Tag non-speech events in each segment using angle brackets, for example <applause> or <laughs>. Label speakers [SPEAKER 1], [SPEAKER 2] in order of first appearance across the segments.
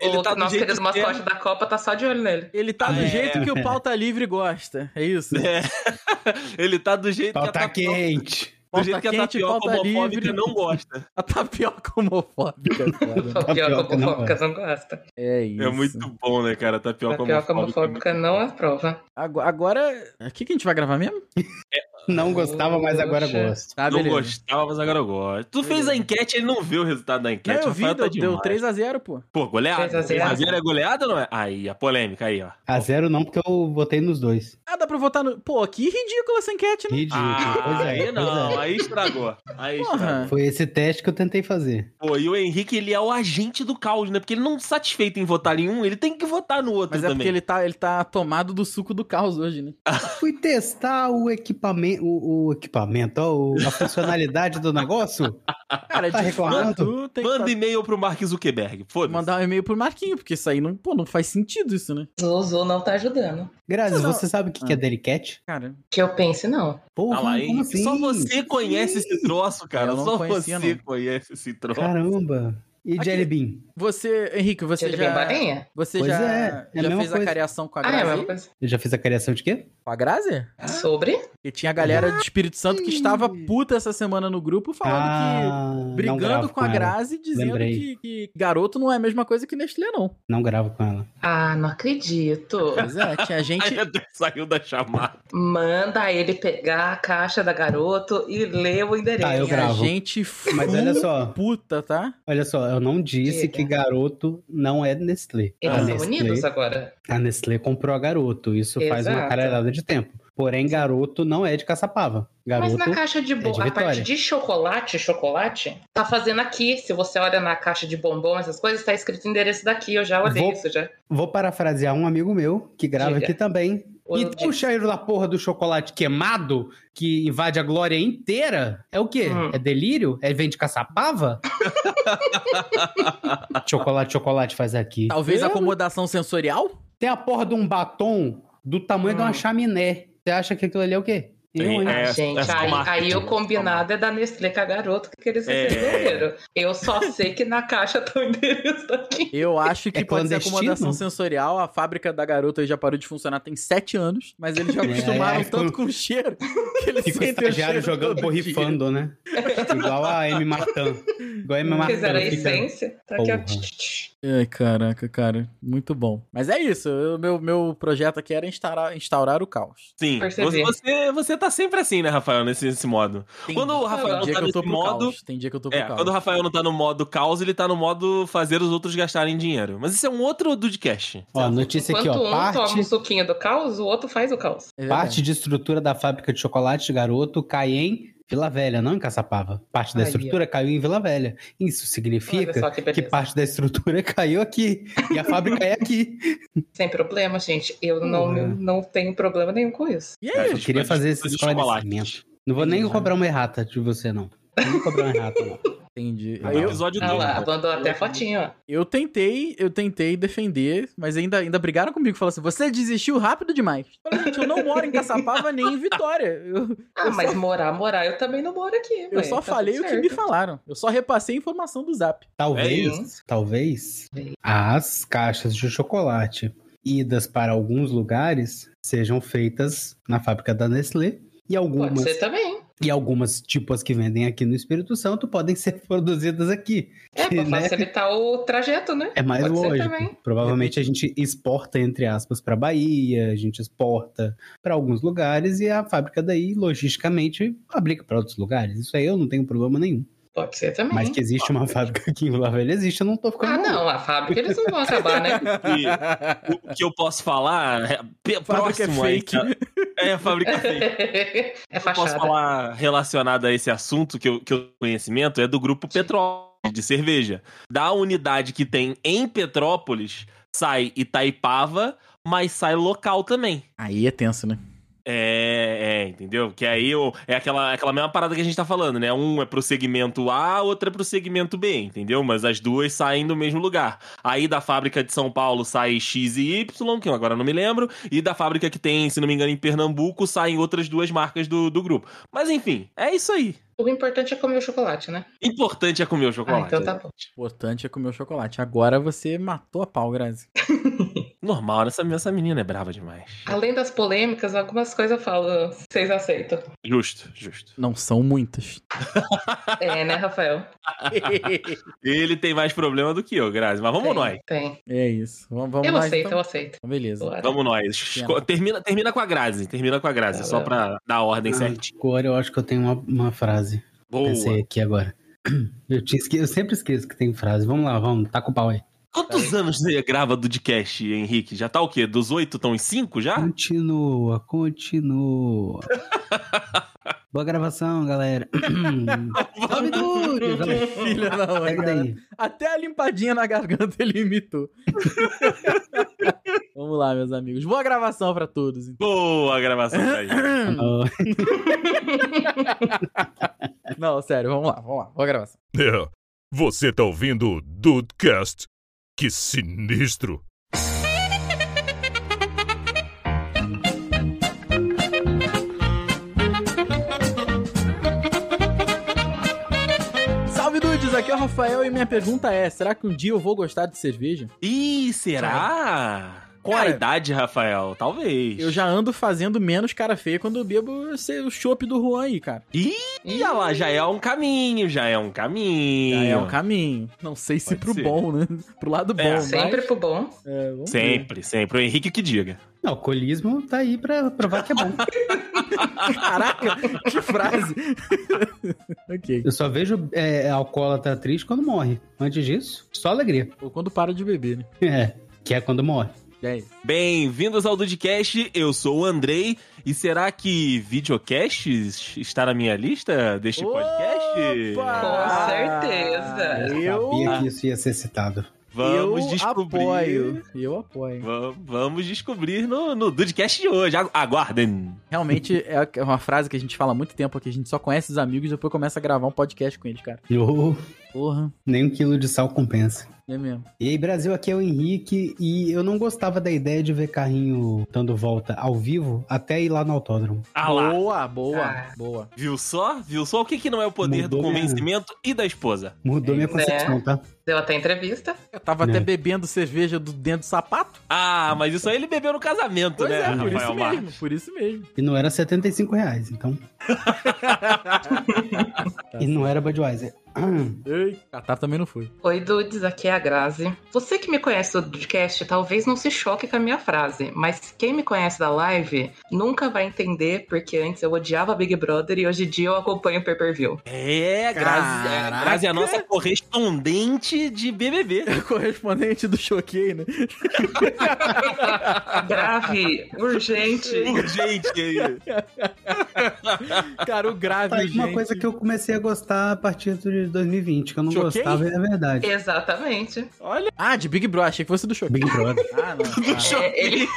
[SPEAKER 1] ele tá do
[SPEAKER 2] nosso
[SPEAKER 1] jeito
[SPEAKER 2] querido mascote
[SPEAKER 1] certo.
[SPEAKER 2] da Copa tá só de olho nele.
[SPEAKER 3] Ele tá do
[SPEAKER 1] É.
[SPEAKER 3] jeito que o pauta livre gosta. É isso.
[SPEAKER 1] É. Ele tá do jeito que a
[SPEAKER 4] Pauta
[SPEAKER 1] tapioca,
[SPEAKER 4] quente.
[SPEAKER 1] do
[SPEAKER 3] Pauta
[SPEAKER 1] jeito que a
[SPEAKER 3] quente,
[SPEAKER 1] tapioca
[SPEAKER 3] pauta
[SPEAKER 1] homofóbica
[SPEAKER 3] livre.
[SPEAKER 1] não gosta.
[SPEAKER 3] <laughs> A tapioca homofóbica. é cara.
[SPEAKER 2] Só que a
[SPEAKER 4] Tapioca não
[SPEAKER 2] homofóbica não gosta.
[SPEAKER 3] É isso.
[SPEAKER 1] É muito bom, né, cara? Tapioca,
[SPEAKER 4] é
[SPEAKER 2] Tapioca homofóbica
[SPEAKER 1] homofóbica.
[SPEAKER 2] não aprova.
[SPEAKER 3] Ago- Agora. O que, que a gente vai gravar mesmo?
[SPEAKER 4] Não gostava, mas agora
[SPEAKER 2] Poxa.
[SPEAKER 4] gosto.
[SPEAKER 3] Tá,
[SPEAKER 1] não
[SPEAKER 3] beleza.
[SPEAKER 1] gostava, mas agora eu gosto. Tu fez a enquete, ele não viu o resultado da
[SPEAKER 3] Não,
[SPEAKER 1] enquete.
[SPEAKER 3] eu vi,
[SPEAKER 1] Rafael tá
[SPEAKER 3] deu, deu
[SPEAKER 1] demais.
[SPEAKER 3] 3x0, pô.
[SPEAKER 1] Pô,
[SPEAKER 2] 3 a
[SPEAKER 1] goleada.
[SPEAKER 2] 0.
[SPEAKER 1] 3x0 é goleada ou não é? Aí, a polêmica aí, ó.
[SPEAKER 4] A zero não, porque eu votei nos dois.
[SPEAKER 3] Ah, dá pra votar no. Pô, que ridícula essa enquete, né?
[SPEAKER 4] Ridículo. pois é,
[SPEAKER 1] Ah, aí
[SPEAKER 4] pois é.
[SPEAKER 1] não, aí estragou. Aí estragou.
[SPEAKER 3] Porra.
[SPEAKER 4] Foi esse teste que eu tentei fazer.
[SPEAKER 1] Pô, e o Henrique, ele é o agente do caos, né? Porque ele não satisfeito em votar em um, ele tem que votar no outro
[SPEAKER 3] Mas é
[SPEAKER 1] também.
[SPEAKER 3] porque ele tá, ele tá tomado do suco do caos hoje, né?
[SPEAKER 4] Fui testar o equipamento, o, o equipamento, ó, o- a funcionalidade do negócio.
[SPEAKER 3] Cara,
[SPEAKER 4] Tá
[SPEAKER 3] de
[SPEAKER 4] reclamando?
[SPEAKER 3] fato, tem que
[SPEAKER 1] Manda
[SPEAKER 3] tá-
[SPEAKER 1] e-mail pro Mark Zuckerberg. Foda-se.
[SPEAKER 3] mandar um e-mail pro Marquinho, porque isso aí não, pô, não faz sentido isso, né?
[SPEAKER 2] Zuzu não tá ajudando.
[SPEAKER 4] Grazi,
[SPEAKER 3] Não, não.
[SPEAKER 4] você sabe o que, que é delicate?
[SPEAKER 3] Cara,
[SPEAKER 2] Que eu pense, não.
[SPEAKER 4] Porra,
[SPEAKER 1] Ah lá, hein?
[SPEAKER 4] como assim?
[SPEAKER 1] Só você conhece esse troço, cara.
[SPEAKER 3] Eu não
[SPEAKER 1] Só
[SPEAKER 3] conhecia,
[SPEAKER 1] você
[SPEAKER 3] não.
[SPEAKER 1] conhece esse troço.
[SPEAKER 4] Caramba. E
[SPEAKER 3] Aqui.
[SPEAKER 4] Jelly Bean?
[SPEAKER 3] você, Henrique, você
[SPEAKER 2] Ele
[SPEAKER 3] já.
[SPEAKER 2] bem balinha?
[SPEAKER 3] Você
[SPEAKER 4] Pois
[SPEAKER 3] já,
[SPEAKER 4] é, é a
[SPEAKER 3] já
[SPEAKER 4] mesma
[SPEAKER 3] fez a
[SPEAKER 4] coisa.
[SPEAKER 3] cariação com a
[SPEAKER 2] Ah, é a mesma
[SPEAKER 3] Grazi?
[SPEAKER 2] coisa.
[SPEAKER 4] Eu já fiz a cariação de quê?
[SPEAKER 3] com a Grazi?
[SPEAKER 2] Sobre?
[SPEAKER 3] E tinha a galera do Espírito Santo que estava puta essa semana no grupo falando que.
[SPEAKER 4] Ah, não
[SPEAKER 3] Brigando
[SPEAKER 4] gravo
[SPEAKER 3] com a
[SPEAKER 4] ela.
[SPEAKER 3] Grazi, dizendo
[SPEAKER 4] Lembrei.
[SPEAKER 3] que, que garoto não é a mesma coisa que Nestlé, não.
[SPEAKER 4] Não gravo com ela.
[SPEAKER 2] Ah, não
[SPEAKER 3] <laughs>
[SPEAKER 2] acredito.
[SPEAKER 3] Pois é, tinha
[SPEAKER 4] <laughs>
[SPEAKER 3] gente.
[SPEAKER 1] <laughs> Aí até saiu da chamada.
[SPEAKER 2] Manda ele pegar a caixa da garoto e ler o endereço.
[SPEAKER 4] Ah, eu
[SPEAKER 3] Tinha
[SPEAKER 4] gravo.
[SPEAKER 3] gente
[SPEAKER 4] Mas olha só,
[SPEAKER 3] puta, tá?
[SPEAKER 4] olha só, eu não disse
[SPEAKER 2] Diga.
[SPEAKER 4] que garoto não é Nestlé.
[SPEAKER 2] Eles
[SPEAKER 1] Ah,
[SPEAKER 2] são
[SPEAKER 4] Nestlé.
[SPEAKER 2] unidos agora.
[SPEAKER 4] A Nestlé comprou a Garoto, isso faz uma
[SPEAKER 2] Exato.
[SPEAKER 4] caralhada de tempo. Porém, Garoto não é de Caçapava.
[SPEAKER 2] Mas
[SPEAKER 4] Garoto
[SPEAKER 2] na caixa de
[SPEAKER 4] é de
[SPEAKER 2] bombom, a
[SPEAKER 4] Vitória.
[SPEAKER 2] parte de chocolate, chocolate, tá fazendo aqui. Se você olha na caixa de bombom, essas coisas, tá escrito o endereço daqui. Eu já olhei
[SPEAKER 4] Vou-
[SPEAKER 2] isso já.
[SPEAKER 4] Vou parafrasear um amigo meu que grava
[SPEAKER 2] Diga.
[SPEAKER 4] aqui também.
[SPEAKER 2] O-
[SPEAKER 4] e o cheiro da porra do chocolate queimado que invade a glória inteira é o quê?
[SPEAKER 2] Hum.
[SPEAKER 4] É delírio? É vem
[SPEAKER 2] <laughs>
[SPEAKER 4] de caçapava? chocolate, chocolate faz aqui.
[SPEAKER 3] Talvez
[SPEAKER 4] É.
[SPEAKER 3] acomodação sensorial?
[SPEAKER 4] Tem a porra de um batom do tamanho de
[SPEAKER 2] Hum.
[SPEAKER 4] uma chaminé. Você acha que aquilo ali é o quê?
[SPEAKER 1] Tem-
[SPEAKER 4] hein?
[SPEAKER 2] Ah,
[SPEAKER 1] é-
[SPEAKER 2] gente,
[SPEAKER 1] é só
[SPEAKER 2] aí,
[SPEAKER 1] marketing,
[SPEAKER 2] aí
[SPEAKER 1] né?
[SPEAKER 2] o combinado é da Nestlé com a garoto que eles
[SPEAKER 1] É.
[SPEAKER 2] resolveram. Eu só sei que na caixa tá o endereço daqui.
[SPEAKER 3] Eu acho que
[SPEAKER 4] É
[SPEAKER 3] pode ser
[SPEAKER 4] clandestino?
[SPEAKER 3] acomodação sensorial. A fábrica da garota aí já parou de funcionar tem sete anos, mas eles já
[SPEAKER 4] É,
[SPEAKER 3] acostumaram
[SPEAKER 4] é, é,
[SPEAKER 3] tanto com o cheiro que eles
[SPEAKER 4] Fica o
[SPEAKER 3] sentem o
[SPEAKER 4] estagiário
[SPEAKER 3] cheiro
[SPEAKER 4] jogando,
[SPEAKER 3] todo dia.
[SPEAKER 4] borrifando, né? Igual a M. Martin. Igual a M. Martin.
[SPEAKER 2] Fizeram a
[SPEAKER 4] fica-
[SPEAKER 2] essência. Tá aqui, ó.
[SPEAKER 4] Porra.
[SPEAKER 3] Ai, caraca, cara. Muito bom. Mas é isso. eu- meu, meu projeto aqui era instaurar, instaurar o caos.
[SPEAKER 1] Sim. Você,
[SPEAKER 2] Percebi.
[SPEAKER 1] você, você tá sempre assim, né, Rafael, nesse, nesse modo.
[SPEAKER 3] Tem,
[SPEAKER 1] Quando o Rafael
[SPEAKER 3] tem dia
[SPEAKER 1] tá
[SPEAKER 3] que eu tô
[SPEAKER 1] nesse
[SPEAKER 3] pro
[SPEAKER 1] modo-
[SPEAKER 3] caos. Tem dia que eu tô pro
[SPEAKER 1] É,
[SPEAKER 3] caos.
[SPEAKER 1] quando o Rafael não tá no modo caos, ele tá no modo fazer os outros gastarem dinheiro. Mas isso é um outro Dudcast.
[SPEAKER 4] Ó, notícia aqui,
[SPEAKER 2] Enquanto
[SPEAKER 4] ó.
[SPEAKER 2] um toma
[SPEAKER 4] Parte,
[SPEAKER 2] um suquinho do caos, o outro faz o caos.
[SPEAKER 1] tá
[SPEAKER 3] É verdade.
[SPEAKER 4] parte de estrutura da fábrica de chocolate de garoto cai em Vila Velha, não em Caçapava. Parte da
[SPEAKER 2] Aí, ó.
[SPEAKER 4] estrutura caiu em Vila Velha. Isso
[SPEAKER 2] Olha
[SPEAKER 4] significa
[SPEAKER 2] só que
[SPEAKER 4] que
[SPEAKER 2] beleza.
[SPEAKER 4] parte da estrutura <laughs> caiu aqui. E a fábrica é aqui.
[SPEAKER 2] Sem problema, gente. Eu não,
[SPEAKER 4] Porra.
[SPEAKER 2] não tenho problema nenhum com isso.
[SPEAKER 3] E
[SPEAKER 1] É,
[SPEAKER 3] aí,
[SPEAKER 4] Eu
[SPEAKER 1] gente,
[SPEAKER 4] queria
[SPEAKER 1] mas
[SPEAKER 4] fazer
[SPEAKER 1] de
[SPEAKER 4] esse
[SPEAKER 1] chocolate.
[SPEAKER 4] esclarecimento. Não vou nem cobrar uma errata de você, não. Não vou cobrar uma errata, não.
[SPEAKER 1] é,
[SPEAKER 3] entendi.
[SPEAKER 4] Ah,
[SPEAKER 3] Eu-
[SPEAKER 1] Episódio
[SPEAKER 2] Ah
[SPEAKER 1] dois,
[SPEAKER 2] lá,
[SPEAKER 1] né?
[SPEAKER 2] mandou até fotinho, ó.
[SPEAKER 3] Eu tentei, eu tentei defender, mas ainda, ainda brigaram comigo. Falaram assim, você desistiu rápido demais. Eu falei, gente, eu não moro em Caçapava nem em Vitória. Eu,
[SPEAKER 2] Ah, mas morar, morar, eu também não moro aqui. tá
[SPEAKER 3] eu só falei o que me falaram. Eu só repassei a informação do Zap.
[SPEAKER 1] É
[SPEAKER 4] Talvez,
[SPEAKER 2] isso.
[SPEAKER 4] talvez,
[SPEAKER 2] Sim.
[SPEAKER 4] as caixas de chocolate idas para alguns lugares sejam feitas na fábrica da Nestlé e
[SPEAKER 2] Pode
[SPEAKER 4] algumas,
[SPEAKER 2] ser também.
[SPEAKER 4] e algumas tipo as que vendem aqui no Espírito Santo podem ser <laughs> produzidas aqui.
[SPEAKER 2] É, pra
[SPEAKER 4] Né?
[SPEAKER 2] facilitar o trajeto, né?
[SPEAKER 4] É mais
[SPEAKER 2] Pode ser
[SPEAKER 4] lógico.
[SPEAKER 2] também.
[SPEAKER 4] Provavelmente a gente exporta entre aspas para Bahia, a gente exporta para alguns lugares e a fábrica daí logisticamente fabrica para outros lugares. Isso aí eu não tenho problema nenhum.
[SPEAKER 2] Pode ser também.
[SPEAKER 4] Mas que <laughs> existe uma fábrica aqui em Vila Velha existe, eu não tô ficando
[SPEAKER 2] Ah,
[SPEAKER 4] maluco.
[SPEAKER 2] não, a fábrica eles não vão acabar, né?
[SPEAKER 1] E o que eu posso falar é pe-
[SPEAKER 3] Fábrica é
[SPEAKER 1] próximo aí,
[SPEAKER 3] fake.
[SPEAKER 1] cara. É, a fábrica fake.
[SPEAKER 2] <laughs> é
[SPEAKER 1] Eu posso
[SPEAKER 2] fachada.
[SPEAKER 1] falar relacionado a esse assunto que eu, que eu conhecimento é do grupo Petrópolis de cerveja. Da unidade que tem em Petrópolis, sai Itaipava, mas sai local também.
[SPEAKER 3] Aí é tenso, né?
[SPEAKER 1] É, é, entendeu? Que aí eu, é aquela, aquela mesma parada que a gente tá falando, né? Um é pro segmento A, outra é pro segmento B, entendeu? Mas as duas saem do mesmo lugar. Aí da fábrica de São Paulo sai X e Y, que eu agora não me lembro, e da fábrica que tem, se não me engano, em Pernambuco, saem outras duas marcas do, do grupo. Mas enfim, é isso aí.
[SPEAKER 2] O importante é comer o chocolate, né?
[SPEAKER 1] Importante é comer o
[SPEAKER 2] Ah,
[SPEAKER 1] chocolate.
[SPEAKER 2] então tá bom.
[SPEAKER 3] O importante é comer o chocolate. Agora você matou a pau, Grazi.
[SPEAKER 1] Normal, essa, essa menina é brava demais.
[SPEAKER 2] Além das polêmicas, algumas coisas eu falo,
[SPEAKER 1] <laughs>
[SPEAKER 2] vocês aceitam.
[SPEAKER 1] Justo, justo.
[SPEAKER 3] Não são muitas.
[SPEAKER 2] É, né, Rafael?
[SPEAKER 1] Ele tem mais problema do que eu, Grazi, mas vamos
[SPEAKER 2] Tem,
[SPEAKER 1] nós.
[SPEAKER 2] Tem.
[SPEAKER 3] é isso. Vamos, vamos
[SPEAKER 2] Eu
[SPEAKER 3] lá,
[SPEAKER 2] aceito,
[SPEAKER 3] então.
[SPEAKER 2] eu aceito.
[SPEAKER 3] Então, beleza.
[SPEAKER 2] Bora.
[SPEAKER 1] Vamos
[SPEAKER 3] <laughs>
[SPEAKER 1] nós. Esco- Termina, termina com a Grazi, termina com a Grazi,
[SPEAKER 2] Tá
[SPEAKER 1] só
[SPEAKER 2] bom.
[SPEAKER 1] pra dar a
[SPEAKER 3] Ah,
[SPEAKER 1] ordem certinha.
[SPEAKER 4] Agora eu acho que eu tenho uma, uma frase.
[SPEAKER 1] Boa.
[SPEAKER 4] Pensei aqui agora. <clears throat> Eu, tinha esque- eu sempre esqueço que tem frase. Vamos lá, vamos, tá com o pau aí.
[SPEAKER 1] Quantos anos você grava do podcast, Henrique? Já tá o quê? Dos oito estão em cinco
[SPEAKER 3] Ah.
[SPEAKER 1] já?
[SPEAKER 3] Hum. <laughs>
[SPEAKER 4] Continua, continua. Boa gravação, galera. Salve duro, galera.
[SPEAKER 3] Filha da mãe,
[SPEAKER 4] Segue
[SPEAKER 3] cara.
[SPEAKER 4] daí.
[SPEAKER 3] Até a limpadinha na garganta ele imitou. <laughs> Vamos lá, meus amigos. Boa gravação pra todos. então.
[SPEAKER 1] Boa gravação pra
[SPEAKER 3] <laughs>
[SPEAKER 1] gente.
[SPEAKER 4] Ó,
[SPEAKER 3] Não, sério, vamos lá, vamos lá. Boa gravação.
[SPEAKER 5] É, você tá ouvindo o Dudecast? Que sinistro!
[SPEAKER 3] Salve, dudes! Aqui é o Rafael e minha pergunta é: será que um dia eu vou gostar de cerveja?
[SPEAKER 1] Ih, será? Com a
[SPEAKER 3] Cara,
[SPEAKER 1] idade, Rafael? Talvez.
[SPEAKER 3] Eu já ando fazendo menos cara feia quando eu bebo esse- o chopp do Juan aí, cara.
[SPEAKER 1] Ih, olha lá, já é um caminho, já é um caminho.
[SPEAKER 3] Já é um caminho. Não sei se
[SPEAKER 1] Pode
[SPEAKER 3] pro
[SPEAKER 1] ser.
[SPEAKER 3] bom, né? Pro lado bom,
[SPEAKER 1] É,
[SPEAKER 3] mas-
[SPEAKER 2] Sempre pro bom.
[SPEAKER 3] É, vamos ver.
[SPEAKER 1] Sempre, sempre. O Henrique que diga.
[SPEAKER 4] não, alcoolismo tá aí pra provar que é bom.
[SPEAKER 3] Caraca, que frase. <laughs> ok.
[SPEAKER 4] Eu só vejo é, alcoólatra triste quando morre. Antes disso, só alegria.
[SPEAKER 3] Ou quando para de beber, né?
[SPEAKER 4] É, que é quando morre.
[SPEAKER 3] E aí?
[SPEAKER 1] Bem-vindos ao Dudcast, eu sou o Andrei. E será que videocast está na minha lista deste podcast?
[SPEAKER 3] Opa! Ah,
[SPEAKER 2] Com certeza.
[SPEAKER 3] É, Eu,
[SPEAKER 4] Sabia que isso ia ser citado.
[SPEAKER 1] Vamos
[SPEAKER 3] eu
[SPEAKER 1] descobrir.
[SPEAKER 3] apoio. Eu apoio.
[SPEAKER 1] Va- Vamos descobrir no, no Dudcast de hoje. Agu- Aguardem.
[SPEAKER 3] Realmente é uma frase que a gente fala há muito tempo aqui. A gente só conhece os amigos e depois começa a gravar um podcast com eles, cara.
[SPEAKER 4] Eu,
[SPEAKER 3] Porra,
[SPEAKER 4] nem um quilo de sal compensa.
[SPEAKER 3] é mesmo.
[SPEAKER 4] E aí, Brasil, aqui é o Henrique e eu não gostava da ideia de ver carrinho dando volta ao vivo até ir lá no autódromo.
[SPEAKER 1] Ah lá.
[SPEAKER 3] Boa, boa,
[SPEAKER 2] Ah.
[SPEAKER 3] boa.
[SPEAKER 1] Viu só? Viu só o que, que não é o poder do
[SPEAKER 4] Mudou minha-
[SPEAKER 1] convencimento e da esposa?
[SPEAKER 4] Mudou
[SPEAKER 3] É
[SPEAKER 4] minha
[SPEAKER 2] isso,
[SPEAKER 4] concepção,
[SPEAKER 2] é.
[SPEAKER 4] tá?
[SPEAKER 2] Deu até entrevista.
[SPEAKER 3] Eu tava
[SPEAKER 4] Né.
[SPEAKER 3] até bebendo cerveja do dentro do sapato.
[SPEAKER 1] Ah, mas isso aí ele bebeu no casamento,
[SPEAKER 3] Pois
[SPEAKER 1] né,
[SPEAKER 3] é, por isso
[SPEAKER 1] Rafael Marques?
[SPEAKER 3] mesmo, por isso mesmo.
[SPEAKER 4] E não era R$ 75 reais, então. e não era Budweiser. Ah,
[SPEAKER 3] Ei, Catar também não foi.
[SPEAKER 2] Oi, Dudes, aqui é a Grazi. Você que me conhece do podcast talvez não se choque com a minha frase, mas quem me conhece da live nunca vai entender porque antes eu odiava Big Brother e hoje em dia eu acompanho o pay per
[SPEAKER 1] <laughs>
[SPEAKER 2] view.
[SPEAKER 1] É, Grazi,
[SPEAKER 3] Caraca.
[SPEAKER 1] Grazi é a nossa correspondente de BBB.
[SPEAKER 3] Correspondente do Choquei, né?
[SPEAKER 2] Grave, urgente.
[SPEAKER 1] Urgente aí.
[SPEAKER 3] Cara, o grave,
[SPEAKER 4] tá aí uma
[SPEAKER 3] gente.
[SPEAKER 4] coisa que eu comecei a gostar a partir de 2020, que eu não
[SPEAKER 3] Choquei?
[SPEAKER 4] gostava, é verdade.
[SPEAKER 2] Exatamente.
[SPEAKER 1] Olha.
[SPEAKER 3] Ah, de Big Brother. Achei que fosse do Choquei.
[SPEAKER 4] Big Brother.
[SPEAKER 3] Ah,
[SPEAKER 2] <laughs>
[SPEAKER 3] não. Ah,
[SPEAKER 1] Choquei.
[SPEAKER 2] É, ele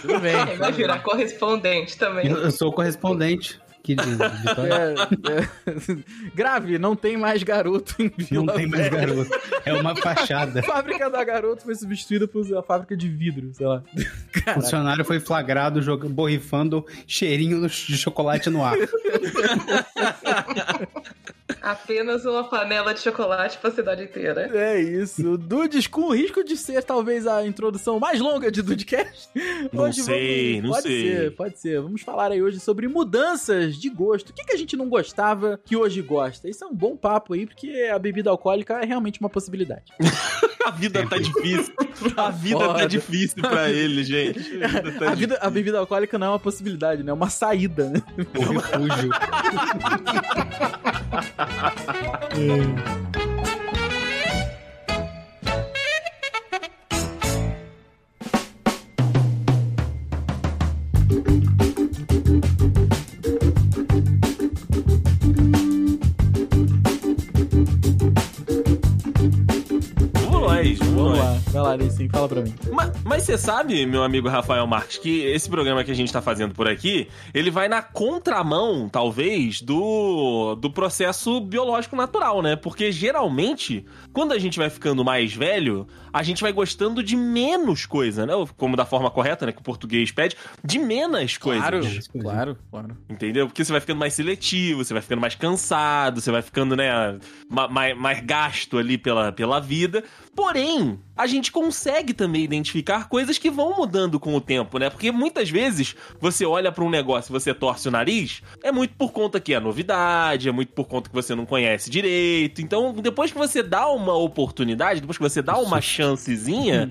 [SPEAKER 3] tudo bem.
[SPEAKER 2] vai virar correspondente também.
[SPEAKER 4] Eu, eu sou o correspondente que diz. Vitória.
[SPEAKER 3] É, é. <laughs> Grave, não tem mais garoto em Vila
[SPEAKER 4] Não tem mais garoto. É uma fachada.
[SPEAKER 3] A fábrica da garoto foi substituída por a fábrica de vidro, sei lá.
[SPEAKER 4] O funcionário foi flagrado joga- borrifando cheirinho no ch- de chocolate no ar.
[SPEAKER 2] Apenas uma panela de chocolate pra cidade inteira.
[SPEAKER 3] É isso. Dudes, com o risco de ser talvez a introdução mais longa de Dudecast.
[SPEAKER 1] Não sei, não
[SPEAKER 3] pode
[SPEAKER 1] sei.
[SPEAKER 3] ser, pode ser. Vamos falar aí hoje sobre mudanças de gosto. O que, que a gente não gostava que hoje gosta? Isso é um bom papo aí, porque a bebida alcoólica é realmente uma possibilidade.
[SPEAKER 1] A vida tá difícil. A vida tá
[SPEAKER 3] foda.
[SPEAKER 1] difícil pra ele, gente. vida tá
[SPEAKER 3] A, vida- a bebida alcoólica não é uma possibilidade, né? É uma saída, né?
[SPEAKER 4] O refúgio.
[SPEAKER 1] Vamos lá, gente.
[SPEAKER 3] Vamos
[SPEAKER 1] Vamos lá. é.
[SPEAKER 3] lá, vai lá, falar nisso, hein? Fala pra mim.
[SPEAKER 1] Ma- Mas você sabe, meu amigo Rafael Marques, que esse programa que a gente tá fazendo por aqui, ele vai na contramão, talvez, do, do processo biológico natural, né? Porque geralmente, quando a gente vai ficando mais velho, a gente vai gostando de menos coisa, né? Ou Como da forma correta, né? Que o português pede, de menos coisas.
[SPEAKER 3] Claro,
[SPEAKER 4] Coisas.
[SPEAKER 3] claro, claro.
[SPEAKER 1] Entendeu? Porque você vai ficando mais seletivo, você vai ficando mais cansado, você vai ficando, né, ma- mais, mais gasto ali pela, pela vida. Porém, a gente consegue também identificar coisas que vão mudando com o tempo, né? Porque muitas vezes você olha pra um negócio e você torce o nariz, é muito por conta que é novidade, é muito por conta que você não conhece direito. Então, depois que você dá uma oportunidade, depois que você dá uma chancezinha,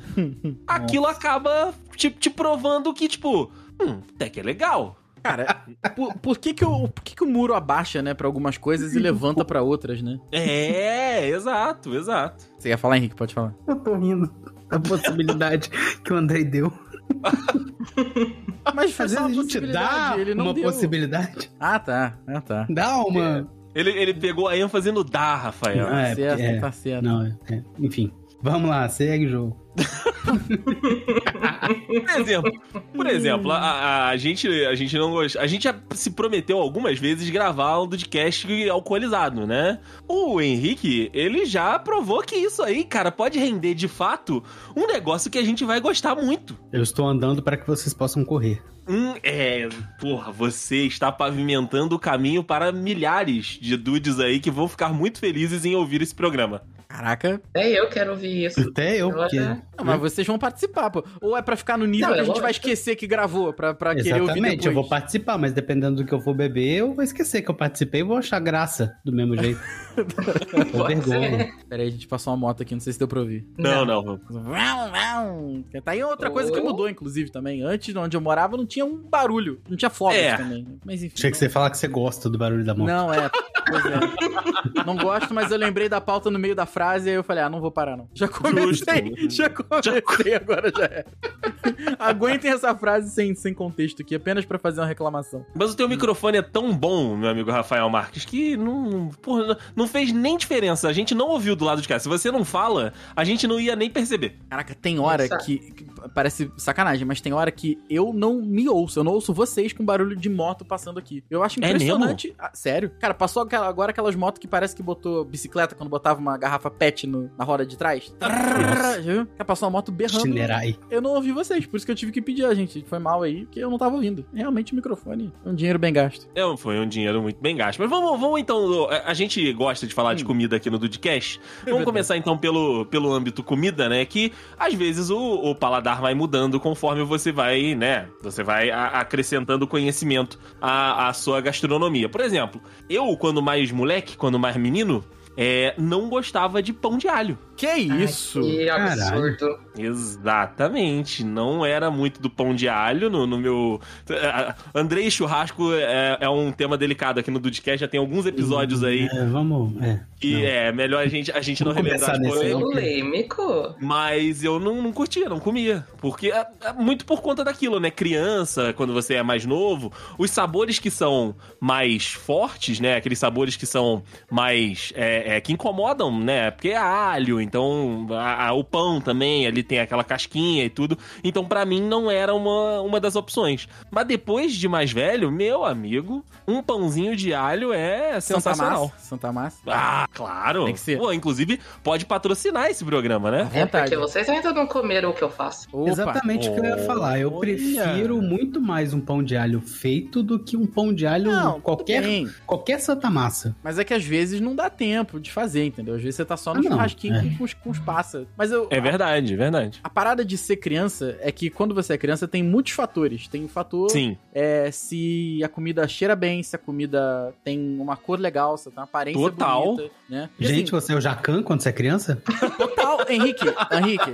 [SPEAKER 1] aquilo acaba te, te provando que, tipo, hum, até que é legal.
[SPEAKER 3] Cara, por, por que que o, por que que o muro abaixa, né, pra algumas coisas e levanta pra outras, né?
[SPEAKER 1] É, exato, exato.
[SPEAKER 3] Você ia falar, Henrique? Pode falar.
[SPEAKER 4] <laughs> Eu tô rindo da possibilidade que o Andrei deu.
[SPEAKER 3] Mas
[SPEAKER 4] Às vezes
[SPEAKER 3] uma
[SPEAKER 4] a gente dá
[SPEAKER 3] possibilidade, ele não
[SPEAKER 4] uma
[SPEAKER 3] deu.
[SPEAKER 4] possibilidade.
[SPEAKER 3] Ah, tá. Ah, tá.
[SPEAKER 4] Dá uma.
[SPEAKER 1] Ele, ele pegou a ênfase no dá, Rafael.
[SPEAKER 4] Ah, é,
[SPEAKER 3] certo,
[SPEAKER 4] é.
[SPEAKER 3] tá certo.
[SPEAKER 4] Não, é, é. enfim. Vamos lá, segue o jogo.
[SPEAKER 1] Por exemplo, por exemplo a, a- a gente, a gente não gosta. A gente já se prometeu algumas vezes gravar um podcast alcoolizado, né? O Henrique, ele já provou que isso aí, cara, pode render de fato um negócio que a gente vai gostar muito.
[SPEAKER 4] Eu estou andando para que vocês possam correr.
[SPEAKER 1] Hum, é, porra, você está pavimentando o caminho para milhares de dudes aí que vão ficar muito felizes em ouvir esse programa.
[SPEAKER 3] Caraca.
[SPEAKER 2] Até É, eu quero ouvir isso.
[SPEAKER 4] Até eu,
[SPEAKER 2] Eu
[SPEAKER 4] porque.
[SPEAKER 2] já-
[SPEAKER 3] Não,
[SPEAKER 4] Hum?
[SPEAKER 3] mas vocês vão participar, pô. Ou é pra ficar no nível
[SPEAKER 2] Não,
[SPEAKER 3] que
[SPEAKER 2] é
[SPEAKER 3] a gente vai
[SPEAKER 2] lógico.
[SPEAKER 3] esquecer que gravou, pra, pra querer ouvir depois.
[SPEAKER 4] Exatamente, eu vou participar, mas dependendo do que eu for beber, eu vou esquecer que eu participei e vou achar graça do
[SPEAKER 3] <laughs>
[SPEAKER 4] mesmo jeito. Ou
[SPEAKER 2] Pode ser.
[SPEAKER 4] vergonha.
[SPEAKER 3] Pera aí, a gente passou uma moto aqui, não sei se deu pra ouvir.
[SPEAKER 1] Não, não, não.
[SPEAKER 3] Vrau, vrau. Tá aí outra coisa que
[SPEAKER 2] Oh.
[SPEAKER 3] mudou, inclusive, também. Antes, de onde eu morava, não tinha um barulho. Não tinha fogos
[SPEAKER 1] É.
[SPEAKER 3] também. né? Mas enfim.
[SPEAKER 4] Tinha que você falar que você gosta do barulho da moto.
[SPEAKER 3] Não, é. Pois é. Não gosto, mas eu lembrei da pauta no meio da frase e aí eu falei, ah, não vou parar, não. Já comecei,
[SPEAKER 1] Justo.
[SPEAKER 3] já comecei, agora
[SPEAKER 1] <laughs>
[SPEAKER 3] já é. Aguentem essa frase sem, sem contexto aqui, apenas pra fazer uma reclamação.
[SPEAKER 1] Mas o teu microfone é tão bom, meu amigo Rafael Marques, que não, porra, não- não fez nem diferença. A gente não ouviu do lado de cá. Se você não fala, a gente não ia nem perceber.
[SPEAKER 3] Caraca, tem hora
[SPEAKER 2] Nossa.
[SPEAKER 3] que, que Parece sacanagem, mas tem hora que eu não me ouço. Eu não ouço vocês com barulho de moto passando aqui. Eu acho
[SPEAKER 1] É mesmo?
[SPEAKER 3] impressionante. Ah, sério? Cara, passou aquela- agora aquelas motos que parece que botou bicicleta quando botava uma garrafa pet no- na roda de trás. Já viu? Cara, passou uma moto berrando.
[SPEAKER 4] Shinerai.
[SPEAKER 3] Eu não ouvi vocês, por isso que eu tive que pedir a gente. Foi mal aí, porque eu não tava ouvindo. Realmente o microfone é um dinheiro bem gasto.
[SPEAKER 1] É, foi um dinheiro muito bem gasto. Mas vamos, vamos então. A a gente gosta de falar de
[SPEAKER 3] Hum. É
[SPEAKER 1] comida aqui no Dudcast. Vamos
[SPEAKER 3] verdade.
[SPEAKER 1] começar então pelo, pelo âmbito comida, né? Que às vezes o, o paladar vai mudando conforme você vai, né? Você vai a- acrescentando conhecimento à, à sua gastronomia. Por exemplo, eu, quando mais moleque, quando mais menino, é, não gostava de pão de alho.
[SPEAKER 3] Que isso?
[SPEAKER 2] Que
[SPEAKER 4] Caralho.
[SPEAKER 2] absurdo.
[SPEAKER 1] Exatamente, não era muito do pão de alho no, no meu. Ah, Andrei Churrasco é, é um tema delicado aqui no Dudcast, já tem alguns episódios aí
[SPEAKER 4] É, vamos. É.
[SPEAKER 1] que
[SPEAKER 4] não.
[SPEAKER 1] é melhor a gente, a gente não
[SPEAKER 4] Vamos
[SPEAKER 1] relembrar
[SPEAKER 4] começar
[SPEAKER 1] de
[SPEAKER 4] nesse
[SPEAKER 1] polêmica.
[SPEAKER 4] não.
[SPEAKER 2] Polêmico.
[SPEAKER 1] Mas eu não, não curtia, não comia. Porque é, é muito por conta daquilo, né? Criança, quando você é mais novo, os sabores que são mais fortes, né? Aqueles sabores que são mais. é, é, que incomodam, né? Porque é alho, então a- a- o pão também, ali tem aquela casquinha e tudo. Então, pra mim, não era uma, uma das opções. Mas depois de mais velho, meu amigo, um pãozinho de alho é
[SPEAKER 3] Santa
[SPEAKER 1] sensacional.
[SPEAKER 3] Massa? Santa Massa?
[SPEAKER 1] Ah, claro.
[SPEAKER 3] Tem que ser.
[SPEAKER 1] Pô, inclusive, pode patrocinar esse programa, né?
[SPEAKER 2] É
[SPEAKER 3] Vontade.
[SPEAKER 2] porque vocês ainda não comeram o que eu faço.
[SPEAKER 3] Opa.
[SPEAKER 4] Exatamente o que eu ia falar. Eu
[SPEAKER 1] Olha.
[SPEAKER 4] prefiro muito mais um pão de alho feito do que um pão de alho
[SPEAKER 3] Não, qualquer...
[SPEAKER 4] qualquer, qualquer santa massa.
[SPEAKER 3] Mas é que às vezes não dá tempo de fazer, entendeu? Às vezes você tá só no
[SPEAKER 4] Ah, não.
[SPEAKER 3] churrasquinho
[SPEAKER 4] É.
[SPEAKER 3] com, os, com os pássaros. Mas eu,
[SPEAKER 1] É verdade, é verdade.
[SPEAKER 3] a parada de ser criança é que quando você é criança tem muitos fatores. Tem o fator
[SPEAKER 1] Sim,
[SPEAKER 3] é, se a comida cheira bem, se a comida tem uma cor legal, se tem uma aparência é
[SPEAKER 1] Total.
[SPEAKER 3] bonita, né? E,
[SPEAKER 4] Gente,
[SPEAKER 3] assim,
[SPEAKER 4] você é o Jacan quando você é criança?
[SPEAKER 3] total, Henrique, Henrique,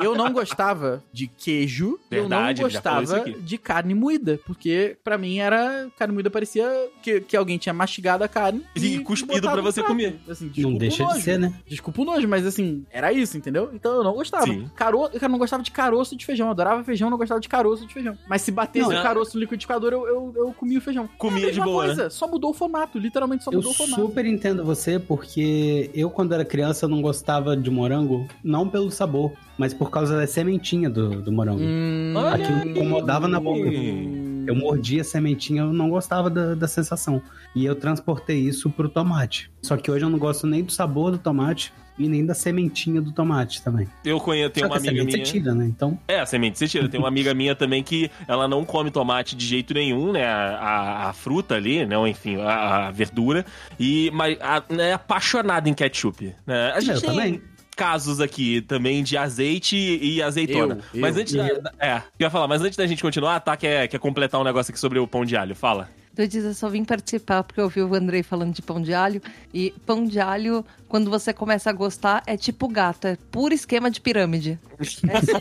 [SPEAKER 3] eu não gostava de queijo,
[SPEAKER 1] Verdade,
[SPEAKER 3] eu não
[SPEAKER 1] ele já falou isso
[SPEAKER 3] gostava
[SPEAKER 1] aqui.
[SPEAKER 3] de carne moída, porque pra mim era carne moída parecia que, que alguém tinha mastigado a carne
[SPEAKER 1] E cuspido
[SPEAKER 3] botado
[SPEAKER 1] pra
[SPEAKER 3] no
[SPEAKER 1] você
[SPEAKER 3] prato.
[SPEAKER 1] comer.
[SPEAKER 3] Assim,
[SPEAKER 4] Não
[SPEAKER 3] desculpa o
[SPEAKER 4] deixa de
[SPEAKER 3] nojo.
[SPEAKER 4] ser, né?
[SPEAKER 3] Desculpa o nojo, mas assim, era isso, entendeu? Então eu não gostava.
[SPEAKER 1] Sim.
[SPEAKER 3] Caro... Eu não gostava de caroço de feijão. Eu adorava feijão, não gostava de caroço de feijão. Mas se batesse
[SPEAKER 1] Não, é-
[SPEAKER 3] o caroço no liquidificador, eu, eu, eu comia o feijão.
[SPEAKER 1] Comia
[SPEAKER 3] é a mesma
[SPEAKER 1] de boa, né?
[SPEAKER 3] coisa, só mudou o formato. Literalmente só
[SPEAKER 4] Eu
[SPEAKER 3] mudou o formato.
[SPEAKER 4] super entendo você, porque eu, quando era criança, eu não gostava de morango, não pelo sabor, mas por causa da sementinha do, do morango.
[SPEAKER 3] Hum,
[SPEAKER 1] Olha
[SPEAKER 4] Aquilo me incomodava na boca.
[SPEAKER 1] Hum.
[SPEAKER 4] Eu mordia a sementinha, eu não gostava da, da sensação. E eu transportei isso pro tomate. Só que hoje eu não gosto nem do sabor do tomate e nem da sementinha do tomate também.
[SPEAKER 1] Eu conheço, tem
[SPEAKER 4] Só que
[SPEAKER 1] uma
[SPEAKER 4] a
[SPEAKER 1] amiga
[SPEAKER 4] semente
[SPEAKER 1] minha.
[SPEAKER 4] você tira, né? Então,
[SPEAKER 1] É, a semente você tira. Tem uma amiga minha também que ela não come tomate de jeito nenhum, né? A, a- a fruta ali, né? Ou, Enfim, a, a verdura. E, mas a- é apaixonada em ketchup. Né? A gente
[SPEAKER 4] eu
[SPEAKER 1] tem
[SPEAKER 4] também.
[SPEAKER 1] casos aqui também de azeite e azeitona.
[SPEAKER 3] Eu,
[SPEAKER 1] mas
[SPEAKER 3] eu,
[SPEAKER 1] antes da, da- É, eu ia falar, mas antes da gente continuar, tá? Quer, quer completar um negócio aqui sobre o pão de alho? Fala.
[SPEAKER 6] Dudes, Então, eu só vim participar porque eu ouvi o Andrei falando de pão de alho. E pão de alho, quando você começa a gostar, é tipo gato, é puro esquema de pirâmide. É só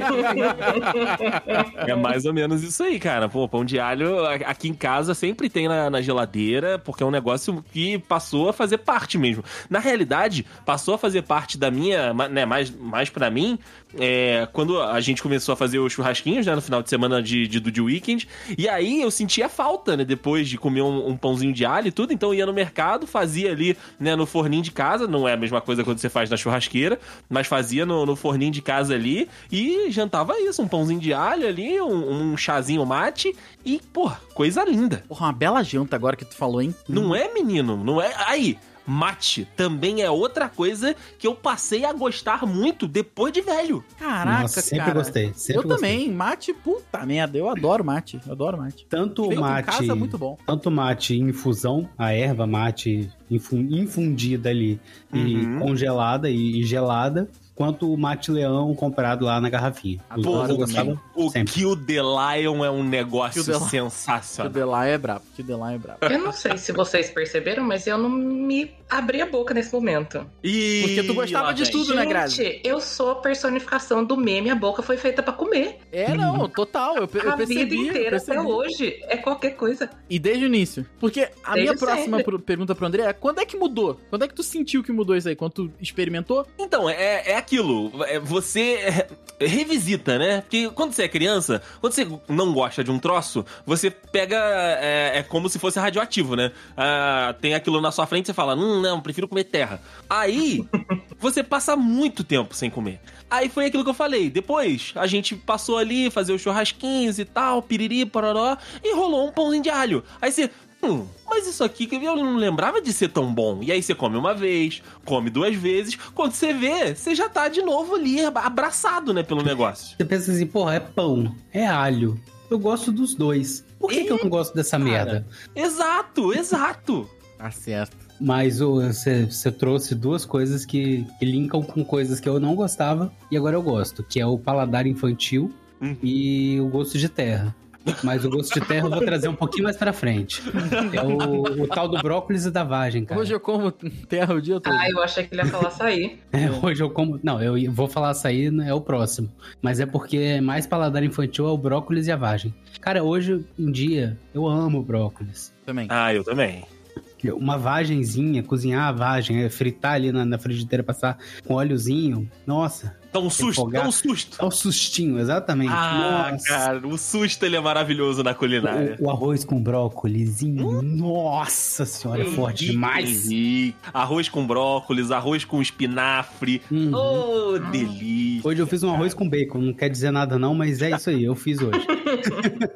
[SPEAKER 6] isso.
[SPEAKER 1] É mais ou menos isso aí, cara. Pô, pão de alho a- aqui em casa sempre tem na, na geladeira, porque é um negócio que passou a fazer parte mesmo. Na realidade, passou a fazer parte da minha, ma- né, mais, mais pra mim, é, quando a gente começou a fazer os churrasquinhos, né, no final de semana de, de, do- de weekend. E aí eu sentia falta, né, depois de comer um, um pãozinho de alho e tudo. Então eu ia no mercado, fazia ali, né, no forninho de casa. Não é a mesma coisa quando você faz na churrasqueira, mas fazia no, no forninho de casa ali e jantava isso, um pãozinho de alho ali, um, um chazinho mate e, pô, coisa linda.
[SPEAKER 3] Porra, uma bela janta agora que tu falou, hein?
[SPEAKER 1] Não é, menino? Não é? Aí, mate também é outra coisa que eu passei a gostar muito depois de velho.
[SPEAKER 3] Caraca,
[SPEAKER 4] Nossa, sempre
[SPEAKER 3] cara.
[SPEAKER 4] gostei. Sempre
[SPEAKER 3] eu
[SPEAKER 4] gostei.
[SPEAKER 3] também, mate, puta merda, eu adoro mate, eu adoro mate.
[SPEAKER 4] Tanto o
[SPEAKER 3] Feito
[SPEAKER 4] mate.
[SPEAKER 3] em casa é muito bom.
[SPEAKER 4] tanto mate em infusão, a erva mate infu- infundida ali
[SPEAKER 1] Uhum.
[SPEAKER 4] e congelada e, e gelada, quanto o mate leão comprado lá na garrafinha. Os
[SPEAKER 3] Pô,
[SPEAKER 4] dois eu
[SPEAKER 1] o-
[SPEAKER 4] gostava
[SPEAKER 1] o
[SPEAKER 4] sempre.
[SPEAKER 1] Kill the Lion é um negócio
[SPEAKER 3] Kill the Lion. Que o
[SPEAKER 1] sensacional.
[SPEAKER 3] Delay é brabo, que o Delay é brabo.
[SPEAKER 2] Eu não sei se vocês perceberam, mas eu não me abri a boca nesse momento.
[SPEAKER 1] E
[SPEAKER 3] Porque tu gostava
[SPEAKER 1] lá
[SPEAKER 3] de
[SPEAKER 1] vem.
[SPEAKER 3] tudo, né, Grazi?
[SPEAKER 2] Gente, eu sou a personificação do meme, a boca foi feita pra comer.
[SPEAKER 4] Hum.
[SPEAKER 3] É, não, total, eu, pe- eu
[SPEAKER 2] a vida
[SPEAKER 3] percebi, eu
[SPEAKER 2] inteira
[SPEAKER 3] percebi.
[SPEAKER 2] até hoje é qualquer coisa.
[SPEAKER 3] E desde o início. Porque a
[SPEAKER 2] Desde
[SPEAKER 3] minha próxima
[SPEAKER 2] sempre.
[SPEAKER 3] pro- pergunta pro André é, quando é que mudou? Quando é que tu sentiu que mudou isso aí? Quando tu experimentou?
[SPEAKER 1] Então, é, é aquilo. é, Você é, revisita, né? Porque quando você é criança, quando você não gosta de um troço, você pega. É, é como se fosse radioativo, né? Ah, tem aquilo na sua frente você fala: Hum, não, prefiro comer terra. Aí, você passa muito tempo sem comer. Aí foi aquilo que eu falei. Depois, a gente passou ali, fazer os churrasquinhos e tal, piriri, pororó, e rolou um pãozinho de alho. Aí você. Hum, mas isso aqui que eu não lembrava de ser tão bom. E aí você come uma vez, come duas vezes. Quando você vê, você já tá de novo ali, abraçado, né, pelo negócio.
[SPEAKER 4] Você pensa assim, porra, é pão, é alho. Eu gosto dos dois. Por que, que eu
[SPEAKER 3] É.
[SPEAKER 4] não gosto dessa merda?
[SPEAKER 1] Exato, exato.
[SPEAKER 3] Tá certo.
[SPEAKER 4] Mas ô, você você trouxe duas coisas que, que linkam com coisas que eu não gostava e agora eu gosto, que é o paladar infantil
[SPEAKER 1] Uhum.
[SPEAKER 4] e o gosto de terra. Mas o gosto de terra eu vou trazer um pouquinho mais pra frente. É o, o tal do brócolis e da vagem, cara.
[SPEAKER 3] Hoje eu como <laughs> terra o dia todo.
[SPEAKER 2] Ah, eu achei que ele ia falar
[SPEAKER 3] <laughs>
[SPEAKER 2] sair.
[SPEAKER 4] É, hoje eu como. Não, eu vou falar isso aí, né, é o próximo. Mas é porque é mais paladar infantil é o brócolis e a vagem. Cara, hoje em dia eu amo brócolis.
[SPEAKER 3] Também.
[SPEAKER 1] Ah, eu também.
[SPEAKER 4] Uma vagenzinha, cozinhar a vagem, é, fritar ali na, na frigideira, passar com óleozinho. Nossa,
[SPEAKER 1] Dá um susto, dá um susto.
[SPEAKER 4] é o sustinho, exatamente.
[SPEAKER 1] Ah,
[SPEAKER 4] nossa.
[SPEAKER 1] cara, o susto ele é maravilhoso na culinária.
[SPEAKER 4] O, o arroz com brócolizinho,
[SPEAKER 3] Hum?
[SPEAKER 4] nossa senhora, é forte demais.
[SPEAKER 1] Sim. é Arroz com brócolis, arroz com espinafre.
[SPEAKER 4] Uhum.
[SPEAKER 3] Oh,
[SPEAKER 1] Ô, delícia.
[SPEAKER 4] Hoje eu fiz um arroz com bacon, não quer dizer nada não, mas é isso aí, eu fiz
[SPEAKER 3] <laughs>
[SPEAKER 4] hoje.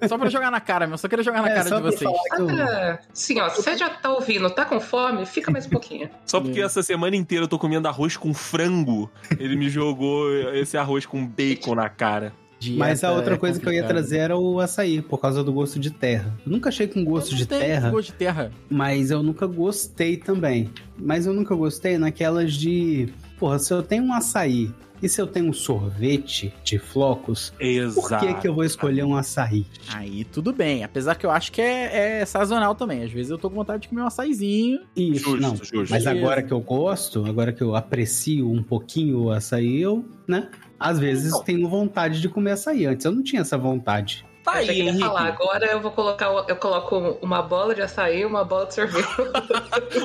[SPEAKER 3] Só pra jogar na cara, meu. Só queria jogar na
[SPEAKER 4] É,
[SPEAKER 3] cara
[SPEAKER 4] só
[SPEAKER 3] de
[SPEAKER 4] pra
[SPEAKER 3] vocês.
[SPEAKER 4] falar que eu-
[SPEAKER 2] Ah, sim, ó, você já tá ouvindo, tá com fome? Fica mais um pouquinho.
[SPEAKER 1] Só porque
[SPEAKER 3] É.
[SPEAKER 1] essa semana inteira eu tô comendo arroz com frango. Ele me jogou esse arroz com bacon na cara.
[SPEAKER 4] Mas a
[SPEAKER 3] Dieta
[SPEAKER 4] outra
[SPEAKER 3] é
[SPEAKER 4] coisa que eu ia
[SPEAKER 3] complicada.
[SPEAKER 4] trazer era o açaí, por causa do gosto de terra. Eu nunca achei com gosto
[SPEAKER 3] Não
[SPEAKER 4] de
[SPEAKER 3] tem
[SPEAKER 4] terra,
[SPEAKER 3] Gosto de terra.
[SPEAKER 4] mas eu nunca gostei também. Mas eu nunca gostei naquelas de. Porra, se eu tenho um açaí e se eu tenho um sorvete de flocos, por
[SPEAKER 1] Exato.
[SPEAKER 4] que, que eu vou escolher um açaí?
[SPEAKER 1] Ah,
[SPEAKER 3] Aí tudo bem. Apesar que eu acho que é, é sazonal também. Às vezes eu tô com vontade de comer um açaizinho.
[SPEAKER 4] Isso,
[SPEAKER 1] Justo,
[SPEAKER 4] não.
[SPEAKER 1] justo.
[SPEAKER 4] Mas
[SPEAKER 3] Beleza.
[SPEAKER 4] agora que eu gosto, agora que eu aprecio um pouquinho o açaí, eu, né? Às vezes tenho vontade de comer açaí. Antes eu não tinha essa vontade.
[SPEAKER 1] Tá aí,
[SPEAKER 2] Achei que ia
[SPEAKER 1] Henrique.
[SPEAKER 2] falar, agora eu vou colocar, o- eu coloco uma bola de açaí e uma bola de
[SPEAKER 4] <laughs>
[SPEAKER 2] sorvete.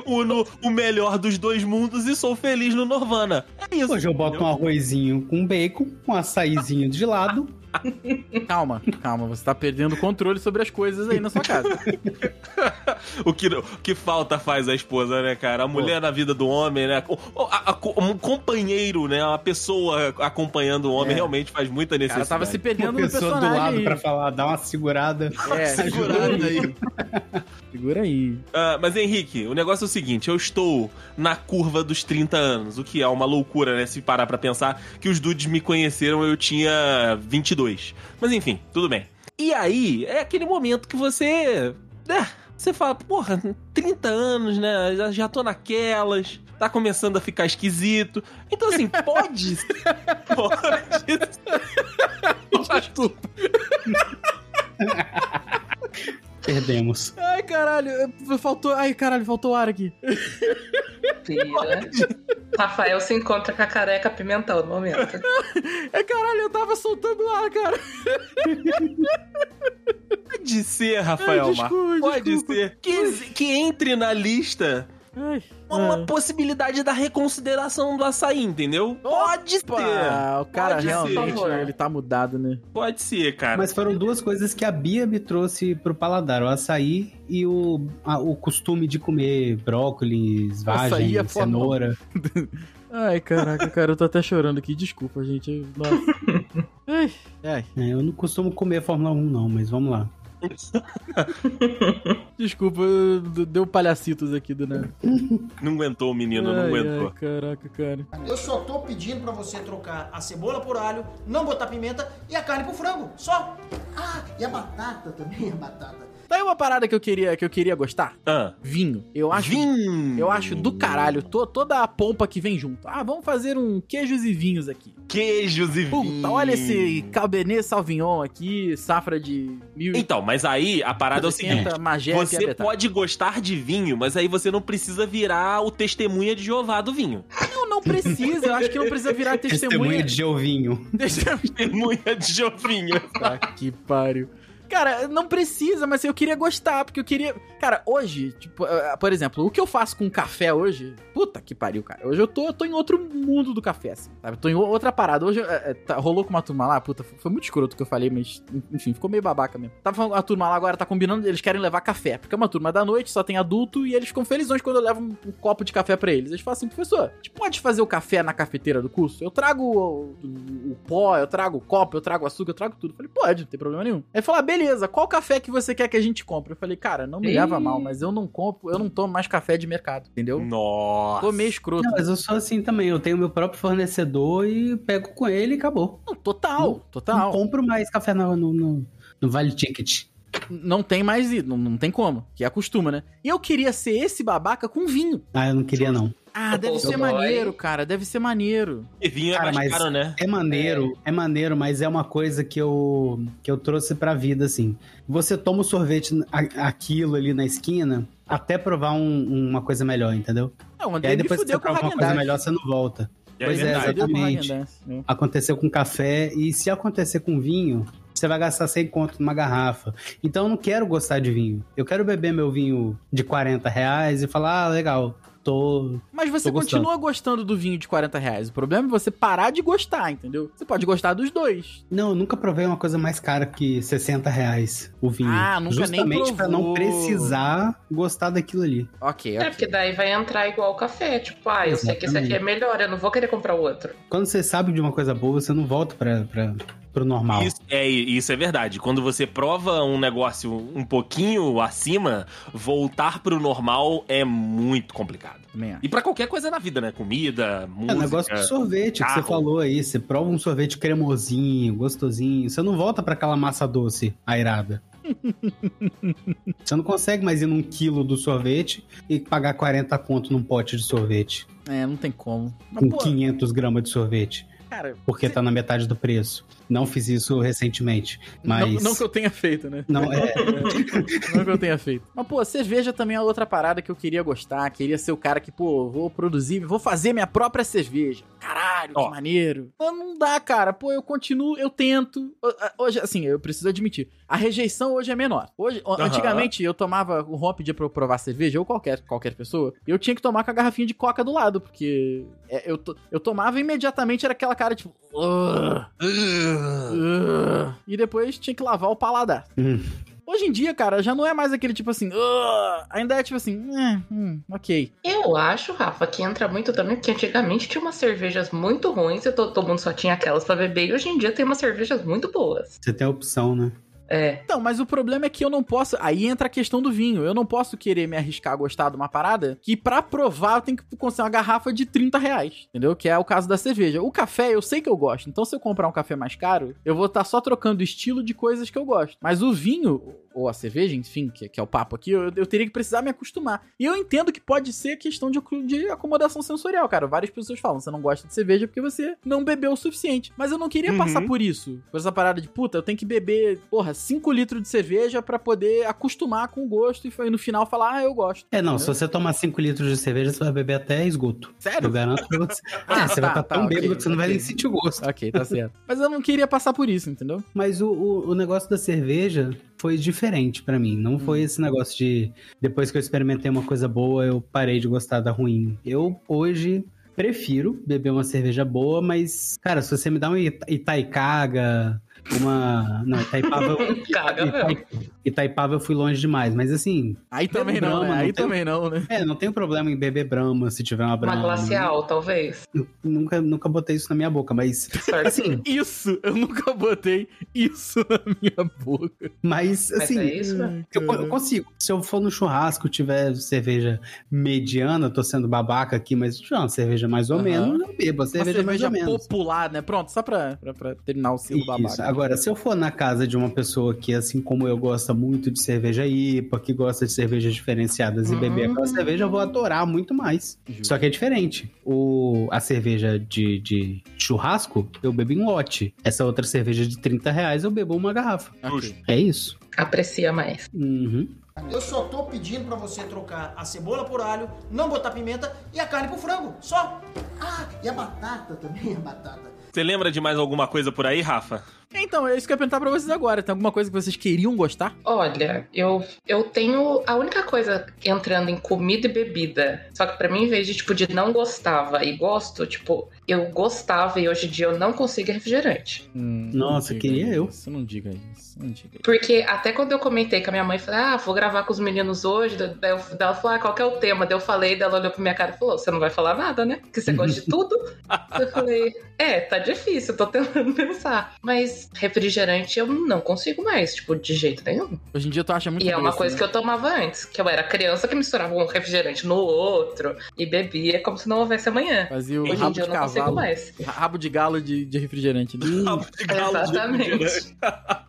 [SPEAKER 1] Uno o melhor dos dois mundos e sou feliz no Norvana. É isso.
[SPEAKER 4] Hoje eu boto um arrozinho com bacon, um açaizinho de lado.
[SPEAKER 3] Calma, calma, você tá perdendo o controle sobre as coisas aí na sua casa.
[SPEAKER 1] O que, o que falta faz a esposa, né, cara? A mulher na vida do homem, né? O- a- a- um companheiro, né? Uma pessoa acompanhando o homem
[SPEAKER 3] É.
[SPEAKER 1] realmente faz muita
[SPEAKER 3] O cara
[SPEAKER 1] necessidade.
[SPEAKER 3] tava se perdendo
[SPEAKER 4] Uma
[SPEAKER 1] um
[SPEAKER 3] no
[SPEAKER 4] pessoa do
[SPEAKER 3] personagem
[SPEAKER 4] lado
[SPEAKER 3] aí.
[SPEAKER 4] pra falar, dá uma segurada.
[SPEAKER 3] É,
[SPEAKER 4] Segurando
[SPEAKER 3] segura aí. Segura aí.
[SPEAKER 1] Ah, mas Henrique, o negócio é o seguinte: eu estou na curva dos 30 anos, o que é uma loucura, né? Se parar pra pensar que os dudes me conheceram, eu tinha 22. Mas enfim, tudo bem. E aí, é aquele momento que você. né, você fala, porra, 30 anos, né? Já, já tô naquelas, tá começando a ficar esquisito. Então, <laughs> assim, pode. pode.
[SPEAKER 3] Desculpa.
[SPEAKER 4] Perdemos.
[SPEAKER 3] Ai, caralho, eh, faltou. Ai, caralho, faltou ar aqui.
[SPEAKER 6] Pira.
[SPEAKER 4] né?
[SPEAKER 2] <laughs> Rafael se encontra com a careca pimental no momento.
[SPEAKER 3] É, caralho, eu tava soltando ar, cara.
[SPEAKER 1] Pode ser,
[SPEAKER 3] Ai,
[SPEAKER 1] Rafael Mar.
[SPEAKER 3] desculpa,
[SPEAKER 1] Pode
[SPEAKER 3] desculpa.
[SPEAKER 1] ser. Que, que entre na lista
[SPEAKER 3] Ai,
[SPEAKER 1] uma
[SPEAKER 3] ah.
[SPEAKER 1] possibilidade da reconsideração do açaí, entendeu? Pode ser.
[SPEAKER 3] Pá, Ah. o cara
[SPEAKER 1] Pode ser.
[SPEAKER 3] realmente,
[SPEAKER 2] Por favor.
[SPEAKER 3] né, ele tá mudado, né?
[SPEAKER 1] Pode ser, cara.
[SPEAKER 4] Mas foram duas coisas que a Bia me trouxe pro paladar: o açaí e o, a- o costume de comer brócolis,
[SPEAKER 3] Açaí é foda.
[SPEAKER 4] vagem, cenoura.
[SPEAKER 3] Ai, caraca, <laughs> cara, eu tô até chorando aqui. Desculpa, gente. Nossa. Ai, ai.
[SPEAKER 4] É, eu não costumo comer Fórmula 1, não, mas vamos lá.
[SPEAKER 3] Desculpa, eu- d- deu palhacitos aqui do nada.
[SPEAKER 1] Não aguentou o menino, não
[SPEAKER 3] Ai,
[SPEAKER 1] aguentou.
[SPEAKER 3] ai, caraca, cara.
[SPEAKER 7] Eu só tô pedindo pra você trocar a cebola por alho, não botar pimenta e a carne por frango, só. Ah, e a batata também, a batata.
[SPEAKER 3] Tá aí uma parada que eu queria, que eu queria gostar.
[SPEAKER 1] Ah,
[SPEAKER 3] Vinho. Eu acho
[SPEAKER 1] vinho.
[SPEAKER 3] Eu acho do caralho to- toda a pompa que vem junto. Ah, vamos fazer um queijos e vinhos aqui.
[SPEAKER 1] Queijos e vinho.
[SPEAKER 3] Puta, olha esse Cabernet Sauvignon aqui, safra de mil
[SPEAKER 1] Então, mas aí a parada é o seguinte.
[SPEAKER 3] Magé,
[SPEAKER 1] Você pode gostar de vinho, mas aí você não precisa virar o testemunha de Jeová do vinho. <laughs>
[SPEAKER 3] Não, não precisa. Eu acho que não precisa virar testemunha.
[SPEAKER 4] Testemunha de Jovinho.
[SPEAKER 3] <laughs> Testemunha-
[SPEAKER 1] Testemunha de Jovinho.
[SPEAKER 3] Tá que pariu. Cara, não precisa, mas eu queria gostar, porque eu queria. Cara, hoje, tipo, ah, por exemplo, o que eu faço com café hoje. Puta que pariu, cara. Hoje eu tô, eu tô em outro mundo do café, assim, sabe? Eu tô em o- outra parada. Hoje eh, eh, tá- rolou com uma turma lá, puta, foi foi muito escroto o que eu falei, mas enfim, ficou meio babaca mesmo. Tava falando, a turma lá agora tá combinando, eles querem levar café, porque é uma turma da noite, só tem adulto, e eles ficam felizões quando eu levo um, um copo de café pra eles. Eles falam assim, professor, a gente pode fazer o café na cafeteira do curso? Eu trago o, o- o pó, eu trago o copo, eu trago açúcar, eu trago tudo. Eu falei, pode, não tem problema nenhum. Aí ele falou, ah, beleza, qual café que você quer que a gente compre? Eu falei, cara, não me
[SPEAKER 2] Ih.
[SPEAKER 3] leva mal, mas eu não compro, eu não tomo mais café de mercado, entendeu?
[SPEAKER 1] Nossa.
[SPEAKER 3] Tô meio escroto.
[SPEAKER 4] Não, mas eu sou assim também. Eu tenho meu próprio fornecedor e pego com ele e acabou.
[SPEAKER 3] Não, total,
[SPEAKER 4] Não
[SPEAKER 3] total.
[SPEAKER 4] compro mais café no, no, no- no Vale Ticket.
[SPEAKER 3] Não tem mais, ido, não, não tem como, que acostuma, né? E eu queria ser esse babaca com vinho.
[SPEAKER 4] Ah, eu não queria, não.
[SPEAKER 3] Ah, deve
[SPEAKER 2] Pô,
[SPEAKER 3] ser
[SPEAKER 2] dói.
[SPEAKER 3] maneiro, cara, deve ser maneiro.
[SPEAKER 1] E vinho é
[SPEAKER 4] Cara,
[SPEAKER 1] mais
[SPEAKER 4] mas-
[SPEAKER 1] caro, né?
[SPEAKER 4] É maneiro, é, maneiro, mas é uma coisa que eu, que eu trouxe pra vida, assim. Você toma o sorvete, a- aquilo ali na esquina, até provar um- uma coisa melhor, entendeu?
[SPEAKER 3] Não, É, o
[SPEAKER 4] E
[SPEAKER 3] André
[SPEAKER 4] aí
[SPEAKER 3] me
[SPEAKER 4] depois que
[SPEAKER 3] fudeu
[SPEAKER 4] você
[SPEAKER 3] com o
[SPEAKER 4] prova uma coisa
[SPEAKER 3] Haagen-Dazs.
[SPEAKER 4] melhor, você não volta. Pois
[SPEAKER 3] Me
[SPEAKER 4] é,
[SPEAKER 1] verdade.
[SPEAKER 3] fudeu com o
[SPEAKER 4] exatamente.
[SPEAKER 3] Haagen-Dazs, né?
[SPEAKER 4] Aconteceu com café, e se acontecer com vinho, você vai gastar 100 conto numa garrafa. Então eu não quero gostar de vinho. Eu quero beber meu vinho de 40 reais e falar, ah, legal, tô...
[SPEAKER 3] Mas você
[SPEAKER 4] Tô gostando.
[SPEAKER 3] continua gostando do vinho de 40 reais. O problema é você parar de gostar, entendeu? Você pode gostar dos dois.
[SPEAKER 4] Não, eu nunca provei uma coisa mais cara que 60 reais o vinho.
[SPEAKER 3] Ah, nunca nem
[SPEAKER 4] Justamente pra
[SPEAKER 3] provou.
[SPEAKER 4] não precisar gostar daquilo ali.
[SPEAKER 3] Ok,
[SPEAKER 2] É,
[SPEAKER 3] ok.
[SPEAKER 2] porque daí vai entrar igual o café. Tipo, ah, eu sei que esse aqui é melhor, eu não vou querer comprar o outro.
[SPEAKER 4] Quando você sabe de uma coisa boa, você não volta pra, pra, pro normal.
[SPEAKER 1] Isso é, isso é verdade. Quando você prova um negócio um pouquinho acima, voltar pro normal é muito complicado.
[SPEAKER 3] Também acho.
[SPEAKER 1] E pra qualquer coisa na vida, né? Comida,
[SPEAKER 4] É
[SPEAKER 1] música.
[SPEAKER 4] o negócio do sorvete que
[SPEAKER 1] carro.
[SPEAKER 4] você falou aí. Você prova um sorvete cremosinho, gostosinho. Você não volta pra aquela massa doce
[SPEAKER 3] <laughs>
[SPEAKER 4] airada. você não consegue mais ir num quilo do sorvete e pagar 40 conto num pote de sorvete.
[SPEAKER 3] É, não tem como. Mas,
[SPEAKER 4] Com
[SPEAKER 3] pô,
[SPEAKER 4] 500 gramas de sorvete.
[SPEAKER 3] cara,
[SPEAKER 4] Porque tá na tá metade do preço. Não fiz isso recentemente, mas...
[SPEAKER 3] Não, não que eu tenha feito, né?
[SPEAKER 4] Não, é,
[SPEAKER 3] Não é que eu tenha feito. Mas, pô, cerveja também é outra parada que eu queria gostar. Queria ser o cara que, pô, vou produzir, vou fazer minha própria cerveja. Caralho, que
[SPEAKER 1] Ó.
[SPEAKER 3] maneiro. Mas não dá, cara. Pô, eu continuo, eu tento. Ho- a- Hoje, assim, eu preciso admitir. A rejeição hoje é menor. Hoje, o-
[SPEAKER 1] Aham.
[SPEAKER 3] antigamente, eu tomava o Ron pedia pra eu provar cerveja, ou qualquer, qualquer pessoa, eu tinha que tomar com a garrafinha de coca do lado, porque é, eu, to- eu tomava e imediatamente era aquela cara, tipo... "Ugh, ugh", e depois tinha que lavar o paladar. Hoje em dia, cara, já não é mais aquele tipo assim, "Ugh", ainda é tipo assim, "Eh, hum, ok.
[SPEAKER 2] Eu acho, Rafa, que entra muito também, que antigamente tinha umas cervejas muito ruins e to- todo mundo só tinha aquelas pra beber, e hoje em dia tem umas cervejas muito boas.
[SPEAKER 4] você tem a opção, né? <laughs>
[SPEAKER 2] É.
[SPEAKER 3] Então, mas o problema é que eu não posso. Aí entra a questão do vinho. Eu não posso querer me arriscar a gostar de uma parada que, pra provar, eu tenho que conseguir uma garrafa de 30 reais. Entendeu? Que é o caso da cerveja. O café, eu sei que eu gosto. Então, se eu comprar um café mais caro, eu vou estar só trocando estilo de coisas que eu gosto. Mas o vinho. Ou a cerveja, enfim, que, que é o papo aqui, eu, eu teria que precisar me acostumar. E eu entendo que pode ser questão de, aclu- de acomodação sensorial, cara. Várias pessoas falam, você não gosta de cerveja porque você não bebeu o suficiente. Mas eu não queria
[SPEAKER 1] Uhum.
[SPEAKER 3] passar por isso. Por essa parada de, puta, eu tenho que beber, porra, 5 litros de cerveja pra poder acostumar com o gosto e, fa- e no final falar, ah, eu gosto.
[SPEAKER 4] É, não, se você tomar 5 litros de cerveja, você vai beber até esgoto. Eu
[SPEAKER 3] Sério?
[SPEAKER 4] garanto pra você.
[SPEAKER 3] É, <laughs> Ah,
[SPEAKER 4] É, você
[SPEAKER 3] tá,
[SPEAKER 4] vai estar
[SPEAKER 3] tá,
[SPEAKER 4] tão
[SPEAKER 3] ok,
[SPEAKER 4] bêbado que você não vai
[SPEAKER 3] ok.
[SPEAKER 4] nem sentir o gosto.
[SPEAKER 3] ok, tá certo. <laughs> Mas eu não queria passar por isso, entendeu?
[SPEAKER 4] Mas o, o, o negócio da cerveja foi diferente pra mim. Não
[SPEAKER 3] Hum.
[SPEAKER 4] foi esse negócio de depois que eu experimentei uma coisa boa, eu parei de gostar da ruim. Eu hoje prefiro beber uma cerveja boa, mas, cara, se você me dá um Ita- Itaicanga, uma. Não, Itaipava. é
[SPEAKER 3] <laughs>
[SPEAKER 2] Caga, né? velho.
[SPEAKER 4] Itai- Itaipava eu fui longe demais, mas assim,
[SPEAKER 3] Aí também
[SPEAKER 4] Bebo
[SPEAKER 3] não, né?
[SPEAKER 4] Brahma,
[SPEAKER 3] Aí
[SPEAKER 4] não tem-
[SPEAKER 3] também não, né?
[SPEAKER 4] é, não tenho problema em beber Brahma se tiver uma
[SPEAKER 2] Uma
[SPEAKER 4] Brahma.
[SPEAKER 2] glacial, talvez.
[SPEAKER 4] Nunca, nunca botei isso na minha boca, mas
[SPEAKER 2] Certo.
[SPEAKER 4] assim,
[SPEAKER 3] Isso, eu nunca botei isso <laughs> na minha boca.
[SPEAKER 4] mas
[SPEAKER 2] Mas
[SPEAKER 4] assim,
[SPEAKER 2] é isso, né?
[SPEAKER 4] Eu, eu consigo. Se eu for no churrasco e tiver cerveja mediana, eu tô sendo babaca aqui, mas já uma cerveja mais ou
[SPEAKER 3] Aham.
[SPEAKER 4] menos, eu bebo. A
[SPEAKER 3] Uma
[SPEAKER 4] cerveja,
[SPEAKER 3] cerveja
[SPEAKER 4] mais ou menos.
[SPEAKER 3] popular, né? Pronto, só pra, pra, pra terminar o selo
[SPEAKER 4] Isso.
[SPEAKER 3] babaca.
[SPEAKER 4] Agora, se eu for na casa de uma pessoa que, assim como eu, gosta muito de cerveja IPA, que gosta de cervejas diferenciadas e
[SPEAKER 2] Uhum.
[SPEAKER 4] beber aquela cerveja, eu vou adorar muito mais.
[SPEAKER 3] Justo.
[SPEAKER 4] Só que é diferente. O, a cerveja de, de churrasco, eu bebo em lote. Essa outra cerveja de 30 reais, eu bebo uma garrafa.
[SPEAKER 3] Ok.
[SPEAKER 4] É isso.
[SPEAKER 2] Aprecia mais.
[SPEAKER 4] Uhum.
[SPEAKER 7] Eu só tô pedindo pra você trocar a cebola por alho, não botar pimenta e a carne por frango. Só. Ah, e a batata também, a batata.
[SPEAKER 1] Você lembra de mais alguma coisa por aí, Rafa?
[SPEAKER 3] Então, é isso que eu ia perguntar pra vocês agora. Tem alguma coisa que vocês queriam gostar?
[SPEAKER 2] Olha, eu, eu tenho a única coisa entrando em comida e bebida. Só que pra mim, em vez de tipo de não gostava e gosto, tipo, eu gostava e hoje em dia eu não consigo refrigerante.
[SPEAKER 4] Hum, Nossa,
[SPEAKER 3] não diga
[SPEAKER 4] queria eu.
[SPEAKER 3] Isso, não diga isso, não diga isso.
[SPEAKER 2] Porque até quando eu comentei com a minha mãe, falei, ah, vou gravar com os meninos hoje, daí eu- daí ela falou, ah, qual que é o tema? Daí eu falei, daí ela olhou pra minha cara e falou, você não vai falar nada, né? Porque você gosta de tudo. eu falei, é, tá difícil, tô tentando <laughs> pensar. Mas refrigerante eu não consigo mais, tipo, de jeito nenhum.
[SPEAKER 3] Hoje em dia tu acha muito né?
[SPEAKER 2] E é uma coisa que eu tomava antes, que eu era criança que misturava um refrigerante no outro e bebia como se não houvesse amanhã.
[SPEAKER 3] Fazia o
[SPEAKER 2] Hoje em
[SPEAKER 3] rabo
[SPEAKER 2] dia
[SPEAKER 3] de
[SPEAKER 2] eu não consigo
[SPEAKER 3] cavalo.
[SPEAKER 2] mais.
[SPEAKER 3] Rabo de galo de, de refrigerante. né?
[SPEAKER 2] Exatamente.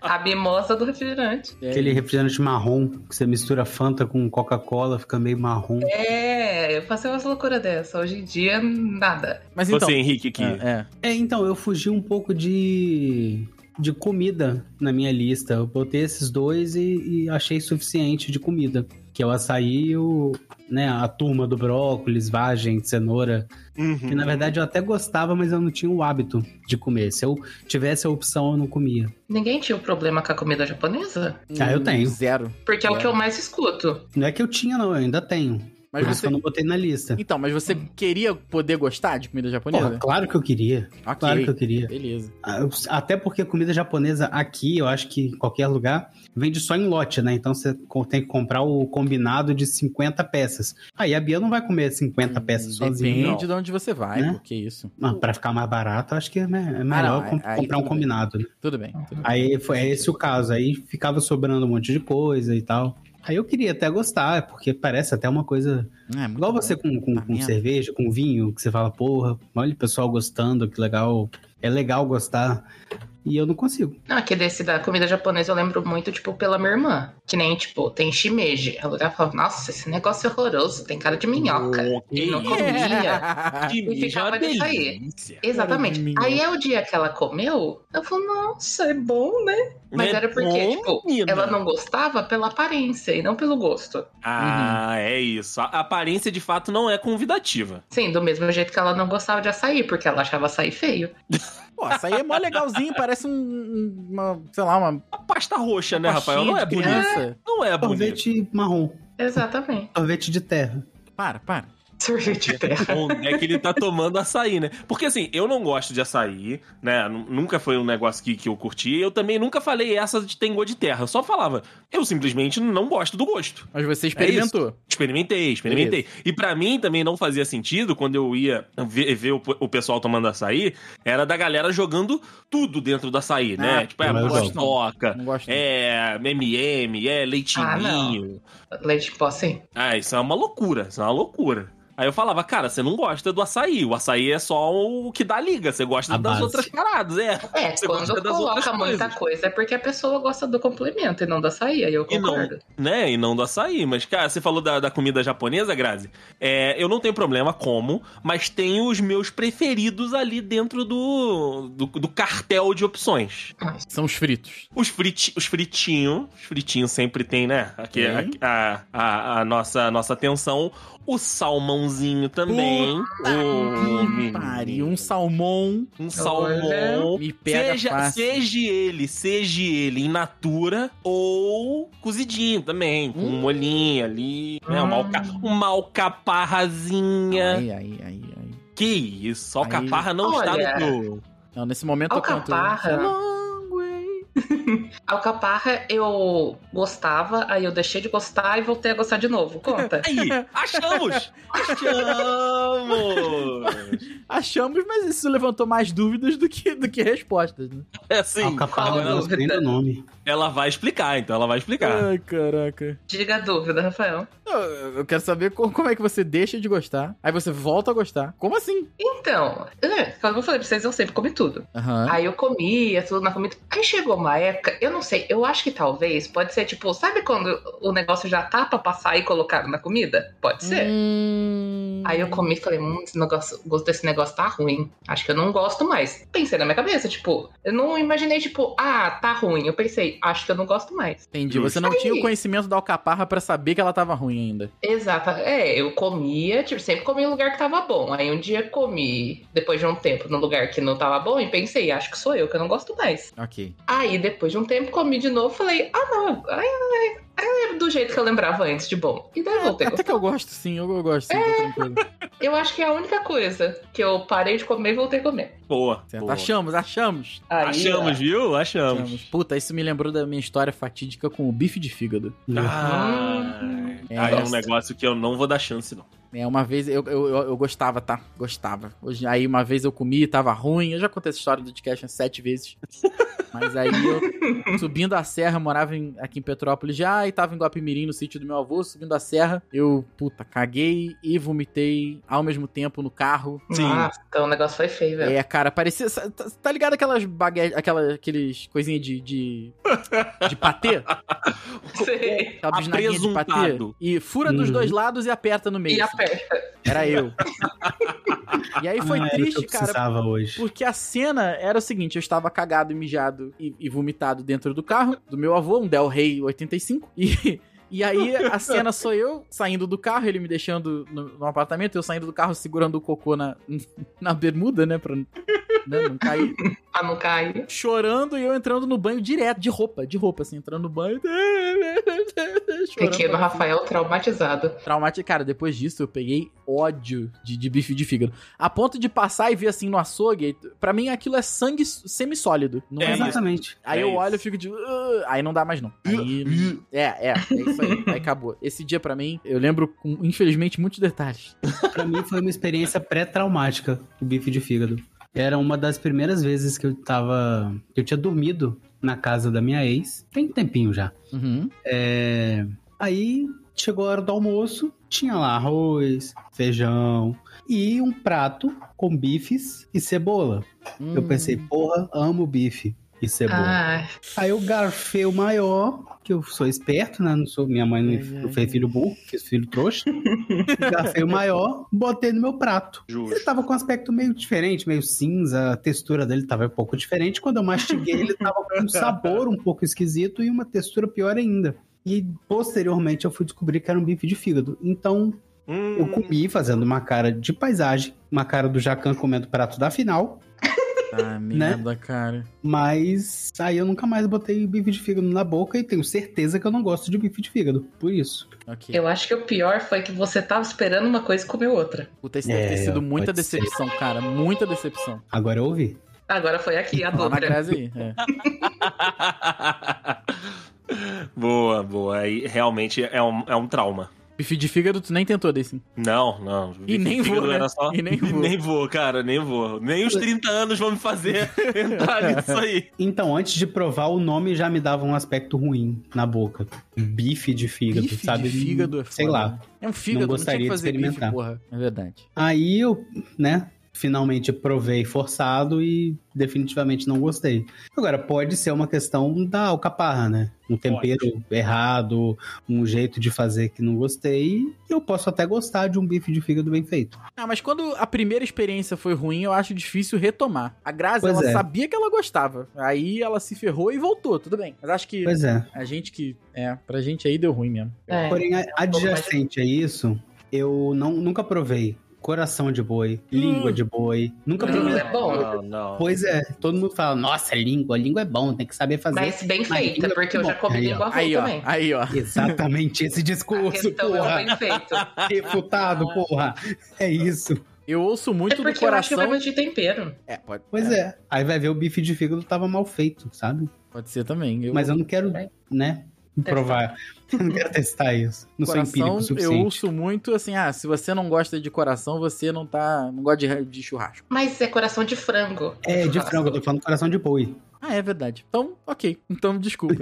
[SPEAKER 2] A mimosa do refrigerante.
[SPEAKER 3] É,
[SPEAKER 4] Aquele refrigerante marrom que você mistura Fanta com Coca-Cola, fica meio marrom.
[SPEAKER 2] É, eu passei umas loucuras dessa. Hoje em dia, nada.
[SPEAKER 3] Mas então...
[SPEAKER 1] <laughs> Você, Henrique, que.
[SPEAKER 3] É, é.
[SPEAKER 4] É, então, eu fugi um pouco de, de comida na minha lista. Eu botei esses dois e, e achei suficiente de comida. Que é o açaí e o, né, a turma do brócolis, vagem, cenoura.
[SPEAKER 1] Uhum.
[SPEAKER 4] Que na verdade eu até gostava, mas eu não tinha o hábito de comer. Se eu tivesse a opção, eu não comia.
[SPEAKER 2] Ninguém tinha um problema com a comida japonesa?
[SPEAKER 4] Ah, eu tenho.
[SPEAKER 3] Zero.
[SPEAKER 2] Porque é o
[SPEAKER 3] É.
[SPEAKER 2] que eu mais escuto.
[SPEAKER 4] Não é que eu tinha, não, eu ainda tenho.
[SPEAKER 3] Mas
[SPEAKER 4] Por isso
[SPEAKER 3] você...
[SPEAKER 4] que eu não botei na lista.
[SPEAKER 3] Então, mas você queria poder gostar de comida
[SPEAKER 4] Porra,
[SPEAKER 3] japonesa?
[SPEAKER 4] claro que eu queria.
[SPEAKER 3] né? Ok.
[SPEAKER 4] Claro que eu queria.
[SPEAKER 3] Beleza.
[SPEAKER 4] Ah, eu- Até porque a comida japonesa aqui, eu acho que em qualquer lugar, vende só em lote, né? Então você co- tem que comprar o combinado de 50 peças. Aí a Bia não vai comer 50 peças sozinha.
[SPEAKER 3] Hum, Depende de onde você vai,
[SPEAKER 4] Né?
[SPEAKER 3] pô, que isso.
[SPEAKER 4] Mas pra ficar mais barato, eu acho que é me- é melhor
[SPEAKER 3] Ah, não,
[SPEAKER 4] com-
[SPEAKER 3] aí- aí
[SPEAKER 4] comprar um
[SPEAKER 3] tudo bem.
[SPEAKER 4] combinado. né?
[SPEAKER 3] Tudo bem. Tudo bem.
[SPEAKER 4] Aí foi é esse o caso. Aí ficava sobrando um monte de coisa e tal. Aí eu queria até gostar, porque parece até uma coisa.
[SPEAKER 3] Ah, é muito
[SPEAKER 4] Igual
[SPEAKER 3] bom.
[SPEAKER 4] você com, com,
[SPEAKER 3] Tá
[SPEAKER 4] com
[SPEAKER 3] mesmo.
[SPEAKER 4] cerveja, com vinho, que você fala, porra, olha o pessoal gostando, que legal. É legal gostar. E eu não consigo.
[SPEAKER 2] Não, aqui desse da comida japonesa eu lembro muito, tipo, pela minha irmã. Que nem, tipo, tem shimeji. Ela olhava e falava, nossa, esse negócio é horroroso, tem cara de minhoca.
[SPEAKER 1] Ok.
[SPEAKER 2] E não
[SPEAKER 4] É,
[SPEAKER 2] comia. E ficava nisso aí.
[SPEAKER 1] delícia.
[SPEAKER 2] Exatamente.
[SPEAKER 3] minhoca.
[SPEAKER 2] Aí é o dia que ela comeu, eu falo, nossa, é bom, né? Mas
[SPEAKER 1] É
[SPEAKER 2] era porque,
[SPEAKER 1] bom,
[SPEAKER 2] tipo,
[SPEAKER 1] menina.
[SPEAKER 2] ela não gostava pela aparência e não pelo gosto.
[SPEAKER 4] Uhum.
[SPEAKER 1] Ah, é isso. A aparência de fato não é convidativa.
[SPEAKER 2] Sim, do mesmo jeito que ela não gostava de açaí, porque ela achava açaí feio.
[SPEAKER 3] <laughs> Pô, açaí é mó legalzinho, parece um- um. Uma, sei lá, uma.
[SPEAKER 1] A pasta roxa, né, Rafael?
[SPEAKER 3] pastinha
[SPEAKER 1] Não é
[SPEAKER 3] de
[SPEAKER 1] bonito.
[SPEAKER 3] criança.
[SPEAKER 1] Não é bonito.
[SPEAKER 4] Sorvete marrom.
[SPEAKER 1] <laughs>
[SPEAKER 2] Exatamente.
[SPEAKER 4] Sorvete de terra.
[SPEAKER 3] Para, para.
[SPEAKER 2] Sorvete de terra.
[SPEAKER 1] Onde é que ele tá tomando açaí, né? Porque assim, eu não gosto de açaí, né? Nu- Nunca foi um negócio que, que eu curti. Eu também nunca falei essa de tem gosto de terra. Eu só falava, eu simplesmente não gosto do gosto.
[SPEAKER 3] Mas você
[SPEAKER 1] É
[SPEAKER 3] experimentou.
[SPEAKER 1] Experimentei, experimentei. E pra mim também não fazia sentido quando eu ia ver, ver o, o pessoal tomando açaí, era da galera jogando tudo dentro do açaí, né?
[SPEAKER 3] Ah,
[SPEAKER 1] Tipo, é
[SPEAKER 4] eu não gosto,
[SPEAKER 1] paçoca,
[SPEAKER 3] não gosto.
[SPEAKER 1] é MM, é
[SPEAKER 2] Ah, não.
[SPEAKER 1] leitinho.
[SPEAKER 2] Leite em pó, sim.
[SPEAKER 1] Ah, isso é uma loucura, isso é uma loucura. Aí eu falava, cara, você não gosta do açaí. O açaí é só o que dá liga. Você gosta
[SPEAKER 4] A
[SPEAKER 1] das
[SPEAKER 4] base.
[SPEAKER 1] outras paradas, é.
[SPEAKER 2] É,
[SPEAKER 1] Você
[SPEAKER 2] quando
[SPEAKER 1] gosta das
[SPEAKER 2] coloca
[SPEAKER 1] outras
[SPEAKER 2] muita
[SPEAKER 1] coisas.
[SPEAKER 2] coisa é porque a pessoa gosta do complemento e não do açaí, aí eu
[SPEAKER 1] E não.
[SPEAKER 2] concordo.
[SPEAKER 1] né? E não do açaí. Mas, cara, você falou da, da comida japonesa, Grazi. É, eu não tenho problema como, mas tenho os meus preferidos ali dentro do, do, do cartel de opções.
[SPEAKER 2] Mas
[SPEAKER 3] São os fritos.
[SPEAKER 1] Os, friti, os fritinhos, os fritinhos sempre tem, né? Aqui,
[SPEAKER 3] Tem.
[SPEAKER 1] aqui- a, a, a nossa, a nossa atenção. O salmãozinho também. Ô, menino.
[SPEAKER 3] Pare, um salmão
[SPEAKER 1] Um salmão.
[SPEAKER 3] me pega
[SPEAKER 1] Seja,
[SPEAKER 3] fácil.
[SPEAKER 1] seja ele, seja ele em natura ou cozidinho também, com um molhinho ali, né? Uma, alca, uma alcaparrazinha.
[SPEAKER 3] Aí, aí, aí, aí.
[SPEAKER 1] Que isso,
[SPEAKER 3] Aí.
[SPEAKER 1] alcaparra não
[SPEAKER 2] Olha.
[SPEAKER 1] está no...
[SPEAKER 3] Não, nesse momento
[SPEAKER 2] Alcaparra.
[SPEAKER 3] eu canto. Long way.
[SPEAKER 2] Alcaparra eu gostava, aí eu deixei de gostar e voltei a gostar de
[SPEAKER 1] <laughs>
[SPEAKER 2] novo. Conta.
[SPEAKER 1] Aí, achamos! achamos!
[SPEAKER 3] Achamos, mas isso levantou mais dúvidas do que, do que respostas, né?
[SPEAKER 1] É assim,
[SPEAKER 4] Alcaparra
[SPEAKER 2] qual a
[SPEAKER 4] não gosto nem do nome.
[SPEAKER 1] ela vai explicar, então ela vai explicar.
[SPEAKER 3] Ai, caraca.
[SPEAKER 2] Diga a dúvida, Rafael.
[SPEAKER 3] Eu, eu quero saber co- como é que você deixa de gostar, aí você volta a gostar. Como assim?
[SPEAKER 2] Então, é, como eu falei pra vocês, eu sempre comi tudo.
[SPEAKER 3] Aham.
[SPEAKER 2] Aí eu comia tudo na comida. Aí chegou uma época, eu não sei, eu acho que talvez, pode ser tipo, sabe quando o negócio já tá pra passar e colocar na comida? Pode ser.
[SPEAKER 3] Hum...
[SPEAKER 2] Aí eu comi e falei, hum, esse negócio, o gosto desse negócio tá ruim. Acho que eu não gosto mais. Pensei na minha cabeça, tipo, eu não imaginei, tipo, ah, tá ruim. Eu pensei, acho que eu não gosto mais.
[SPEAKER 3] Entendi, você não
[SPEAKER 2] Aí.
[SPEAKER 3] tinha o conhecimento da alcaparra pra saber que ela tava ruim ainda.
[SPEAKER 2] Exato. É, eu comia, tipo, sempre comia em lugar que tava bom. Aí um dia comi, depois de um tempo, num lugar que não tava bom, e pensei, acho que sou eu que eu não gosto mais.
[SPEAKER 3] Ok.
[SPEAKER 2] Aí, depois de um tempo, comi de novo, falei, ah, não, ai, ai, ai, eu lembro do jeito que eu lembrava antes de bom. E daí eu É. voltei. a
[SPEAKER 3] Até <laughs>
[SPEAKER 2] gostar.
[SPEAKER 3] que eu gosto, sim, eu, eu gosto, sim, tá tranquilo.
[SPEAKER 2] Eu acho que é a única coisa que eu parei de comer e voltei a comer.
[SPEAKER 1] Boa,
[SPEAKER 3] Certo,
[SPEAKER 1] boa.
[SPEAKER 3] Achamos, achamos.
[SPEAKER 2] Aí,
[SPEAKER 3] é.
[SPEAKER 1] Achamos, viu? Achamos.
[SPEAKER 3] Achamos. Puta, isso me lembrou da minha história fatídica com o bife de fígado.
[SPEAKER 1] Ah,
[SPEAKER 3] É,
[SPEAKER 1] aí é um
[SPEAKER 3] nossa.
[SPEAKER 1] negócio que eu não vou dar chance, não.
[SPEAKER 3] É, uma vez eu, eu, eu, eu gostava, tá? Gostava. Hoje, aí uma vez eu comi, tava ruim. Eu já contei essa história do podcast umas sete <laughs> vezes. Mas aí eu, subindo a serra, eu morava em- aqui em Petrópolis já e tava em Guapimirim, no sítio do meu avô. Subindo a serra, eu, puta, caguei e vomitei ao mesmo tempo no carro.
[SPEAKER 1] Sim.
[SPEAKER 2] Nossa, então o negócio foi feio, velho.
[SPEAKER 3] É, cara, parecia. sa- Tá, tá ligado aquelas baguetes, aquelas, aqueles coisinhas de. de, de <laughs> patê?
[SPEAKER 2] Sei.
[SPEAKER 3] Aquela bisnaguinha de patê?
[SPEAKER 1] Apresuntado.
[SPEAKER 3] E fura dos
[SPEAKER 4] Uhum.
[SPEAKER 3] dois lados e aperta no meio.
[SPEAKER 2] E aperta.
[SPEAKER 4] <laughs>
[SPEAKER 3] Era eu. e aí foi
[SPEAKER 4] Ah, era o que
[SPEAKER 3] triste,
[SPEAKER 4] eu
[SPEAKER 3] cara,
[SPEAKER 4] precisava hoje.
[SPEAKER 3] porque a cena era o seguinte: eu estava cagado, e mijado e, e vomitado dentro do carro do meu avô, um Del Rey 85, <laughs> e. E aí, a cena sou eu saindo do carro, ele me deixando no, no apartamento, eu saindo do carro segurando o cocô na, <laughs> na bermuda, né? Pra né, não cair.
[SPEAKER 2] Ah, não cai.
[SPEAKER 3] Chorando e eu entrando no banho direto, de roupa, de roupa, assim, entrando no banho. <laughs> Chorando.
[SPEAKER 2] Pequeno Rafael é traumatizado.
[SPEAKER 3] Traumático. Cara, depois disso eu peguei ódio de, de bife de fígado. A ponto de passar e ver assim no açougue, pra mim aquilo é sangue s- semissólido. Não é,
[SPEAKER 1] É
[SPEAKER 3] mais.
[SPEAKER 4] Exatamente.
[SPEAKER 3] Aí
[SPEAKER 1] É
[SPEAKER 3] eu
[SPEAKER 1] isso.
[SPEAKER 3] olho e fico de. "Ugh", aí não dá mais, não. Aí- é, é, é isso aí. Aí acabou. Esse dia pra mim, eu lembro com, infelizmente, muitos detalhes.
[SPEAKER 4] Pra mim foi uma experiência pré-traumática, o bife de fígado. Era uma das primeiras vezes que eu tava. que eu tinha dormido na casa da minha ex. Tem um tempinho já.
[SPEAKER 3] Uhum.
[SPEAKER 4] É, Aí chegou a hora do almoço, tinha lá arroz, feijão e um prato com bifes e cebola. Eu
[SPEAKER 3] Hum.
[SPEAKER 4] pensei, porra, amo bife. e cebola.
[SPEAKER 2] Ah,
[SPEAKER 4] Aí eu garfei o maior, que eu sou esperto, né? Não sou, minha mãe não não fez filho burro, fez filho trouxa. garfei o maior, botei no meu prato. Ele
[SPEAKER 1] Justo.
[SPEAKER 4] tava com um aspecto meio diferente, meio cinza, a textura dele tava um pouco diferente. Quando eu mastiguei, ele tava com um sabor um pouco esquisito e uma textura pior ainda. E posteriormente eu fui descobrir que era um bife de fígado. Então
[SPEAKER 1] Hum,
[SPEAKER 4] eu comi fazendo uma cara de paisagem, uma cara do Jacan comendo o prato da final,
[SPEAKER 3] Ah,
[SPEAKER 4] Né?
[SPEAKER 3] merda, cara.
[SPEAKER 4] mas aí eu nunca mais botei bife de fígado na boca e tenho certeza que eu não gosto de bife de fígado. Por isso.
[SPEAKER 3] Ok.
[SPEAKER 2] eu acho que o pior foi que você tava esperando uma coisa e comeu outra.
[SPEAKER 3] Puta, isso deve ter
[SPEAKER 4] É,
[SPEAKER 3] sido muita
[SPEAKER 4] pode ser.
[SPEAKER 3] decepção, cara. Muita
[SPEAKER 4] <laughs>
[SPEAKER 3] decepção.
[SPEAKER 4] Agora eu ouvi.
[SPEAKER 2] Agora foi aqui, a
[SPEAKER 3] Lá na
[SPEAKER 2] dobra.
[SPEAKER 3] casa aí. é.
[SPEAKER 1] <laughs> boa, boa. Aí realmente é um, é um trauma.
[SPEAKER 3] Bife de fígado, tu nem tentou desse.
[SPEAKER 1] Não, não.
[SPEAKER 3] E nem
[SPEAKER 1] Fígado
[SPEAKER 3] vou, né?
[SPEAKER 1] era só- <laughs>
[SPEAKER 3] E nem vou.
[SPEAKER 1] Nem vou, cara, nem vou. Nem os 30 anos vão me
[SPEAKER 3] <laughs>
[SPEAKER 1] fazer entrar nisso aí.
[SPEAKER 4] Então, antes de provar, o nome já me dava um aspecto ruim na boca. Bife de fígado,
[SPEAKER 3] bife
[SPEAKER 4] sabe?
[SPEAKER 3] de fígado é foda.
[SPEAKER 4] Sei lá.
[SPEAKER 3] É um fígado, não, tinha
[SPEAKER 4] gostaria
[SPEAKER 3] que
[SPEAKER 4] de
[SPEAKER 3] fazer bife,
[SPEAKER 4] experimentar.
[SPEAKER 3] porra. É verdade.
[SPEAKER 4] Aí eu, né, finalmente provei forçado e definitivamente não gostei. Agora, pode ser uma questão da alcaparra, né? Um tempero errado, um jeito de fazer que não gostei. Eu posso até gostar de um bife de fígado bem feito.
[SPEAKER 3] Ah, mas quando a primeira experiência foi ruim, eu acho difícil retomar. A Grazi,
[SPEAKER 4] Pois
[SPEAKER 3] ela
[SPEAKER 4] é.
[SPEAKER 3] sabia que ela gostava. Aí ela se ferrou e voltou, tudo bem. Mas acho que
[SPEAKER 4] Pois é.
[SPEAKER 3] a gente que. É, pra gente aí deu ruim mesmo.
[SPEAKER 2] É.
[SPEAKER 4] Porém, a- adjacente a isso, eu não, nunca provei coração de boi, língua de boi. Nunca
[SPEAKER 2] Hum.
[SPEAKER 4] provei.
[SPEAKER 2] é bom.
[SPEAKER 1] Não, não.
[SPEAKER 4] Pois é, todo mundo fala, nossa, língua, língua é bom, tem que saber fazer.
[SPEAKER 2] Mas bem feita,
[SPEAKER 4] Mas- é
[SPEAKER 2] porque eu já comi
[SPEAKER 4] Aí, ó.
[SPEAKER 2] língua ruim
[SPEAKER 3] Aí, ó.
[SPEAKER 2] também.
[SPEAKER 3] Aí, ó.
[SPEAKER 4] Exatamente esse
[SPEAKER 2] <laughs> A
[SPEAKER 4] discurso,
[SPEAKER 2] questão é o
[SPEAKER 4] porra.
[SPEAKER 2] bem feito.
[SPEAKER 4] Refutado, porra. É isso.
[SPEAKER 3] Eu ouço
[SPEAKER 2] É
[SPEAKER 3] muito do
[SPEAKER 2] porque eu acho que vai muito
[SPEAKER 3] coração.
[SPEAKER 2] de tempero.
[SPEAKER 3] É, pode,
[SPEAKER 4] Pois é. Aí vai ver o bife de fígado tava mal feito, sabe?
[SPEAKER 3] pode ser também. Eu,
[SPEAKER 4] Mas eu não quero, né, provar. <laughs> Eu não quero testar isso. Não sou empírico
[SPEAKER 3] coração,
[SPEAKER 4] o
[SPEAKER 3] eu
[SPEAKER 4] suficiente.
[SPEAKER 3] ouço muito assim, ah, se você não gosta de coração, você não tá. não gosta de, de churrasco.
[SPEAKER 2] Mas é coração de frango.
[SPEAKER 4] É, de frango, eu tô falando coração de boi.
[SPEAKER 3] Ah, é verdade. Então, ok. Então,
[SPEAKER 2] <laughs>
[SPEAKER 3] desculpa.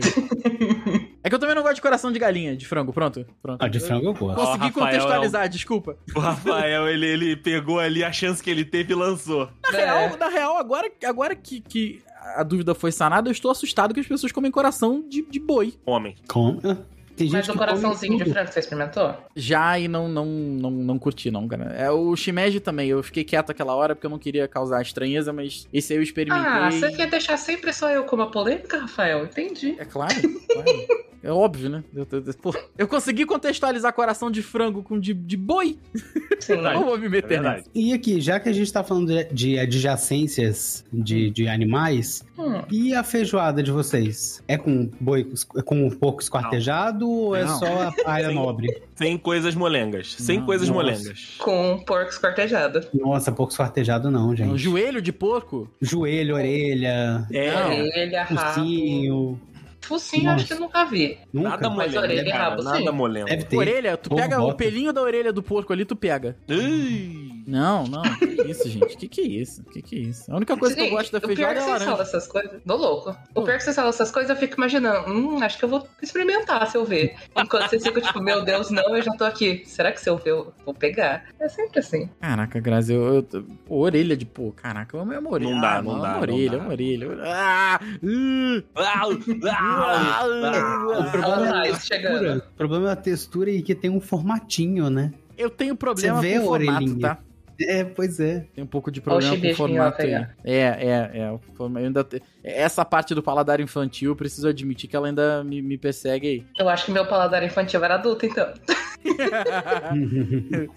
[SPEAKER 3] é que eu também não gosto de coração de galinha, de frango. Pronto, pronto.
[SPEAKER 4] Ah, de frango eu
[SPEAKER 3] Eu
[SPEAKER 4] gosto.
[SPEAKER 1] Ó,
[SPEAKER 3] Consegui
[SPEAKER 1] Rafael,
[SPEAKER 3] contextualizar, desculpa.
[SPEAKER 1] O Rafael, ele, ele pegou ali a chance que ele teve e lançou.
[SPEAKER 3] Na
[SPEAKER 4] É,
[SPEAKER 3] real, na real agora, agora que, que a dúvida foi sanada, eu estou assustado que as pessoas comem coração de, de boi.
[SPEAKER 1] Homem.
[SPEAKER 4] Como? Ah, Tem gente
[SPEAKER 2] Mas o
[SPEAKER 4] que
[SPEAKER 2] um coraçãozinho
[SPEAKER 4] come
[SPEAKER 2] de
[SPEAKER 4] tudo.
[SPEAKER 2] frango você experimentou?
[SPEAKER 3] Já e não, não, não, não curti, não, cara. É o shimeji também. Eu fiquei quieto aquela hora porque eu não queria causar estranheza, mas esse aí eu experimentei.
[SPEAKER 2] Ah, você quer deixar sempre só eu com uma polêmica, Rafael? Entendi.
[SPEAKER 3] É claro, claro. É óbvio, né? Eu, eu- eu- pô, eu consegui contextualizar coração de frango com de, de boi.
[SPEAKER 2] Sim.
[SPEAKER 1] Verdade.
[SPEAKER 3] Não vou me
[SPEAKER 1] É
[SPEAKER 3] meter nessa.
[SPEAKER 1] verdade.
[SPEAKER 4] E aqui, já que a gente tá falando de- de adjacências de, de animais,
[SPEAKER 2] Hum.
[SPEAKER 4] e a feijoada de vocês? É com boi, é com um porco esquartejado ou é
[SPEAKER 3] Não.
[SPEAKER 4] só a palha
[SPEAKER 1] Sim.
[SPEAKER 4] nobre?
[SPEAKER 1] Sem coisas molengas. Sem
[SPEAKER 3] Não,
[SPEAKER 1] coisas
[SPEAKER 4] nossa.
[SPEAKER 1] molengas.
[SPEAKER 2] Com porco escortejado.
[SPEAKER 4] Nossa, porco esquartejado não,
[SPEAKER 3] Um
[SPEAKER 4] gente.
[SPEAKER 3] joelho de porco?
[SPEAKER 4] Joelho, orelha,
[SPEAKER 1] É,
[SPEAKER 3] Não.
[SPEAKER 2] Orelha, rabo.
[SPEAKER 4] focinho.
[SPEAKER 2] Focinho, acho que eu nunca vi.
[SPEAKER 4] Nunca.
[SPEAKER 1] nada molenga,
[SPEAKER 2] orelha e
[SPEAKER 1] cara,
[SPEAKER 2] rabo, sim.
[SPEAKER 1] nada molenga.
[SPEAKER 4] Deve ter.
[SPEAKER 3] Orelha? Tu
[SPEAKER 4] Porra,
[SPEAKER 3] pega o
[SPEAKER 4] bota.
[SPEAKER 3] pelinho da orelha do porco ali, tu pega.
[SPEAKER 1] Ih,
[SPEAKER 3] Não, não. Que <laughs> isso, gente? Que que é isso? Que que é isso? A única coisa que eu
[SPEAKER 2] Gente,
[SPEAKER 3] gosto da
[SPEAKER 2] o pior
[SPEAKER 3] feijoada
[SPEAKER 2] que
[SPEAKER 3] é a
[SPEAKER 2] vocês falam
[SPEAKER 3] laranja.
[SPEAKER 2] essas coisas. Tô louco. O pior é que vocês falam essas coisas, eu fico imaginando. Hum, acho que eu vou experimentar se eu ver. Enquanto vocês ficam tipo, meu Deus, não, eu já tô aqui. Será que se eu ver, eu vou pegar? É sempre assim.
[SPEAKER 3] Caraca, Grazi, eu, eu tô- pô, orelha de pô, caraca, eu amo a orelha.
[SPEAKER 1] Não dá,
[SPEAKER 3] Ah,
[SPEAKER 1] não
[SPEAKER 3] mano,
[SPEAKER 1] dá,
[SPEAKER 3] eu amo
[SPEAKER 1] não
[SPEAKER 3] orelha,
[SPEAKER 1] dá.
[SPEAKER 3] eu amo orelha. eu- Ah! uh,
[SPEAKER 1] Au, au, au.
[SPEAKER 4] O problema,
[SPEAKER 2] Olha lá,
[SPEAKER 4] é a
[SPEAKER 2] isso chegando.
[SPEAKER 4] textura, o problema é a textura e que tem um formatinho, né?
[SPEAKER 3] Eu tenho problema
[SPEAKER 4] Você vê
[SPEAKER 3] com o
[SPEAKER 4] a
[SPEAKER 3] formato,
[SPEAKER 4] orelhinha?
[SPEAKER 3] tá?
[SPEAKER 4] É, pois é.
[SPEAKER 3] Tem um pouco de
[SPEAKER 2] Olha o
[SPEAKER 3] problema com o
[SPEAKER 2] chibichinho, ó,
[SPEAKER 3] formato aí.
[SPEAKER 2] pegar.
[SPEAKER 3] É, é, é. o forma- eu ainda te- Essa parte do paladar infantil, eu preciso admitir que ela ainda me, me persegue aí. <laughs>
[SPEAKER 2] Eu acho que meu paladar infantil era adulto, então.
[SPEAKER 4] Uhum.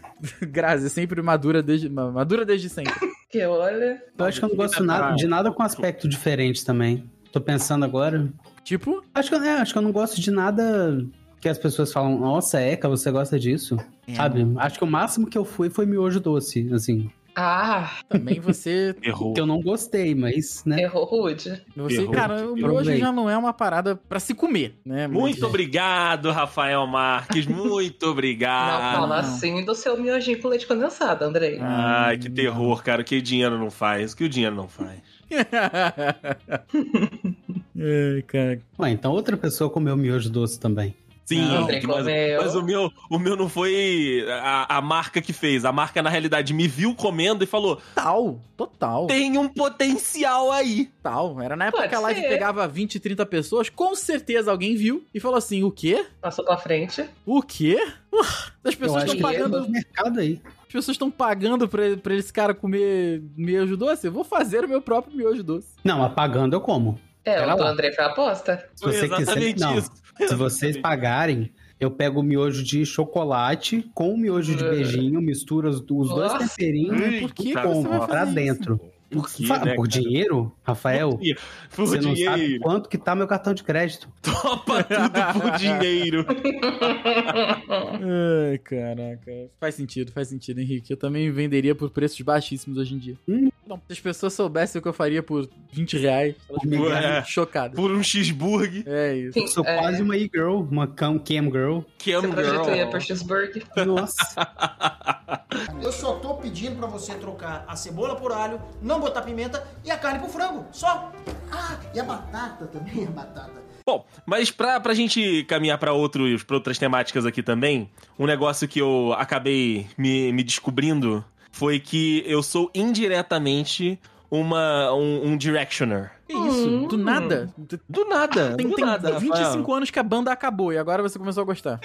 [SPEAKER 3] Grazi, sempre madura desde, ma- madura desde sempre.
[SPEAKER 2] Que olha.
[SPEAKER 4] Eu acho que eu não gosto nada, de nada com aspecto diferente também. Tô pensando agora.
[SPEAKER 3] Tipo,
[SPEAKER 4] Acho que, eu- é, acho que eu não gosto de nada que as pessoas falam, nossa, Eca, você gosta disso?
[SPEAKER 3] É.
[SPEAKER 4] Sabe? Acho que o máximo que eu fui foi miojo doce, assim.
[SPEAKER 2] Ah,
[SPEAKER 3] também você
[SPEAKER 1] Errou.
[SPEAKER 4] Que eu não gostei, mas, né?
[SPEAKER 2] errou rude.
[SPEAKER 3] Você,
[SPEAKER 1] Ferrou.
[SPEAKER 3] cara, o
[SPEAKER 1] Ferrou
[SPEAKER 3] miojo
[SPEAKER 4] bem.
[SPEAKER 3] já não é uma parada pra se comer, né?
[SPEAKER 1] Muito obrigado, Rafael Marques.
[SPEAKER 4] <laughs>
[SPEAKER 1] Muito
[SPEAKER 4] Ah,
[SPEAKER 2] não
[SPEAKER 1] obrigado.
[SPEAKER 2] fala
[SPEAKER 3] não.
[SPEAKER 2] assim do seu miojinho com leite condensado, Andrei.
[SPEAKER 1] Ai, que terror, cara. O que o dinheiro não faz? O que o dinheiro não faz?
[SPEAKER 3] Ai, cara. <laughs>
[SPEAKER 4] Ah, Ué, então outra pessoa comeu miojo doce também.
[SPEAKER 1] Sim,
[SPEAKER 2] Não,
[SPEAKER 1] que-
[SPEAKER 2] tem
[SPEAKER 1] mas,
[SPEAKER 4] é
[SPEAKER 2] comeu.
[SPEAKER 1] mas o, meu, o meu não foi a, a marca que fez. A marca, na realidade, me viu comendo e falou:
[SPEAKER 3] Total, total,
[SPEAKER 1] tem um potencial aí.
[SPEAKER 3] total. Era na época
[SPEAKER 2] Pode
[SPEAKER 3] que a live
[SPEAKER 2] ser.
[SPEAKER 3] pegava 20, 30 pessoas, com certeza alguém viu e falou assim, o quê?
[SPEAKER 2] Passou pra frente.
[SPEAKER 3] O quê? Uah, As
[SPEAKER 4] Eu
[SPEAKER 3] pessoas
[SPEAKER 4] acho
[SPEAKER 3] estão
[SPEAKER 4] que é
[SPEAKER 2] pagando-
[SPEAKER 4] do mercado aí.
[SPEAKER 3] As pessoas estão pagando pra, pra esse cara comer miojo doce? Eu vou fazer o meu próprio miojo doce.
[SPEAKER 4] Não, mas pagando eu como.
[SPEAKER 2] É,
[SPEAKER 4] Pera
[SPEAKER 2] o do
[SPEAKER 4] lá.
[SPEAKER 2] André foi a aposta.
[SPEAKER 4] Se você quiser, não. Se vocês
[SPEAKER 1] Exatamente.
[SPEAKER 4] pagarem, eu pego o miojo de chocolate com o miojo de
[SPEAKER 2] Ah.
[SPEAKER 4] beijinho, misturo os, os dois
[SPEAKER 2] Nossa.
[SPEAKER 4] temperinhos
[SPEAKER 1] Hum,
[SPEAKER 3] Por que,
[SPEAKER 1] Puta,
[SPEAKER 3] que você
[SPEAKER 4] e
[SPEAKER 3] vai
[SPEAKER 4] como pra
[SPEAKER 3] fazer isso?
[SPEAKER 4] dentro.
[SPEAKER 1] Por quê,
[SPEAKER 4] Fa-
[SPEAKER 1] né,
[SPEAKER 4] por
[SPEAKER 1] cara?
[SPEAKER 4] dinheiro, Rafael?
[SPEAKER 1] <laughs> Por
[SPEAKER 4] você não sabe
[SPEAKER 1] dinheiro.
[SPEAKER 4] quanto que tá meu cartão de crédito.
[SPEAKER 1] Topa tudo
[SPEAKER 4] <laughs>
[SPEAKER 1] por dinheiro.
[SPEAKER 3] Ai, caraca. Faz sentido, faz sentido, Henrique. Eu também venderia por preços baixíssimos hoje em dia.
[SPEAKER 4] Hum.
[SPEAKER 3] Não, se as pessoas soubessem o que eu faria por 20 reais, elas
[SPEAKER 4] Ué.
[SPEAKER 3] ficariam chocadas.
[SPEAKER 1] Por um cheeseburger.
[SPEAKER 3] É isso.
[SPEAKER 4] Eu sou
[SPEAKER 2] É,
[SPEAKER 4] quase uma e-girl, uma cam cam girl.
[SPEAKER 1] Cam
[SPEAKER 2] Você projetou por
[SPEAKER 1] girl.
[SPEAKER 2] Cheeseburg.
[SPEAKER 4] Nossa.
[SPEAKER 7] Eu só tô pedindo pra você trocar a cebola por alho, não botar pimenta e a carne por frango. Só. Ah, e a batata também, a batata.
[SPEAKER 1] Bom, mas pra, pra gente caminhar pra, outros, pra outras temáticas aqui também, um negócio que eu acabei me, me descobrindo foi que eu sou indiretamente uma, um, um directioner.
[SPEAKER 3] Que
[SPEAKER 4] Hum.
[SPEAKER 3] isso? Do nada?
[SPEAKER 1] Do
[SPEAKER 4] Ah,
[SPEAKER 1] nada,
[SPEAKER 3] Tem,
[SPEAKER 1] do
[SPEAKER 3] tem
[SPEAKER 1] nada, Rafael.
[SPEAKER 3] 25 anos que a banda acabou e agora você começou a gostar.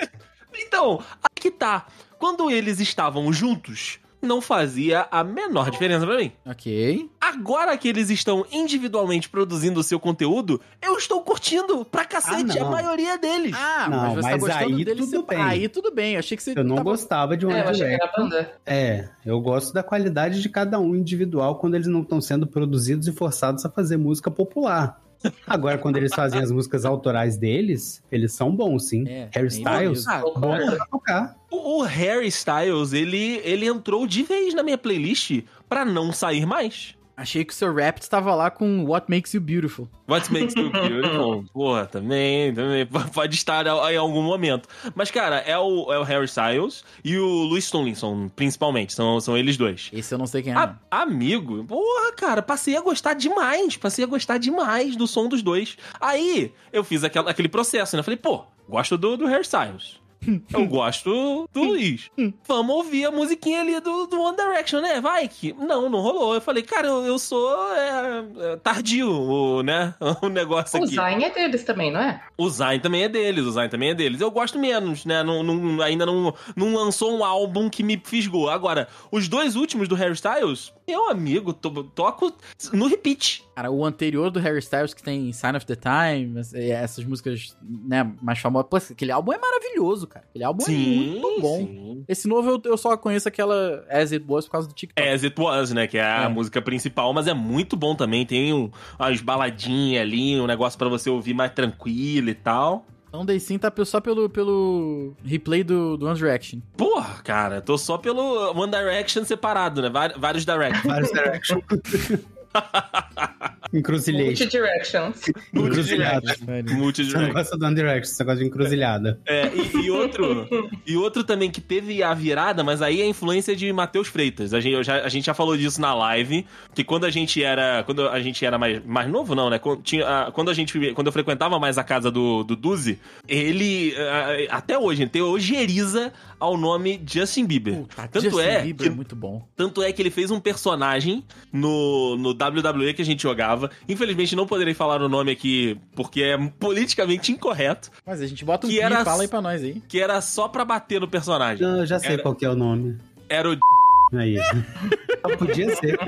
[SPEAKER 1] Então, aí que tá. Quando eles estavam juntos, não fazia a menor diferença pra mim.
[SPEAKER 3] ok.
[SPEAKER 1] Agora que eles estão individualmente produzindo o seu conteúdo, eu estou curtindo pra cacete
[SPEAKER 4] Ah, não.
[SPEAKER 1] a maioria deles.
[SPEAKER 3] Ah,
[SPEAKER 4] Não,
[SPEAKER 3] mas você tá
[SPEAKER 4] mas
[SPEAKER 3] gostando
[SPEAKER 4] aí
[SPEAKER 3] dele
[SPEAKER 4] tudo
[SPEAKER 3] separ-
[SPEAKER 4] bem.
[SPEAKER 3] Aí tudo bem. Eu achei que você
[SPEAKER 4] <laughs> Eu não
[SPEAKER 1] Tá
[SPEAKER 3] tava-
[SPEAKER 4] gostava de uma
[SPEAKER 2] É, eu achei que
[SPEAKER 4] direct.
[SPEAKER 2] era a banda.
[SPEAKER 4] É, eu gosto da qualidade de cada um individual quando eles não estão sendo produzidos e forçados a fazer música popular. Agora, quando eles fazem as músicas autorais deles, eles são bons, sim.
[SPEAKER 3] É, bem
[SPEAKER 4] Harry Styles?
[SPEAKER 3] bonito.
[SPEAKER 2] Concordo.
[SPEAKER 4] Ah, Bom pra tocar.
[SPEAKER 1] O, o Harry Styles, ele, ele entrou de vez na minha playlist pra não sair mais.
[SPEAKER 3] Achei que o seu rap estava lá com What Makes You Beautiful.
[SPEAKER 1] What makes you beautiful? Porra, também, também p- pode estar a- em algum momento. Mas, cara, é o, é o Harry Styles e o Louis Tomlinson, principalmente. São, são eles dois.
[SPEAKER 3] Esse eu não sei quem é.
[SPEAKER 1] A- amigo, porra, cara, passei a gostar demais, passei a gostar demais do som dos dois. Aí, eu fiz aquela- aquele processo, né? Falei, pô, gosto do, do Harry Styles. Eu gosto do Luiz. Vamos ouvir a musiquinha ali do, do One Direction, né? Vai que. Não, não rolou. Eu falei, cara, eu, eu sou é, é, tardio, o, né? <laughs> O negócio
[SPEAKER 2] O
[SPEAKER 1] aqui.
[SPEAKER 2] Zayn é deles também, não é?
[SPEAKER 1] O Zayn também é deles, o Zayn também é deles. Eu gosto menos, né? Não, não- ainda não, não lançou um álbum que me fisgou. Agora, os dois últimos do Harry Styles, meu amigo, to- toco no repeat.
[SPEAKER 3] Cara, o anterior do Harry Styles, que tem Sign of the Time, ess- e essas músicas, né, mais famosas. Pô, aquele álbum é maravilhoso, cara. Aquele álbum é muito bom.
[SPEAKER 1] sim.
[SPEAKER 3] Esse novo eu, eu só conheço aquela As It Was por causa do TikTok.
[SPEAKER 1] As It Was, né? Que é a
[SPEAKER 3] É.
[SPEAKER 1] música principal, mas é muito bom também. Tem um, umas baladinhas ali, um negócio pra você ouvir mais tranquilo e tal.
[SPEAKER 3] Então daí sim tá pe- só pelo, pelo replay do, do One Direction.
[SPEAKER 1] Porra, cara, tô só pelo One Direction separado, né? Vari- Vários
[SPEAKER 3] <laughs>
[SPEAKER 1] Directions.
[SPEAKER 4] Vários <laughs> direction. Encruzilhada.
[SPEAKER 2] Multi-directions.
[SPEAKER 1] Ah, tá.
[SPEAKER 4] Encruzilhada. Você não
[SPEAKER 1] Multidirectional.
[SPEAKER 4] gosta do One Direction, você gosta de encruzilhada.
[SPEAKER 1] É, e, e outro, e outro também que teve a virada, mas aí é a influência de Matheus Freitas. A gente, eu já, a gente já falou disso na live, que quando a gente era, quando a gente era mais, mais novo não, né? Quando, tinha, ah, quando a gente, quando eu frequentava mais a casa do, do Duzi, ele ah, até hoje ele tem ojeriza ao nome Justin Bieber.
[SPEAKER 3] Puta,
[SPEAKER 1] Tanto
[SPEAKER 3] Justin
[SPEAKER 1] é
[SPEAKER 3] Bieber
[SPEAKER 1] que-
[SPEAKER 3] é muito bom.
[SPEAKER 1] Tanto é que ele fez um personagem no, no WWE que a gente jogava. Infelizmente não poderei falar o nome aqui porque é politicamente incorreto,
[SPEAKER 3] Mas a gente bota um
[SPEAKER 1] Que
[SPEAKER 3] pi
[SPEAKER 1] era-
[SPEAKER 3] e fala aí pra nós aí. <laughs>
[SPEAKER 1] que era só pra bater no personagem.
[SPEAKER 4] Eu já sei
[SPEAKER 1] Era-
[SPEAKER 4] qual que é o nome.
[SPEAKER 1] Era o
[SPEAKER 4] Aí. Ah, <laughs> podia ser.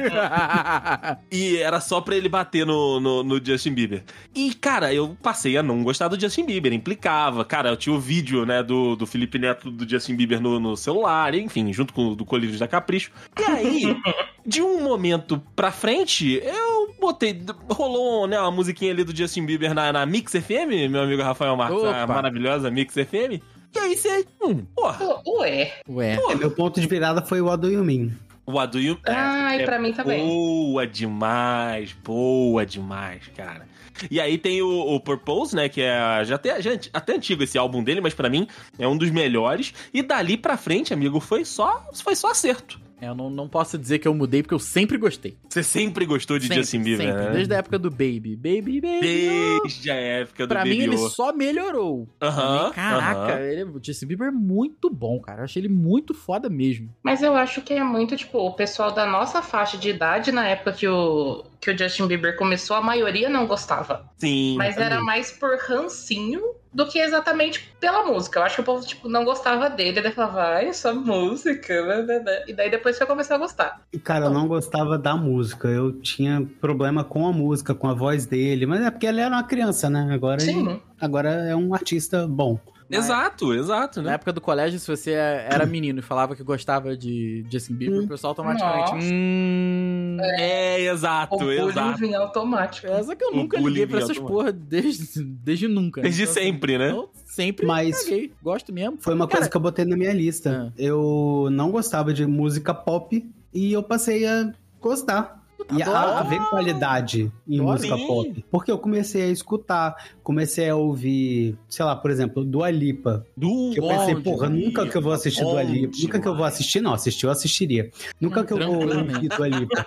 [SPEAKER 1] E era só pra ele bater no, no, no Justin Bieber. E, cara, eu passei a não gostar do Justin Bieber, implicava. Cara, eu tinha o vídeo, né, do, do Felipe Neto do Justin Bieber no, no celular, enfim, junto com o do Colírios da Capricho. E aí, de um momento pra frente, eu botei. Rolou, né, uma musiquinha ali do Justin Bieber na, na Mix FM, meu amigo Rafael Marques, a
[SPEAKER 3] Opa.
[SPEAKER 1] maravilhosa Mix FM. E aí você. Hum, porra,
[SPEAKER 2] Pô, Ué.
[SPEAKER 3] Ué.
[SPEAKER 4] Meu ponto de virada foi o Ado Yumin.
[SPEAKER 1] o Aduil.
[SPEAKER 4] É,
[SPEAKER 2] Ai, pra mim também.
[SPEAKER 1] Boa demais, boa demais, cara. E aí tem o, o Purpose, né? Que é já até, já anti- até antigo esse álbum dele, mas pra mim é um dos melhores. E dali pra frente, amigo, foi só foi só acerto.
[SPEAKER 3] É, eu não, não posso dizer que eu mudei, porque eu sempre gostei.
[SPEAKER 1] Você sempre gostou de
[SPEAKER 3] sempre,
[SPEAKER 1] Justin Bieber,
[SPEAKER 3] sempre.
[SPEAKER 1] né?
[SPEAKER 3] Desde a época do Baby. Baby, Baby.
[SPEAKER 1] Desde a época do
[SPEAKER 3] Pra mim,
[SPEAKER 1] Baby
[SPEAKER 3] ele
[SPEAKER 1] O.
[SPEAKER 3] só melhorou.
[SPEAKER 1] Aham,
[SPEAKER 3] Também, Caraca,
[SPEAKER 1] aham.
[SPEAKER 3] ele, o Justin Bieber é muito bom, cara. Eu achei ele muito foda mesmo.
[SPEAKER 2] Mas eu acho que é muito, tipo, o pessoal da nossa faixa de idade, na época que o, que o Justin Bieber começou, a maioria não gostava.
[SPEAKER 1] Sim.
[SPEAKER 2] Mas era mais por rancinho do que exatamente pela música. Eu acho que o povo, tipo, não gostava dele. Daí falava, ai, essa música, né, né, né." E daí depois foi começar a gostar.
[SPEAKER 4] E, Cara, eu não gostava da música. Eu tinha problema com a música, com a voz dele. Mas é porque ele era uma criança, né? Agora, ele-
[SPEAKER 2] Sim.
[SPEAKER 4] agora é um artista bom.
[SPEAKER 3] é.
[SPEAKER 1] Exato, exato,
[SPEAKER 3] Na
[SPEAKER 1] né?
[SPEAKER 3] época do colégio, se você <coughs> era menino e falava que gostava de Justin Bieber,
[SPEAKER 4] Hum.
[SPEAKER 3] o pessoal automaticamente.
[SPEAKER 2] Nossa.
[SPEAKER 3] Hum.
[SPEAKER 1] É, exato,
[SPEAKER 2] O bullying
[SPEAKER 1] exato.
[SPEAKER 2] vinha automático.
[SPEAKER 3] É, só que eu
[SPEAKER 1] O
[SPEAKER 3] nunca liguei
[SPEAKER 1] bullying
[SPEAKER 3] pra essas
[SPEAKER 1] automático.
[SPEAKER 3] porra desde, desde nunca.
[SPEAKER 1] Desde
[SPEAKER 3] Então, assim,
[SPEAKER 1] sempre, né?
[SPEAKER 3] Eu sempre
[SPEAKER 4] Mas-
[SPEAKER 3] caguei. Gosto mesmo.
[SPEAKER 4] Foi
[SPEAKER 3] Cara,
[SPEAKER 4] uma
[SPEAKER 3] Ah.
[SPEAKER 4] coisa que eu botei na minha lista. Eu não gostava de música pop e eu passei a gostar. E a, a ver qualidade em
[SPEAKER 3] Adoro.
[SPEAKER 4] música
[SPEAKER 1] Sim.
[SPEAKER 4] pop. Porque eu comecei a escutar, comecei a ouvir, sei lá, por exemplo, Dua Lipa.
[SPEAKER 1] Do
[SPEAKER 4] Que eu pensei,
[SPEAKER 1] ódio.
[SPEAKER 4] porra, nunca que eu vou assistir Dua Lipa. Nunca que eu vou assistir, não. Assistir eu assistiria. Nunca que eu vou
[SPEAKER 3] Tranquilamente.
[SPEAKER 4] ouvir Dua Lipa.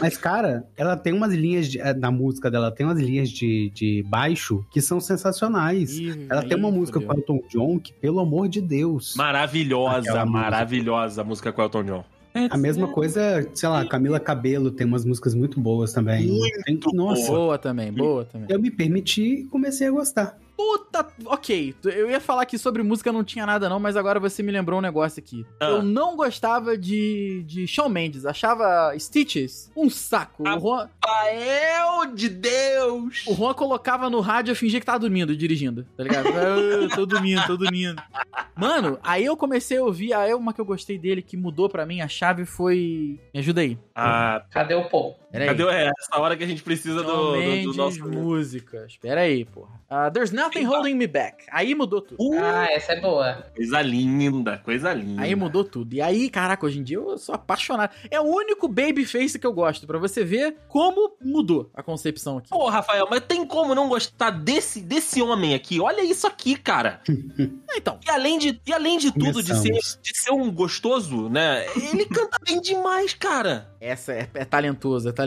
[SPEAKER 4] Mas, cara, ela tem umas linhas de, eh, na música dela, tem umas linhas de, de baixo que são sensacionais.
[SPEAKER 3] Ih,
[SPEAKER 4] Ela tem uma
[SPEAKER 3] aí,
[SPEAKER 4] música
[SPEAKER 3] fudeu.
[SPEAKER 4] com Elton John que, pelo amor de Deus.
[SPEAKER 1] Maravilhosa,
[SPEAKER 4] Aquela música.
[SPEAKER 1] maravilhosa a música com Elton John.
[SPEAKER 4] A mesma coisa, sei lá, Camila Cabelo tem umas músicas muito boas também. Tem- nossa,
[SPEAKER 3] Boa
[SPEAKER 1] Hum.
[SPEAKER 3] também, boa também.
[SPEAKER 4] eu me permiti e comecei a gostar.
[SPEAKER 3] Puta, ok. Eu ia falar que sobre música não tinha nada não, mas agora você me lembrou um negócio aqui.
[SPEAKER 1] Ah.
[SPEAKER 3] Eu não gostava de, de Shawn Mendes, achava Stitches um
[SPEAKER 1] Ah.
[SPEAKER 3] saco. O, Juan,
[SPEAKER 1] Pael de Deus!
[SPEAKER 3] o Juan colocava no rádio e eu fingia que tava dormindo, dirigindo, tá ligado? Ah, tô dormindo, tô dormindo. Mano, aí eu comecei a ouvir, aí uma que eu gostei dele que mudou pra mim a chave foi... Me ajuda aí.
[SPEAKER 1] Ah,
[SPEAKER 2] Cadê o Paul?
[SPEAKER 3] Peraí.
[SPEAKER 1] cadê é, essa hora que a gente precisa do,
[SPEAKER 3] Shawn
[SPEAKER 1] do- do
[SPEAKER 3] Mendes,
[SPEAKER 1] nosso.
[SPEAKER 3] músicas. Pera aí, porra. Ah, There's Nothing Holding Me Back. Aí mudou tudo.
[SPEAKER 2] Ah, essa é boa.
[SPEAKER 1] Coisa linda, coisa linda.
[SPEAKER 3] Aí mudou tudo. E aí, caraca, hoje em dia eu sou apaixonado. É o único babyface que eu gosto, pra você ver como mudou a concepção aqui.
[SPEAKER 1] Pô, Rafael, mas tem como não gostar desse, desse homem aqui? Olha isso aqui, cara.
[SPEAKER 3] Ah, Então,
[SPEAKER 1] E além de, e além de tudo, de ser,
[SPEAKER 4] Começamos.
[SPEAKER 1] de ser um gostoso, né? Ele canta bem demais, cara.
[SPEAKER 3] essa é, é talentoso, é talentoso.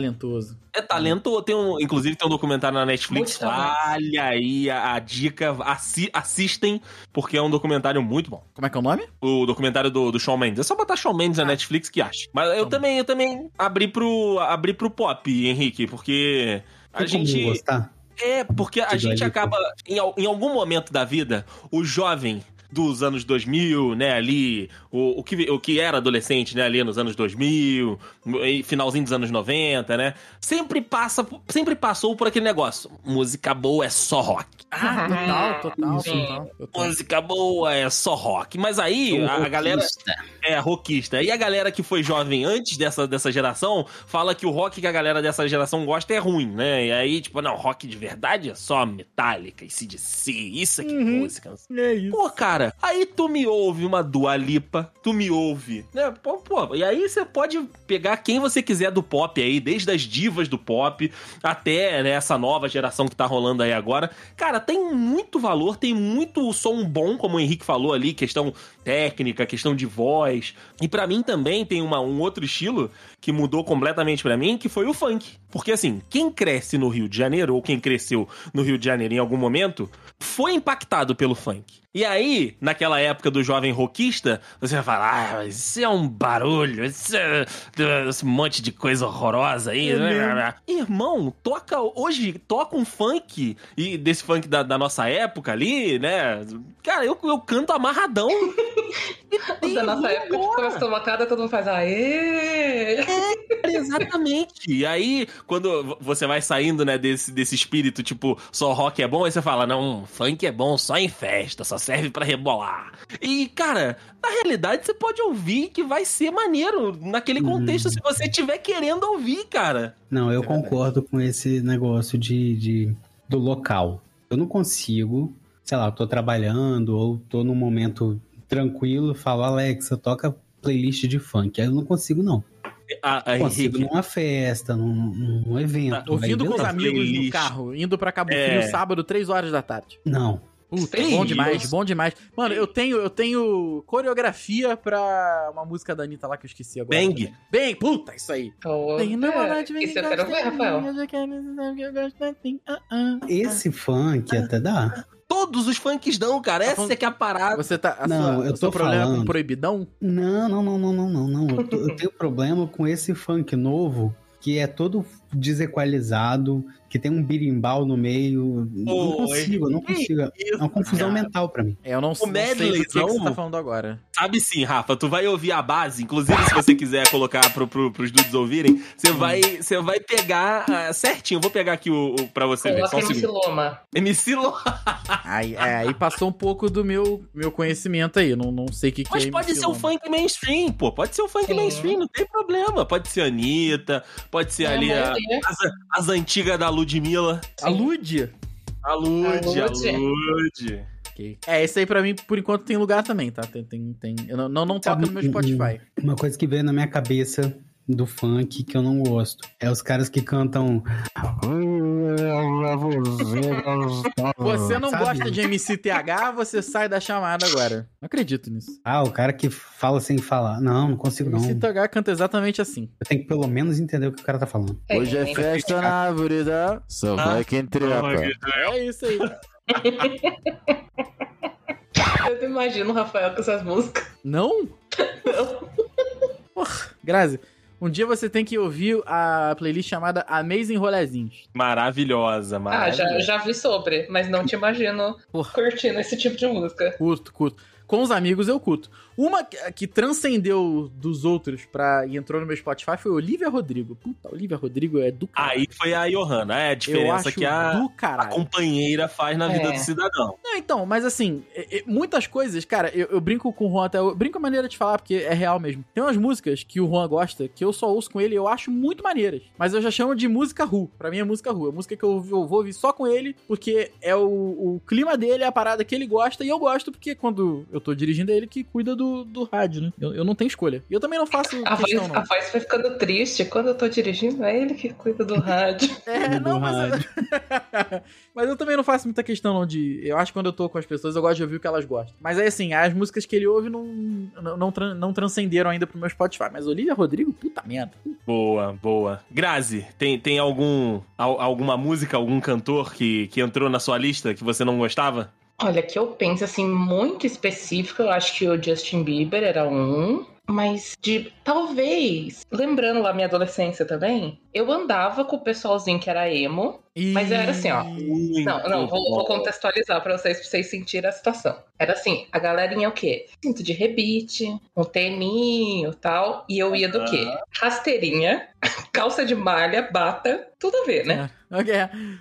[SPEAKER 1] É talento, tem um, inclusive tem um documentário na Netflix.
[SPEAKER 2] Muito talento.
[SPEAKER 1] Olha aí a, a dica, assi- assistem, porque é um documentário muito bom.
[SPEAKER 3] Como é que é o nome?
[SPEAKER 1] O documentário do, do Shawn Mendes. É só botar Shawn Mendes na Netflix que acha. Mas eu
[SPEAKER 3] Tá bom.
[SPEAKER 1] também, eu também abri pro, abri pro pop, Henrique, porque a
[SPEAKER 4] Tem como
[SPEAKER 1] gente.
[SPEAKER 4] gostar.
[SPEAKER 1] É, porque a
[SPEAKER 4] Dua
[SPEAKER 1] gente
[SPEAKER 4] Lipa.
[SPEAKER 1] acaba, em, al- em algum momento da vida, o jovem dos anos 2000, né, ali, o, o, que, o que era adolescente, né, ali nos anos 2000, e finalzinho dos anos 90, né, sempre passa, sempre passou por aquele negócio, música boa é só rock,
[SPEAKER 3] Ah, total, total,
[SPEAKER 2] Sim.
[SPEAKER 3] total, total.
[SPEAKER 1] música boa é só rock, mas aí a, a galera é rockista, e a galera que foi jovem antes dessa, dessa geração, fala que o rock que a galera dessa geração gosta é ruim, né, e aí, tipo, não, rock de verdade é só Metallica e CDC, isso aqui é
[SPEAKER 3] Uhum.
[SPEAKER 1] música, não
[SPEAKER 3] É isso.
[SPEAKER 1] Pô, cara, aí tu me ouve uma Dua Lipa, tu me ouve, né? Pô, pô, e aí você pode pegar quem você quiser do pop aí, desde as divas do pop até né, essa nova geração que tá rolando aí agora. Cara, tem muito valor, tem muito som bom, como o Henrique falou ali, questão técnica, questão de voz. E pra mim também tem uma, um outro estilo que mudou completamente pra mim, que foi o funk. Porque assim, quem cresce no Rio de Janeiro, ou quem cresceu no Rio de Janeiro em algum momento, foi impactado pelo funk. E aí, naquela época do jovem rockista, você vai falar, ah, mas isso é um barulho, isso é esse monte de coisa horrorosa
[SPEAKER 2] É
[SPEAKER 1] aí. né?" Irmão, toca hoje, toca um funk, e desse funk da, da nossa época ali, né? Cara, eu, eu canto
[SPEAKER 2] <laughs>
[SPEAKER 1] amarradão.
[SPEAKER 2] Os da nossa época, tipo, começa a tomar cada, todo mundo faz, aê!
[SPEAKER 1] Exatamente. E aí, quando v- você vai saindo, né, desse, desse espírito, tipo, só rock é bom, aí você fala, não, funk é bom só em festa, só serve pra rebolar. E, cara, na realidade você pode ouvir que vai ser maneiro naquele
[SPEAKER 4] Uhum.
[SPEAKER 1] contexto, se você estiver querendo ouvir, cara.
[SPEAKER 4] Não,
[SPEAKER 3] É
[SPEAKER 4] eu
[SPEAKER 3] verdade.
[SPEAKER 4] concordo com esse negócio de, de- do local. Eu não consigo, sei lá, eu tô trabalhando ou tô num momento tranquilo, falo, Alexa, toca playlist de funk. Aí eu não consigo, não.
[SPEAKER 1] A, a
[SPEAKER 4] Consigo
[SPEAKER 1] Ah, Henrique,
[SPEAKER 4] numa festa, num, num evento.
[SPEAKER 1] Tá,
[SPEAKER 4] aí
[SPEAKER 3] Ouvindo com os
[SPEAKER 4] beleza.
[SPEAKER 3] amigos
[SPEAKER 1] Playlist.
[SPEAKER 3] no carro, indo pra Cabo
[SPEAKER 1] É.
[SPEAKER 3] Frio sábado, 3 horas da tarde.
[SPEAKER 4] Não.
[SPEAKER 3] Puta,
[SPEAKER 2] Que
[SPEAKER 3] bom
[SPEAKER 1] isso?
[SPEAKER 3] demais, bom demais. Mano, eu tenho, eu tenho coreografia pra uma música da Anitta lá que eu esqueci agora.
[SPEAKER 1] Bang.
[SPEAKER 3] também. Bang, puta, isso aí.
[SPEAKER 2] Oh,
[SPEAKER 3] Bang, na hora de
[SPEAKER 2] é,
[SPEAKER 3] me
[SPEAKER 2] isso eu quero ver,
[SPEAKER 3] encostar,
[SPEAKER 2] Rafael.
[SPEAKER 3] eu já quero dizer que eu gosto de ti, ah, ah.
[SPEAKER 4] Esse funk até dá.
[SPEAKER 1] Todos os funks dão, cara.
[SPEAKER 3] Tá
[SPEAKER 1] Essa
[SPEAKER 3] falando-
[SPEAKER 1] é que é a parada.
[SPEAKER 3] Você tá. a
[SPEAKER 4] Não,
[SPEAKER 3] sua-
[SPEAKER 4] eu
[SPEAKER 3] o seu
[SPEAKER 4] tô
[SPEAKER 3] problema com
[SPEAKER 4] falando.
[SPEAKER 3] proibidão?
[SPEAKER 4] Não, não, não, não, não, não, não. Eu, tô- eu tenho problema com esse funk novo, que é todo desequalizado, que tem um birimbau no meio. não
[SPEAKER 1] Oi.
[SPEAKER 4] consigo, não consigo. É uma confusão
[SPEAKER 3] cara.
[SPEAKER 4] mental pra mim.
[SPEAKER 3] É, eu não, não sei do que, que
[SPEAKER 1] medleyzão?
[SPEAKER 3] você tá falando agora.
[SPEAKER 1] Sabe sim, Rafa, tu vai ouvir a base, inclusive se você quiser colocar pro, pro, pros dudes ouvirem, você vai, você vai pegar ah, certinho. Eu Vou pegar aqui o, o pra você ver, só um
[SPEAKER 2] Coloca MC
[SPEAKER 1] segundo.
[SPEAKER 2] Loma.
[SPEAKER 1] MC Lo...
[SPEAKER 3] Aí, é, aí passou um pouco do meu, meu conhecimento aí. Não, não sei o que, que
[SPEAKER 1] Mas
[SPEAKER 3] é
[SPEAKER 1] pode
[SPEAKER 3] MC
[SPEAKER 1] ser um
[SPEAKER 3] Loma.
[SPEAKER 1] funk mainstream, pô. Pode ser um funk
[SPEAKER 2] Sim.
[SPEAKER 1] mainstream, não tem problema. Pode ser Anitta, pode ser
[SPEAKER 2] É,
[SPEAKER 1] ali
[SPEAKER 2] a
[SPEAKER 1] a-
[SPEAKER 2] maioria.
[SPEAKER 1] as, as antigas da Ludmilla.
[SPEAKER 3] A Lud?
[SPEAKER 1] A Lud,
[SPEAKER 2] A
[SPEAKER 1] a
[SPEAKER 2] Lud.
[SPEAKER 1] Lud.
[SPEAKER 3] Ok. É, esse aí pra mim, por enquanto, tem lugar também, tá? Tem, tem, tem. Eu não, não, não
[SPEAKER 4] Tá
[SPEAKER 3] toca no meu
[SPEAKER 4] muito
[SPEAKER 3] Spotify.
[SPEAKER 4] Uma coisa que veio na minha cabeça do funk que eu não gosto é os caras que cantam.
[SPEAKER 3] Você não
[SPEAKER 4] Ah, Sabe?
[SPEAKER 3] gosta de MCTH, você sai da chamada agora. Não acredito nisso.
[SPEAKER 4] Ah, o cara que fala sem falar. Não, não consigo não. Eu
[SPEAKER 3] MCTH canta exatamente assim.
[SPEAKER 4] tenho que pelo menos entender o que o cara tá falando.
[SPEAKER 8] Hoje é
[SPEAKER 2] tem.
[SPEAKER 3] Tá
[SPEAKER 8] festa na árvore da. Só vai quem trepa.
[SPEAKER 3] É isso aí.
[SPEAKER 2] Eu não imagino o Rafael com essas músicas.
[SPEAKER 3] Não? Porra, Grazi, um dia você tem que ouvir a playlist chamada Amazing Rolezinhos.
[SPEAKER 1] Maravilhosa,
[SPEAKER 2] Ah, já,
[SPEAKER 1] maravilhosa.
[SPEAKER 2] já vi sobre, mas não te imagino
[SPEAKER 3] Porra.
[SPEAKER 2] curtindo esse tipo de música.
[SPEAKER 3] Curto, curto. Com os amigos eu curto. Uma que que transcendeu dos outros pra, e entrou no meu Spotify foi Olivia Rodrigo. Puta, Olivia Rodrigo é do caralho.
[SPEAKER 1] Aí foi a Johanna, é a
[SPEAKER 3] eu
[SPEAKER 1] diferença
[SPEAKER 3] acho
[SPEAKER 1] que a,
[SPEAKER 3] do
[SPEAKER 1] a
[SPEAKER 3] caralho.
[SPEAKER 1] companheira faz na vida
[SPEAKER 2] É.
[SPEAKER 1] do cidadão.
[SPEAKER 3] Não, então, mas assim, é- é- muitas coisas, cara, eu, eu brinco com o Juan até. Eu brinco a maneira de falar, porque é real mesmo. Tem umas músicas que o Juan gosta que eu só ouço com ele e eu acho muito maneiras. Mas eu já chamo de música Ru. Pra mim é música Ru. É música que eu, eu vou ouvir só com ele, porque é o, o clima dele, é a parada que ele gosta. E eu gosto, porque quando eu tô dirigindo é ele que cuida do, do rádio, né? Eu, eu não tenho escolha. E eu também não faço
[SPEAKER 2] <laughs> A voz,
[SPEAKER 3] questão,
[SPEAKER 2] a
[SPEAKER 3] não.
[SPEAKER 2] voz vai ficando triste quando eu tô dirigindo, é ele que cuida do rádio.
[SPEAKER 3] É, não, mas. eu- <laughs> Mas eu também não faço muita questão, não, de... Eu acho que quando eu tô com as pessoas, eu gosto de ouvir o que elas gostam. Mas é assim, as músicas que ele ouve não, não, não, tran- não transcenderam ainda pro meu Spotify. Mas Olivia Rodrigo, puta merda.
[SPEAKER 1] Boa, boa. Grazi, tem, tem algum, al- alguma música, algum cantor que, que entrou na sua lista que você não gostava?
[SPEAKER 2] <laughs> Olha, que eu penso assim, muito específico, eu acho que o Justin Bieber era um. Mas de talvez, lembrando lá minha adolescência também, eu andava com o pessoalzinho que era emo,
[SPEAKER 3] E-
[SPEAKER 2] Mas era assim, ó. Não, não, vou, vou contextualizar pra vocês, pra vocês sentirem a situação. Era assim, a galerinha o quê? Cinto de rebite, um terninho tal. E eu ia do quê? Rasteirinha, <laughs> calça de malha, bata, tudo a ver, né?
[SPEAKER 3] <laughs> Ok.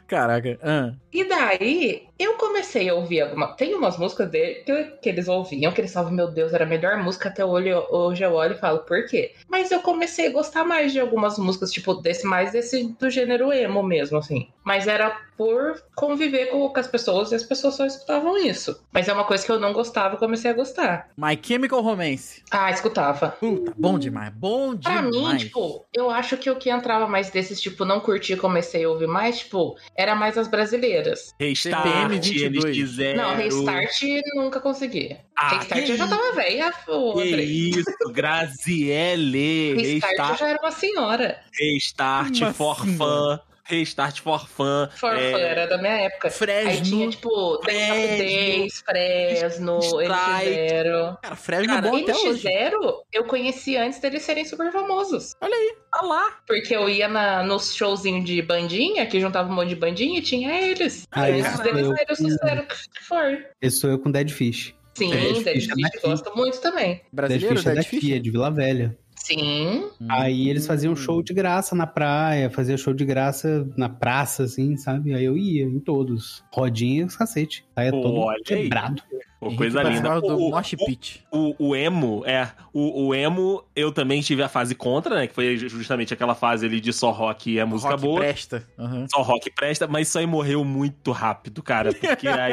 [SPEAKER 3] Caraca. ah.
[SPEAKER 2] E daí, eu comecei a ouvir alguma... Tem umas músicas dele que, que eles ouviam, que eles falavam, meu Deus, era a melhor música, até hoje, eu- hoje eu olho e falo, por quê? Mas eu comecei a gostar mais de algumas músicas, tipo, desse mais desse do gênero emo mesmo, assim. Mas era por conviver com, com as pessoas e as pessoas só escutavam isso. Mas é uma coisa que eu não gostava e comecei a gostar.
[SPEAKER 3] My Chemical Romance.
[SPEAKER 2] Ah, escutava.
[SPEAKER 3] Puta, bom demais. Bom
[SPEAKER 2] Pra
[SPEAKER 3] demais.
[SPEAKER 2] mim, tipo, eu acho que o que entrava mais desses, tipo, não curti, comecei a ouvir mais, tipo, era mais as brasileiras.
[SPEAKER 1] Restart,
[SPEAKER 3] CPM 22.
[SPEAKER 1] NX0.
[SPEAKER 2] Não, restart nunca consegui.
[SPEAKER 1] Ah,
[SPEAKER 2] Restart
[SPEAKER 1] que
[SPEAKER 2] eu já tava velha, o
[SPEAKER 1] Que
[SPEAKER 2] André.
[SPEAKER 1] isso, Graziele!
[SPEAKER 2] Restart eu
[SPEAKER 1] Restart,
[SPEAKER 2] já era uma senhora.
[SPEAKER 1] restart
[SPEAKER 3] Uma
[SPEAKER 1] for
[SPEAKER 3] senhora.
[SPEAKER 1] fun. Restart for fun.
[SPEAKER 2] For
[SPEAKER 1] É.
[SPEAKER 2] fun, era da minha época. Aí tinha,
[SPEAKER 3] Fresno.
[SPEAKER 2] tipo,
[SPEAKER 1] Fresno.
[SPEAKER 2] Days Fresno,
[SPEAKER 1] Strike.
[SPEAKER 2] NX0.
[SPEAKER 3] Cara, Fresno é
[SPEAKER 1] Cara,
[SPEAKER 3] bom até hoje.
[SPEAKER 2] NX0 eu conheci antes deles serem super famosos.
[SPEAKER 1] Ah lá!
[SPEAKER 2] Porque eu ia na, nos showzinhos de bandinha, que juntava um monte de bandinha, e tinha eles.
[SPEAKER 4] Ah,
[SPEAKER 2] Aí
[SPEAKER 4] esse
[SPEAKER 2] Esses
[SPEAKER 4] sou
[SPEAKER 2] deles
[SPEAKER 4] eu
[SPEAKER 2] saíram
[SPEAKER 4] com-
[SPEAKER 2] sucesso que for.
[SPEAKER 4] esse sou eu com Dead Fish.
[SPEAKER 2] Sim,
[SPEAKER 4] É,
[SPEAKER 2] Dead
[SPEAKER 4] Fish é
[SPEAKER 2] Fish
[SPEAKER 4] daqui.
[SPEAKER 2] gosto muito também.
[SPEAKER 4] Dead
[SPEAKER 3] Brasileiro, tá
[SPEAKER 4] Fish é
[SPEAKER 3] Dead
[SPEAKER 4] daqui,
[SPEAKER 3] Fish?
[SPEAKER 4] é de Vila Velha.
[SPEAKER 2] Sim.
[SPEAKER 4] Aí eles
[SPEAKER 3] um
[SPEAKER 1] Hum.
[SPEAKER 4] faziam show de graça na praia, fazia show de graça na praça, assim, sabe? Aí eu ia em todos. Rodinha e os cacete. Aí é
[SPEAKER 1] Pô,
[SPEAKER 4] todo
[SPEAKER 1] olha aí.
[SPEAKER 4] quebrado.
[SPEAKER 1] Pô,
[SPEAKER 3] Henrique
[SPEAKER 1] coisa
[SPEAKER 3] participava
[SPEAKER 1] linda.
[SPEAKER 3] do
[SPEAKER 1] O,
[SPEAKER 3] Mosh Pit.
[SPEAKER 1] o, o emo, é. O, o emo, eu também tive a fase contra, né? Que foi justamente aquela fase ali de só rock e a música
[SPEAKER 3] Rock
[SPEAKER 1] boa.
[SPEAKER 3] presta. Aham.
[SPEAKER 1] Só rock presta, mas isso aí morreu muito rápido, cara.
[SPEAKER 3] <laughs>
[SPEAKER 1] Porque aí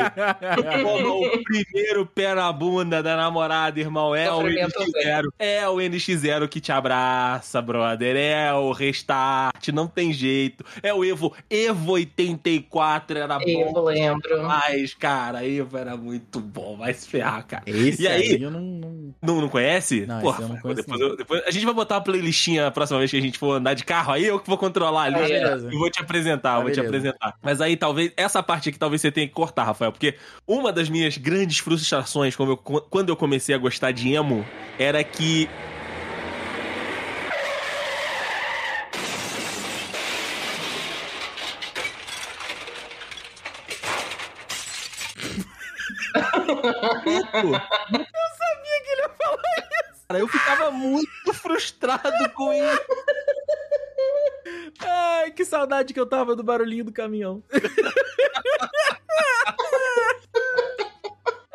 [SPEAKER 1] Tomou o primeiro pé na bunda da namorada, irmão. É o
[SPEAKER 2] Sofrimento
[SPEAKER 1] NX0. É o NX0 que te abraça, brother. É o restart, não tem jeito. É o Evo. Evo 84 era
[SPEAKER 2] Eu
[SPEAKER 1] Tá bom
[SPEAKER 2] lembro.
[SPEAKER 1] demais, cara. Evo era muito bom. Vai se ferrar, cara.
[SPEAKER 3] Esse
[SPEAKER 1] E aí?
[SPEAKER 3] aí eu não- não...
[SPEAKER 1] Não, não conhece?
[SPEAKER 3] Não, esse eu não
[SPEAKER 1] Rafael,
[SPEAKER 3] conheço,
[SPEAKER 1] depois,
[SPEAKER 3] não.
[SPEAKER 1] eu- depois- a gente vai botar uma playlistinha a próxima vez que a gente for andar de carro, aí eu que vou controlar ali.
[SPEAKER 2] Ah,
[SPEAKER 3] beleza.
[SPEAKER 1] Eu vou te apresentar, eu
[SPEAKER 3] Ah,
[SPEAKER 1] vou te
[SPEAKER 3] beleza.
[SPEAKER 1] apresentar. Mas aí talvez, essa parte aqui talvez você tenha que cortar, Rafael, porque uma das minhas grandes frustrações como eu- quando eu comecei a gostar de emo era
[SPEAKER 3] <laughs>
[SPEAKER 1] que. Bonito. Cara, eu ficava muito frustrado com isso.
[SPEAKER 3] Ai, que saudade que eu tava do barulhinho do caminhão.
[SPEAKER 1] <laughs>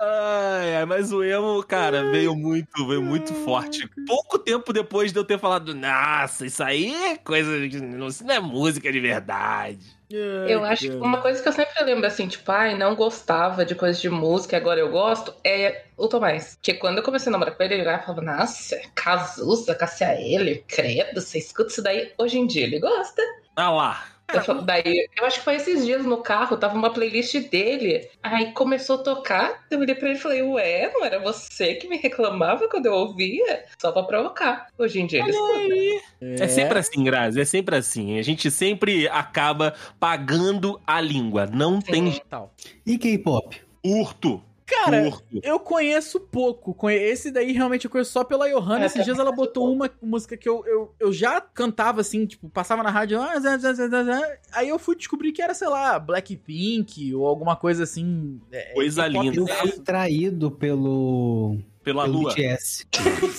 [SPEAKER 1] Ai, ai, mas o emo, cara, veio muito, veio muito forte. Pouco tempo depois de eu ter falado, nossa, isso aí é coisa. de- não- Isso não é música de verdade.
[SPEAKER 2] Eu acho que uma coisa que eu sempre lembro, assim, tipo, ai, não gostava de coisa de música, agora eu gosto, é o Tomás. Porque quando eu comecei a namorar com ele, ele olhava e falava, nossa, Cazuza, Cassia Eller, credo, você escuta isso daí? Hoje em dia ele gosta.
[SPEAKER 1] Ah lá.
[SPEAKER 2] Eu falo, daí, eu acho que foi esses dias no carro, tava uma playlist dele, aí começou a tocar, eu olhei pra ele e falei, ué, não era você que me reclamava quando eu ouvia? Só pra provocar. Hoje em dia ele escuta.
[SPEAKER 1] É sempre assim, Grazi, é sempre assim. A gente sempre acaba pagando a língua. Não tem
[SPEAKER 3] Tal.
[SPEAKER 4] E K-pop?
[SPEAKER 1] curto.
[SPEAKER 3] É. Cara,
[SPEAKER 1] curto.
[SPEAKER 3] eu conheço pouco. Conhe- Esse daí realmente eu conheço só pela Johanna.
[SPEAKER 2] É,
[SPEAKER 3] Esses dias ela botou uma música que eu, eu, eu já cantava assim, tipo, passava na rádio. ah, zé, zé, zé, zé, zé. Aí eu fui descobrir que era, sei lá, Blackpink ou alguma coisa assim. é,
[SPEAKER 1] Coisa
[SPEAKER 3] hip-hop.
[SPEAKER 1] linda.
[SPEAKER 4] Eu fui traído pelo,
[SPEAKER 1] Pela
[SPEAKER 4] pelo
[SPEAKER 1] lua.
[SPEAKER 4] BTS.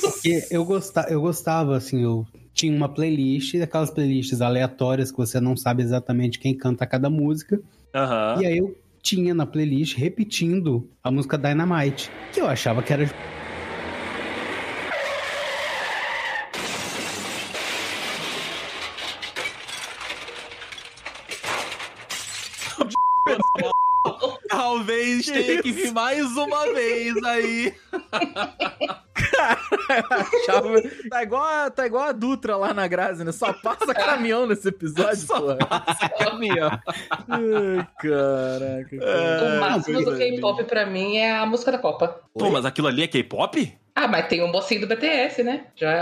[SPEAKER 4] Porque eu, gosta, eu gostava, assim, eu tinha uma playlist, aquelas playlists aleatórias que você não sabe exatamente quem canta cada música.
[SPEAKER 1] Aham.
[SPEAKER 4] E aí eu tinha na playlist repetindo a música Dynamite, que eu achava que era.
[SPEAKER 1] Talvez tenha que vir mais uma vez aí.
[SPEAKER 3] Achava- <laughs> tá, igual a, tá igual a Dutra lá na Grazi, né? Só passa caminhão nesse episódio,
[SPEAKER 1] Só
[SPEAKER 3] porra. Ai, caraca. cara.
[SPEAKER 2] O máximo do K-pop pra mim é a música da Copa.
[SPEAKER 1] Pô, mas aquilo ali é K-pop?
[SPEAKER 2] Ah, mas tem um mocinho do BTS, né? Já,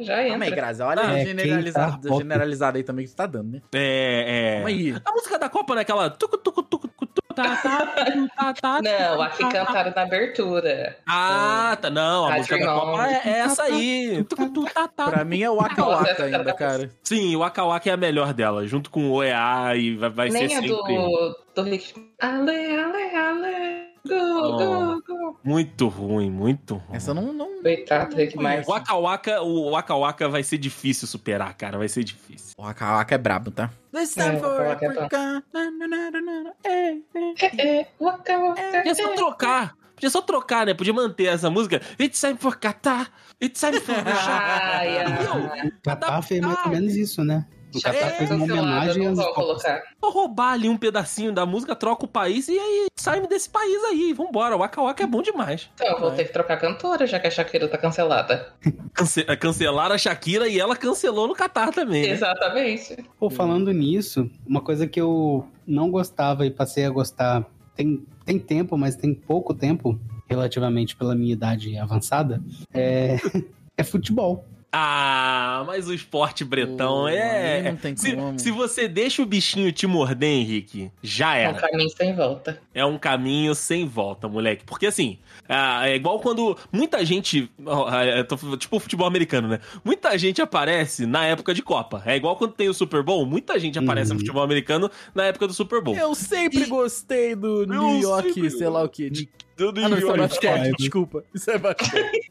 [SPEAKER 2] já
[SPEAKER 3] Calma aí,
[SPEAKER 2] entra.
[SPEAKER 3] Grazi. Olha
[SPEAKER 4] Ah,
[SPEAKER 3] a
[SPEAKER 4] é,
[SPEAKER 3] generalizada,
[SPEAKER 4] quem tá-
[SPEAKER 3] generalizada aí também que tu tá dando, né?
[SPEAKER 1] É, é.
[SPEAKER 3] Calma aí.
[SPEAKER 1] A música da Copa, né? Aquela. tucu, tucu, tucu, tucu, tu, tá, tá, tu, tá, tá,
[SPEAKER 2] Não, a
[SPEAKER 1] tu,
[SPEAKER 2] que
[SPEAKER 1] tá, tá.
[SPEAKER 2] cantaram na abertura.
[SPEAKER 1] Ah, tá. Não, a
[SPEAKER 2] Tá,
[SPEAKER 1] música da
[SPEAKER 2] Dream
[SPEAKER 1] Copa
[SPEAKER 2] On.
[SPEAKER 1] é é essa aí. Tucu, tu, tá, tá.
[SPEAKER 3] Pra mim é o Waka
[SPEAKER 2] Nossa,
[SPEAKER 3] Waka
[SPEAKER 2] essa
[SPEAKER 3] ainda,
[SPEAKER 2] tá-
[SPEAKER 3] cara.
[SPEAKER 1] Sim, o Akawaka é a melhor dela, junto com o OEA e vai, vai ser
[SPEAKER 2] Nem a
[SPEAKER 1] sempre
[SPEAKER 2] do, do Rick. Ale, ale, ale.
[SPEAKER 1] Oh.
[SPEAKER 2] Go, go, go.
[SPEAKER 1] muito ruim, muito ruim.
[SPEAKER 3] Essa eu não, não...
[SPEAKER 2] Coitado, Rick Martin.
[SPEAKER 1] O Akawaka, o Akawaka vai ser difícil superar, cara, vai ser difícil.
[SPEAKER 3] O Waka Waka é brabo, tá? This
[SPEAKER 2] time for Africa. É, é, waka, waka,
[SPEAKER 1] Podia só
[SPEAKER 2] é.
[SPEAKER 1] trocar, podia só trocar, né? Podia manter essa música. It's time for Qatar, it's time for Russia.
[SPEAKER 2] Ai, ai.
[SPEAKER 4] Catar fez mais ou menos isso, né? O
[SPEAKER 1] tá
[SPEAKER 4] Catar fez uma
[SPEAKER 2] Cancelado,
[SPEAKER 4] homenagem
[SPEAKER 2] não
[SPEAKER 4] às
[SPEAKER 2] vou
[SPEAKER 4] Copas.
[SPEAKER 2] colocar.
[SPEAKER 1] Vou roubar ali um pedacinho da música, troca o país e aí saímos desse país aí. Vambora, o Akawaka é bom demais.
[SPEAKER 2] Então, vou ter que trocar a cantora, já que a Shakira tá cancelada.
[SPEAKER 1] Cance é, cancelaram a Shakira e ela cancelou no Qatar também. né?
[SPEAKER 2] Exatamente. Um
[SPEAKER 4] Pô, falando nisso, uma coisa que eu não gostava e passei a gostar tem, tem tempo, mas tem pouco tempo, relativamente pela minha idade avançada, é, <laughs> é futebol.
[SPEAKER 1] Ah, mas o esporte bretão
[SPEAKER 3] Pô,
[SPEAKER 1] é.
[SPEAKER 3] aí não tem
[SPEAKER 1] se,
[SPEAKER 3] como.
[SPEAKER 1] se você deixa o bichinho te morder, Henrique, já
[SPEAKER 2] É um
[SPEAKER 1] era.
[SPEAKER 2] caminho sem volta.
[SPEAKER 1] É um caminho sem volta, moleque. Porque assim, ah, é igual quando muita gente. ó, ah, eu tô- tipo o futebol americano, né? Muita gente aparece na época de Copa. É igual quando tem o Super Bowl, muita gente aparece no
[SPEAKER 4] Uhum.
[SPEAKER 1] futebol americano na época do Super Bowl.
[SPEAKER 3] Eu sempre gostei do
[SPEAKER 1] Eu
[SPEAKER 3] New York,
[SPEAKER 1] sempre-
[SPEAKER 3] sei lá o que.
[SPEAKER 1] Tudo
[SPEAKER 3] Ah, não, isso é
[SPEAKER 1] em
[SPEAKER 3] basquete, desculpa. Isso é basquete.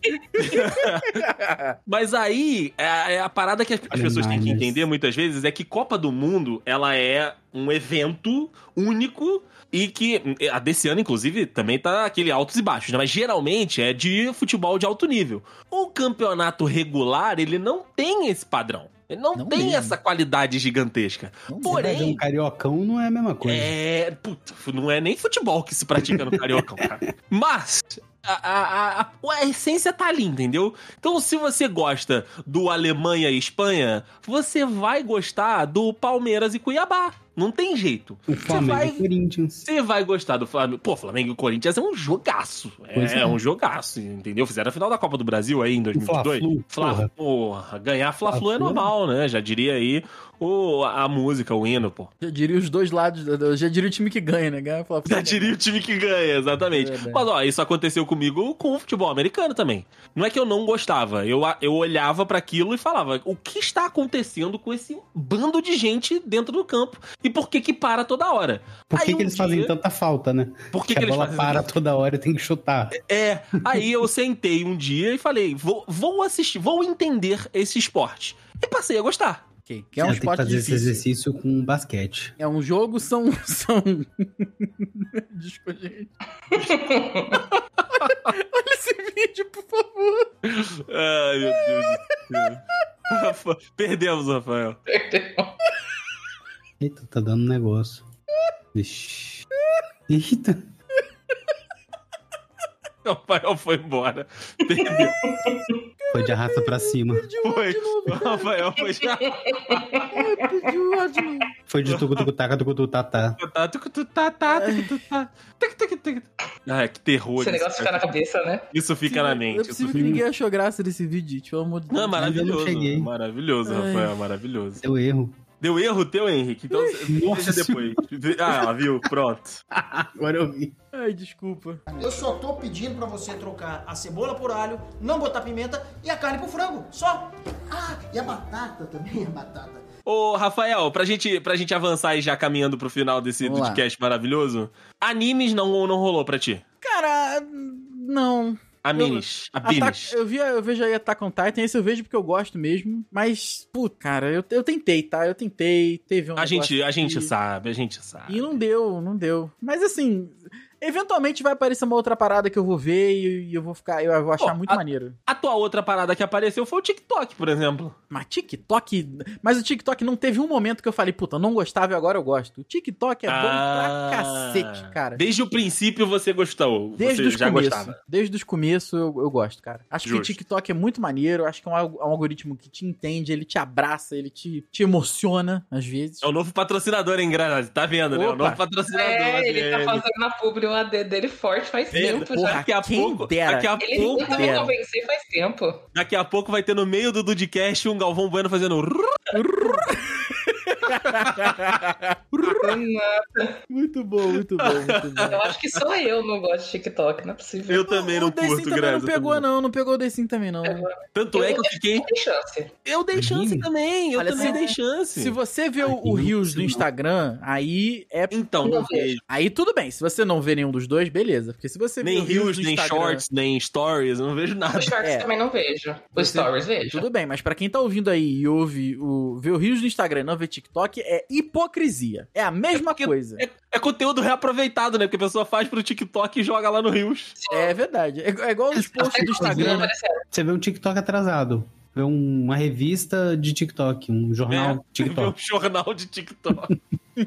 [SPEAKER 1] Mas aí, é- é a parada que as, as
[SPEAKER 4] Olha
[SPEAKER 1] pessoas têm que
[SPEAKER 4] mais.
[SPEAKER 1] entender muitas vezes é que Copa do Mundo, ela é um evento único e que a desse ano, inclusive, também tá aquele altos e baixos, né? Mas geralmente é de futebol de alto nível. O campeonato regular, ele não tem esse padrão. Ele não,
[SPEAKER 3] Não
[SPEAKER 1] tem
[SPEAKER 3] mesmo.
[SPEAKER 1] essa qualidade gigantesca.
[SPEAKER 4] Fazer um
[SPEAKER 1] Porém,
[SPEAKER 4] cariocão não é a mesma coisa.
[SPEAKER 1] é. Puta, não é nem futebol que se pratica no Cariocão,
[SPEAKER 4] <laughs>
[SPEAKER 1] cara. Mas. A, a, a, a- a essência tá ali, entendeu? Então, se você gosta do Alemanha e Espanha, você vai gostar do Palmeiras e Cuiabá. Não tem jeito.
[SPEAKER 4] O Um Flamengo
[SPEAKER 1] vai-
[SPEAKER 4] e Corinthians.
[SPEAKER 1] Você vai gostar do Flamengo. Pô, Flamengo e Corinthians é um jogaço.
[SPEAKER 4] Pois
[SPEAKER 1] É,
[SPEAKER 4] é.
[SPEAKER 1] um jogaço, entendeu? Fizeram a final da Copa do Brasil aí em
[SPEAKER 4] O Fla-Flu.
[SPEAKER 1] 2002. Fla,
[SPEAKER 4] porra.
[SPEAKER 1] porra, ganhar Fla-Flu é
[SPEAKER 4] Fla-Flu.
[SPEAKER 1] normal, né? Já diria aí o, a música, o hino, pô.
[SPEAKER 3] Já diria os dois lados, eu já diria o time que ganha, né? Ganha, fala,
[SPEAKER 1] <laughs> Já diria o time que ganha, exatamente.
[SPEAKER 4] É
[SPEAKER 3] Verdade.
[SPEAKER 1] Mas, ó, isso aconteceu comigo com o futebol americano também. Não é que eu não gostava. Eu, eu olhava pra aquilo e falava: o que está acontecendo com esse bando de gente dentro do campo? E por que que para toda hora?
[SPEAKER 4] Por que,
[SPEAKER 1] Aí
[SPEAKER 4] que
[SPEAKER 1] um
[SPEAKER 4] eles
[SPEAKER 1] dia-
[SPEAKER 4] fazem tanta falta, né?
[SPEAKER 1] Por
[SPEAKER 4] Que,
[SPEAKER 1] que, que
[SPEAKER 4] a
[SPEAKER 1] eles
[SPEAKER 4] bola
[SPEAKER 1] fazem
[SPEAKER 4] para toda hora e tem que chutar.
[SPEAKER 3] um
[SPEAKER 1] é, aí eu sentei um dia e falei, vou, vou assistir, vou entender esse esporte. E passei a gostar.
[SPEAKER 3] Ok, Que é um
[SPEAKER 4] Eu tenho que
[SPEAKER 3] esporte
[SPEAKER 4] fazer esse
[SPEAKER 3] difícil.
[SPEAKER 4] exercício com basquete.
[SPEAKER 3] É um jogo, são... <laughs> são... Desculpa,
[SPEAKER 1] <laughs>
[SPEAKER 3] gente. Olha esse vídeo, por favor.
[SPEAKER 1] Ai, meu Deus do céu. Perdemos, Rafael.
[SPEAKER 4] Eita, tá dando negócio. Vixe. Eita.
[SPEAKER 1] Rafael foi embora. Perdeu.
[SPEAKER 4] Foi de arrasta pra cima.
[SPEAKER 1] Foi. Rafael foi
[SPEAKER 4] <laughs>
[SPEAKER 1] já.
[SPEAKER 3] um
[SPEAKER 4] Foi de tucutucutaca, tucututatá.
[SPEAKER 1] Tá, tucu, tu, tá, tá, tucu, tu, tá. Tuc, tuc, tuc. Ah, que terror.
[SPEAKER 2] Esse negócio fica na cabeça, né?
[SPEAKER 1] Isso fica na mente.
[SPEAKER 3] Não é
[SPEAKER 1] isso
[SPEAKER 3] possível
[SPEAKER 1] fica-
[SPEAKER 3] que ninguém achou graça desse vídeo, gente, pelo amor de Deus.
[SPEAKER 1] Não, é maravilhoso.
[SPEAKER 4] Eu não cheguei.
[SPEAKER 1] Maravilhoso,
[SPEAKER 3] Ai.
[SPEAKER 1] Rafael, maravilhoso.
[SPEAKER 4] Deu erro.
[SPEAKER 1] Deu erro teu, Henrique? Então,
[SPEAKER 4] Nossa
[SPEAKER 1] veja depois. Ah, ela viu, pronto.
[SPEAKER 4] Agora eu vi.
[SPEAKER 3] Ai, desculpa.
[SPEAKER 7] Eu só tô pedindo pra você trocar a cebola por alho, não botar pimenta e a carne por frango. Só. Ah, e a batata também, <laughs> a batata.
[SPEAKER 1] Ô, Rafael, pra gente, pra gente avançar e já caminhando pro final desse
[SPEAKER 3] Vamos lá.
[SPEAKER 1] podcast maravilhoso, animes não, não rolou pra ti?
[SPEAKER 3] Cara, não.
[SPEAKER 1] Amines,
[SPEAKER 3] Ataque-
[SPEAKER 1] abines.
[SPEAKER 3] eu, via, eu vejo aí Attack on Titan, esse eu vejo porque eu gosto mesmo. Mas, putz, cara, eu, eu tentei, tá? Eu tentei, teve um
[SPEAKER 1] A gente,
[SPEAKER 3] negócio
[SPEAKER 1] a gente
[SPEAKER 3] que-
[SPEAKER 1] sabe, a gente sabe.
[SPEAKER 3] E não deu, não deu. Mas assim, eventualmente vai aparecer uma outra parada que eu vou ver e, e eu vou ficar, eu vou achar
[SPEAKER 1] Pô,
[SPEAKER 3] muito
[SPEAKER 1] a-
[SPEAKER 3] maneiro.
[SPEAKER 1] A tua outra parada que apareceu foi o TikTok, por exemplo.
[SPEAKER 3] Mas TikTok. Mas o TikTok não teve um momento que eu falei, puta, não gostava e agora eu gosto. O TikTok é
[SPEAKER 1] Ah.
[SPEAKER 3] bom pra cacete, cara.
[SPEAKER 1] Desde o princípio você gostou.
[SPEAKER 3] Desde
[SPEAKER 1] você
[SPEAKER 3] os
[SPEAKER 1] já
[SPEAKER 3] começos.
[SPEAKER 1] gostava.
[SPEAKER 3] Desde os começos eu, eu gosto, cara. Acho que o
[SPEAKER 1] Justo.
[SPEAKER 3] TikTok é muito maneiro. Acho que é um, alg- um algoritmo que te entende, ele te abraça, ele te, te emociona às vezes.
[SPEAKER 1] É o novo patrocinador, hein, Granada? Tá vendo, né? O
[SPEAKER 3] Opa.
[SPEAKER 1] novo patrocinador.
[SPEAKER 2] É, ele tá
[SPEAKER 1] né?
[SPEAKER 2] fazendo na publi o AD dele forte faz
[SPEAKER 1] É,
[SPEAKER 2] tempo
[SPEAKER 3] porra,
[SPEAKER 2] já.
[SPEAKER 1] Daqui a
[SPEAKER 3] Quem
[SPEAKER 1] pouco,
[SPEAKER 3] dera.
[SPEAKER 1] daqui a
[SPEAKER 2] Ele
[SPEAKER 1] pouco,
[SPEAKER 2] tenta me
[SPEAKER 3] dera.
[SPEAKER 2] convencer faz tempo.
[SPEAKER 1] daqui a pouco vai ter no meio do Dudcast um Galvão Bueno fazendo
[SPEAKER 3] Muito bom, muito bom, muito bom.
[SPEAKER 2] Eu acho que só eu não gosto de TikTok, não é possível.
[SPEAKER 1] Eu também não
[SPEAKER 3] <laughs> o The Sim
[SPEAKER 1] curto,
[SPEAKER 3] também não
[SPEAKER 1] Grazi.
[SPEAKER 3] pegou, não. Não pegou o The Sim também, não.
[SPEAKER 1] Tanto é que eu fiquei. assim,
[SPEAKER 2] Não tem chance.
[SPEAKER 1] Eu dei chance
[SPEAKER 4] Anime?
[SPEAKER 1] também. Eu
[SPEAKER 3] Olha,
[SPEAKER 1] também
[SPEAKER 3] se-
[SPEAKER 1] dei chance.
[SPEAKER 3] Se você vê o,
[SPEAKER 4] Ai,
[SPEAKER 3] o Rios do
[SPEAKER 4] não.
[SPEAKER 3] Instagram, aí é.
[SPEAKER 1] Então,
[SPEAKER 2] Não
[SPEAKER 1] não vejo.
[SPEAKER 3] Aí tudo bem. Se você não vê nenhum dos dois, beleza. Porque se você vê
[SPEAKER 1] Nem
[SPEAKER 3] o Reels
[SPEAKER 1] reels,
[SPEAKER 3] um do
[SPEAKER 1] nem
[SPEAKER 3] Instagram,
[SPEAKER 1] shorts, nem stories, eu não vejo nada.
[SPEAKER 2] Os shorts
[SPEAKER 3] É.
[SPEAKER 2] também não vejo. Os
[SPEAKER 3] Você-
[SPEAKER 2] stories vejo.
[SPEAKER 3] Tudo bem, mas pra quem tá ouvindo aí e ouve o vê o Rios do Instagram e não vê TikTok, é hipocrisia. É a mesma
[SPEAKER 1] porque-
[SPEAKER 3] coisa.
[SPEAKER 1] É, é conteúdo reaproveitado, né? Porque a pessoa faz pro TikTok e joga lá no Reels.
[SPEAKER 3] É verdade. É, é igual os posts do Instagram. né?
[SPEAKER 4] Você vê um TikTok atrasado. Vê um- uma revista de TikTok, um jornal
[SPEAKER 1] né?
[SPEAKER 4] de TikTok.
[SPEAKER 1] Um jornal de TikTok.
[SPEAKER 3] É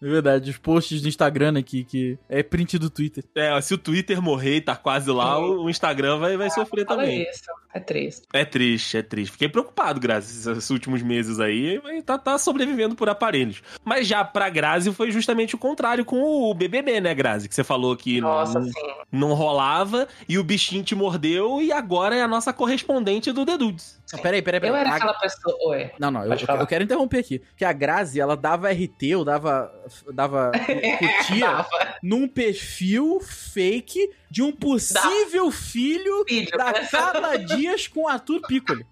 [SPEAKER 3] verdade, os posts do Instagram aqui, que é print do Twitter.
[SPEAKER 1] é, se o Twitter morrer e tá quase lá, o o Instagram vai, vai sofrer
[SPEAKER 2] Ah, Fala
[SPEAKER 1] também.
[SPEAKER 2] isso. É triste.
[SPEAKER 1] É triste, é triste. Fiquei preocupado, Grazi, esses- esses últimos meses aí. mas Tá, tá sobrevivendo por aparelhos. Mas já pra Grazi foi justamente o contrário com o BBB, né, Grazi? Que você falou que
[SPEAKER 2] Nossa,
[SPEAKER 1] não,
[SPEAKER 3] É
[SPEAKER 2] sim.
[SPEAKER 1] não rolava e o bichinho te mordeu e agora é a nossa correspondente do The Dudes.
[SPEAKER 3] Não, peraí, peraí, peraí.
[SPEAKER 2] Eu era
[SPEAKER 3] A-
[SPEAKER 2] aquela pessoa. Oi.
[SPEAKER 3] Não, não, eu,
[SPEAKER 2] Pode
[SPEAKER 3] eu-
[SPEAKER 2] falar.
[SPEAKER 3] eu quero interromper aqui. Que a Grazi, ela dava RT, ou dava. dava.
[SPEAKER 2] <laughs>
[SPEAKER 3] curtia
[SPEAKER 2] É, Dava
[SPEAKER 3] num perfil fake de um possível filho
[SPEAKER 2] filho.
[SPEAKER 3] da
[SPEAKER 2] <laughs>
[SPEAKER 3] Carla Dias com Arthur Piccoli.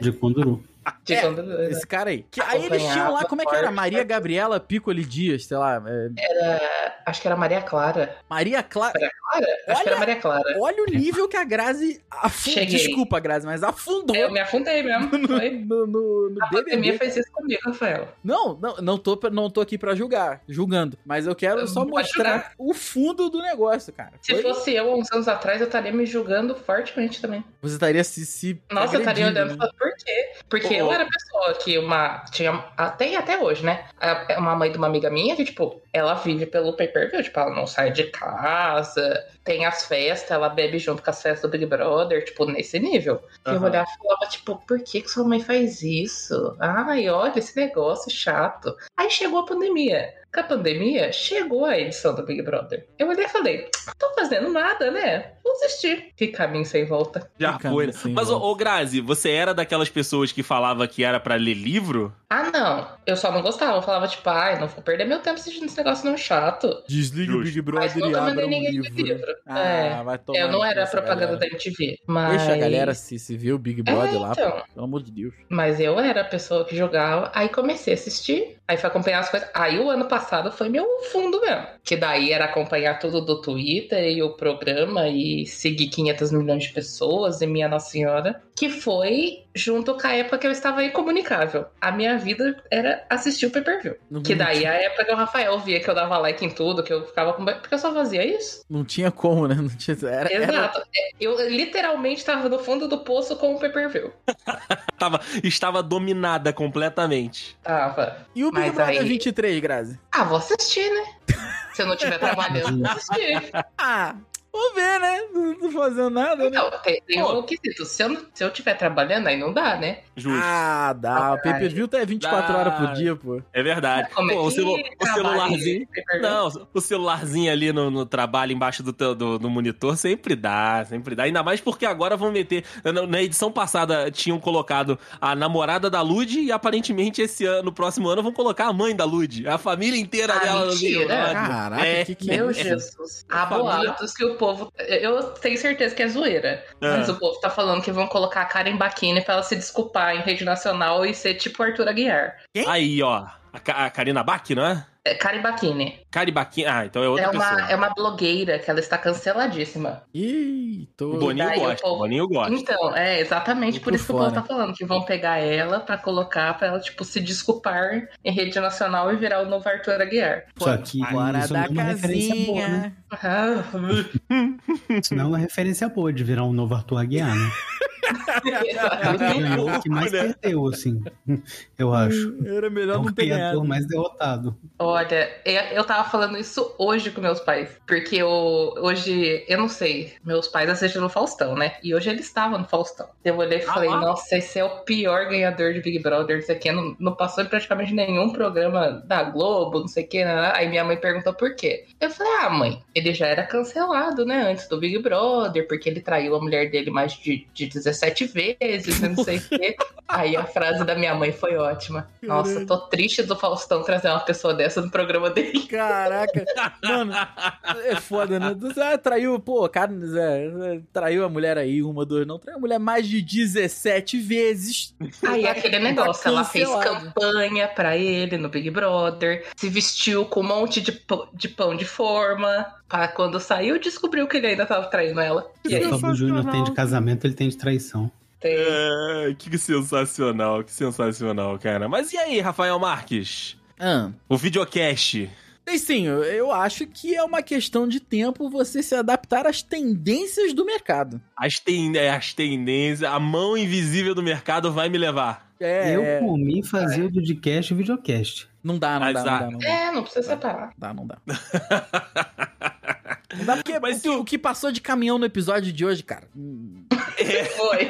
[SPEAKER 4] De Conduru.
[SPEAKER 2] De
[SPEAKER 3] É.
[SPEAKER 2] quando...
[SPEAKER 3] Esse cara aí. Que, aí eles tinham lá, como é que era? Maria Gabriela Piccoli Dias, sei lá. é,
[SPEAKER 2] Era Acho que era Maria Clara.
[SPEAKER 3] Maria Clara.
[SPEAKER 2] Clara? Acho que
[SPEAKER 3] Olha-
[SPEAKER 2] era Maria Clara.
[SPEAKER 3] Olha o nível que a Grazi afundou.
[SPEAKER 2] Cheguei.
[SPEAKER 3] Desculpa, Grazi, mas afundou
[SPEAKER 2] Eu me afundei mesmo. Foi.
[SPEAKER 3] <laughs> no, no, no
[SPEAKER 2] A pandemia
[SPEAKER 3] BBB.
[SPEAKER 2] fez isso comigo, Rafael.
[SPEAKER 3] Não, não, não tô, pra- não tô aqui pra julgar, julgando. Mas eu quero só
[SPEAKER 2] Não pode
[SPEAKER 3] mostrar o fundo do negócio, cara.
[SPEAKER 2] Se
[SPEAKER 3] Foi-
[SPEAKER 2] fosse eu, há uns anos atrás, eu estaria me julgando fortemente também.
[SPEAKER 3] Você estaria se. se
[SPEAKER 2] Nossa, eu estaria
[SPEAKER 3] agredindo,
[SPEAKER 2] olhando e
[SPEAKER 3] né?
[SPEAKER 2] falando, por quê? Porque
[SPEAKER 1] Ô.
[SPEAKER 2] eu era a pessoa que uma. Tinha, ah, tem até hoje, né? A- Uma mãe de uma amiga minha que, tipo, ela vive pelo pay per view, tipo, ela não sai de casa, tem as festas, ela bebe junto com as festas do Big Brother, tipo, nesse nível. E Eu
[SPEAKER 1] Aham.
[SPEAKER 2] olhava e falava, tipo, por que, que sua mãe faz isso? Ai, olha esse negócio é chato. Aí chegou a pandemia. Com a pandemia, chegou a edição do Big Brother. Eu olhei e falei, tô fazendo nada, né? Vou desistir. Que caminho sem volta.
[SPEAKER 1] Já
[SPEAKER 3] Fica
[SPEAKER 1] foi. né?
[SPEAKER 3] assim,
[SPEAKER 1] Mas, ô,
[SPEAKER 3] volta.
[SPEAKER 1] ô, Grazi, você era daquelas pessoas que falava que era pra ler livro?
[SPEAKER 2] Ah, não. Eu só não gostava. Eu falava, tipo, ai, não vou perder meu tempo assistindo esse negócio não chato.
[SPEAKER 3] Desliga o
[SPEAKER 1] Justo.
[SPEAKER 3] Big
[SPEAKER 2] Mas
[SPEAKER 3] Brother
[SPEAKER 2] não
[SPEAKER 3] e abra
[SPEAKER 2] também
[SPEAKER 3] um
[SPEAKER 2] ninguém
[SPEAKER 3] livro.
[SPEAKER 2] livro. livro.
[SPEAKER 3] Ah,
[SPEAKER 2] É.
[SPEAKER 3] vai tomar.
[SPEAKER 2] Eu
[SPEAKER 3] no
[SPEAKER 2] não
[SPEAKER 3] cu
[SPEAKER 2] era a
[SPEAKER 3] essa
[SPEAKER 2] propaganda
[SPEAKER 3] galera.
[SPEAKER 2] da MTV, mas...
[SPEAKER 3] Deixa a galera se, se ver o Big Brother lá,
[SPEAKER 2] então.
[SPEAKER 3] pô. pelo amor de Deus.
[SPEAKER 2] Mas eu era a pessoa que jogava, aí comecei a assistir, aí fui acompanhar as coisas. Aí o ano passado foi meu fundo mesmo. Que daí era acompanhar tudo do Twitter e o programa e seguir 500 milhões de pessoas e minha Nossa Senhora. Que foi junto com a época que eu estava incomunicável. A minha vida era assistir o pay-per-view.
[SPEAKER 3] Não,
[SPEAKER 2] Que
[SPEAKER 3] não,
[SPEAKER 2] daí
[SPEAKER 3] tinha,
[SPEAKER 2] a época que o Rafael via que eu dava like em tudo, que eu ficava com. Porque eu só fazia isso.
[SPEAKER 3] não tinha como, né? Não tinha, era, era,
[SPEAKER 2] Exato. Eu literalmente tava no fundo do poço com o pay per view.
[SPEAKER 1] Tava, estava dominada completamente.
[SPEAKER 2] Tava.
[SPEAKER 3] e o Big
[SPEAKER 2] Mas
[SPEAKER 3] Brother
[SPEAKER 2] aí-
[SPEAKER 3] 23, Grazi?
[SPEAKER 2] Ah, vou assistir, né? Se eu não estiver trabalhando, vou assistir.
[SPEAKER 3] Ah, vamos ver, né? Não tô fazendo nada, né?
[SPEAKER 2] Não, tem, tem
[SPEAKER 1] Pô.
[SPEAKER 2] um quesito. Se eu, não- se eu estiver trabalhando, aí não dá, né?
[SPEAKER 1] Justo.
[SPEAKER 3] Ah, dá. O pay per view tá 24
[SPEAKER 1] Dá.
[SPEAKER 3] horas por dia, pô.
[SPEAKER 1] É verdade.
[SPEAKER 2] Como é
[SPEAKER 1] Pô, o,
[SPEAKER 2] que
[SPEAKER 1] celu- o
[SPEAKER 2] trabalha né?
[SPEAKER 1] celularzinho.
[SPEAKER 2] esse pay-per-view?
[SPEAKER 1] Não, o celularzinho ali no, no trabalho, embaixo do, teu- do, do monitor, sempre dá, sempre dá. Ainda mais porque agora vão meter. Na, na edição passada tinham colocado a namorada da Lud e aparentemente esse ano, no próximo ano, vão colocar a mãe da Lud. A família inteira
[SPEAKER 2] Ah,
[SPEAKER 1] dela no
[SPEAKER 2] mentira.
[SPEAKER 1] Big Brother.
[SPEAKER 3] Caraca,
[SPEAKER 1] É.
[SPEAKER 3] que que é
[SPEAKER 2] Meu
[SPEAKER 3] isso?
[SPEAKER 2] Jesus. Há
[SPEAKER 1] Família.
[SPEAKER 2] boatos que o povo. Eu tenho certeza que é zoeira.
[SPEAKER 1] Ah.
[SPEAKER 2] Mas o povo tá falando que vão colocar a Karen Bakini pra ela se desculpar em rede nacional e ser tipo Arthur Aguiar.
[SPEAKER 1] Aí, ó. A, Ca- a Karina Bach, não é?
[SPEAKER 2] É, Karen Bakini.
[SPEAKER 1] Caribaquinha. Ah, então é outra
[SPEAKER 2] É uma,
[SPEAKER 1] pessoa.
[SPEAKER 2] é uma blogueira que ela está canceladíssima.
[SPEAKER 3] Ih,
[SPEAKER 1] O
[SPEAKER 3] tô...
[SPEAKER 1] Boninho
[SPEAKER 2] Daí o
[SPEAKER 1] gosta. O
[SPEAKER 2] povo-
[SPEAKER 1] Boninho gosta.
[SPEAKER 2] Então, é exatamente
[SPEAKER 3] E
[SPEAKER 2] por
[SPEAKER 3] por
[SPEAKER 2] isso que o povo
[SPEAKER 3] fora.
[SPEAKER 2] tá falando que vão pegar ela pra colocar pra ela tipo se desculpar em rede nacional e virar o novo Arthur Aguiar.
[SPEAKER 4] Só que
[SPEAKER 3] Fora
[SPEAKER 4] isso não
[SPEAKER 3] da
[SPEAKER 4] é uma referência boa, né?
[SPEAKER 3] casinha.
[SPEAKER 2] Ah,
[SPEAKER 4] Isso não é uma referência boa de virar um novo Arthur Aguiar, né?
[SPEAKER 3] <laughs>
[SPEAKER 4] <laughs>
[SPEAKER 2] exatamente.
[SPEAKER 4] Ele é o que mais perdeu, assim, eu acho.
[SPEAKER 3] Era
[SPEAKER 4] É
[SPEAKER 3] melhor
[SPEAKER 4] o
[SPEAKER 3] não ter
[SPEAKER 4] criador
[SPEAKER 3] ganhado.
[SPEAKER 4] mais derrotado.
[SPEAKER 2] Olha, é, eu eu tava falando isso hoje com meus pais. Porque eu, hoje, eu não sei, meus pais assistem no Faustão, né? E hoje ele estava no Faustão. Eu olhei e falei,
[SPEAKER 1] lá.
[SPEAKER 2] nossa, esse é o pior ganhador de Big Brother, isso aqui. é, Não, não passou em praticamente nenhum programa da Globo, não sei o que. Aí minha mãe perguntou por quê. Eu falei, ah, mãe, ele já era cancelado, né? Antes do Big Brother, porque ele traiu a mulher dele mais de, de 17 vezes, e não sei o quê. Aí a frase da minha mãe foi ótima. Nossa,
[SPEAKER 3] Caralho.
[SPEAKER 2] tô triste do Faustão trazer uma pessoa dessa no programa
[SPEAKER 3] <laughs>
[SPEAKER 2] dele.
[SPEAKER 3] Caraca, mano, é foda, né? Tu- Ah, traiu, pô, cara, é, é, traiu a mulher aí, uma, duas, não. Traiu a mulher mais de 17 vezes.
[SPEAKER 2] Aí
[SPEAKER 3] Tá-
[SPEAKER 2] aquele
[SPEAKER 3] tá
[SPEAKER 2] negócio, ela fez
[SPEAKER 3] cancelado.
[SPEAKER 2] campanha pra ele no Big Brother, se vestiu com um monte de, pão de pão de forma, pra quando saiu descobriu que ele ainda tava traindo ela.
[SPEAKER 4] E aí, Fábio Júnior tem de casamento, ele tem de traição.
[SPEAKER 2] Tem-
[SPEAKER 1] É, que sensacional, que sensacional, cara. Mas e aí, Rafael Marques?
[SPEAKER 3] Ah,
[SPEAKER 1] O videocast.
[SPEAKER 3] E sim, eu- eu acho que é uma questão de tempo você se adaptar às tendências do mercado.
[SPEAKER 1] As, ten- é, as tendências, a mão invisível do mercado vai me levar.
[SPEAKER 3] É,
[SPEAKER 4] Eu, por mim, fazia o podcast e o videocast.
[SPEAKER 3] não dá, não dá, não
[SPEAKER 1] Azar.
[SPEAKER 3] dá, não dá.
[SPEAKER 2] É, não precisa separar.
[SPEAKER 3] Dá,
[SPEAKER 1] <laughs>
[SPEAKER 3] não dá. Não dá porque
[SPEAKER 1] Mas
[SPEAKER 3] o, que, o que passou de caminhão no episódio de hoje, cara. hum,
[SPEAKER 1] <laughs>
[SPEAKER 2] Foi.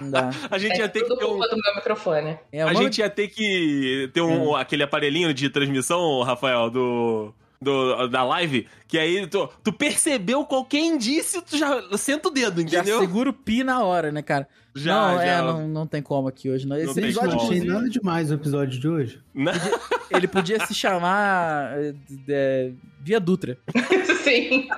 [SPEAKER 3] Não dá.
[SPEAKER 1] A É. gente
[SPEAKER 2] É
[SPEAKER 1] ia ter que
[SPEAKER 2] tudo
[SPEAKER 1] ter um.
[SPEAKER 2] culpa do meu microfone. <laughs>
[SPEAKER 1] <laughs>
[SPEAKER 3] É, o
[SPEAKER 1] A
[SPEAKER 3] nome-
[SPEAKER 1] gente ia ter que ter um, aquele aparelhinho de transmissão, Rafael, do. do- da live, que aí tu, tu percebeu qualquer indício, tu já senta o dedo,
[SPEAKER 3] já
[SPEAKER 1] entendeu?
[SPEAKER 3] segura o pi na hora, né, cara? não, é, não, não tem como aqui hoje, não. Esse
[SPEAKER 1] tem
[SPEAKER 4] Eu
[SPEAKER 3] episódio,
[SPEAKER 4] não
[SPEAKER 1] como.
[SPEAKER 4] achei
[SPEAKER 3] inclusive,
[SPEAKER 4] nada demais o episódio de hoje.
[SPEAKER 3] ele podia se chamar eh, eh, Via Dutra.
[SPEAKER 2] Sim.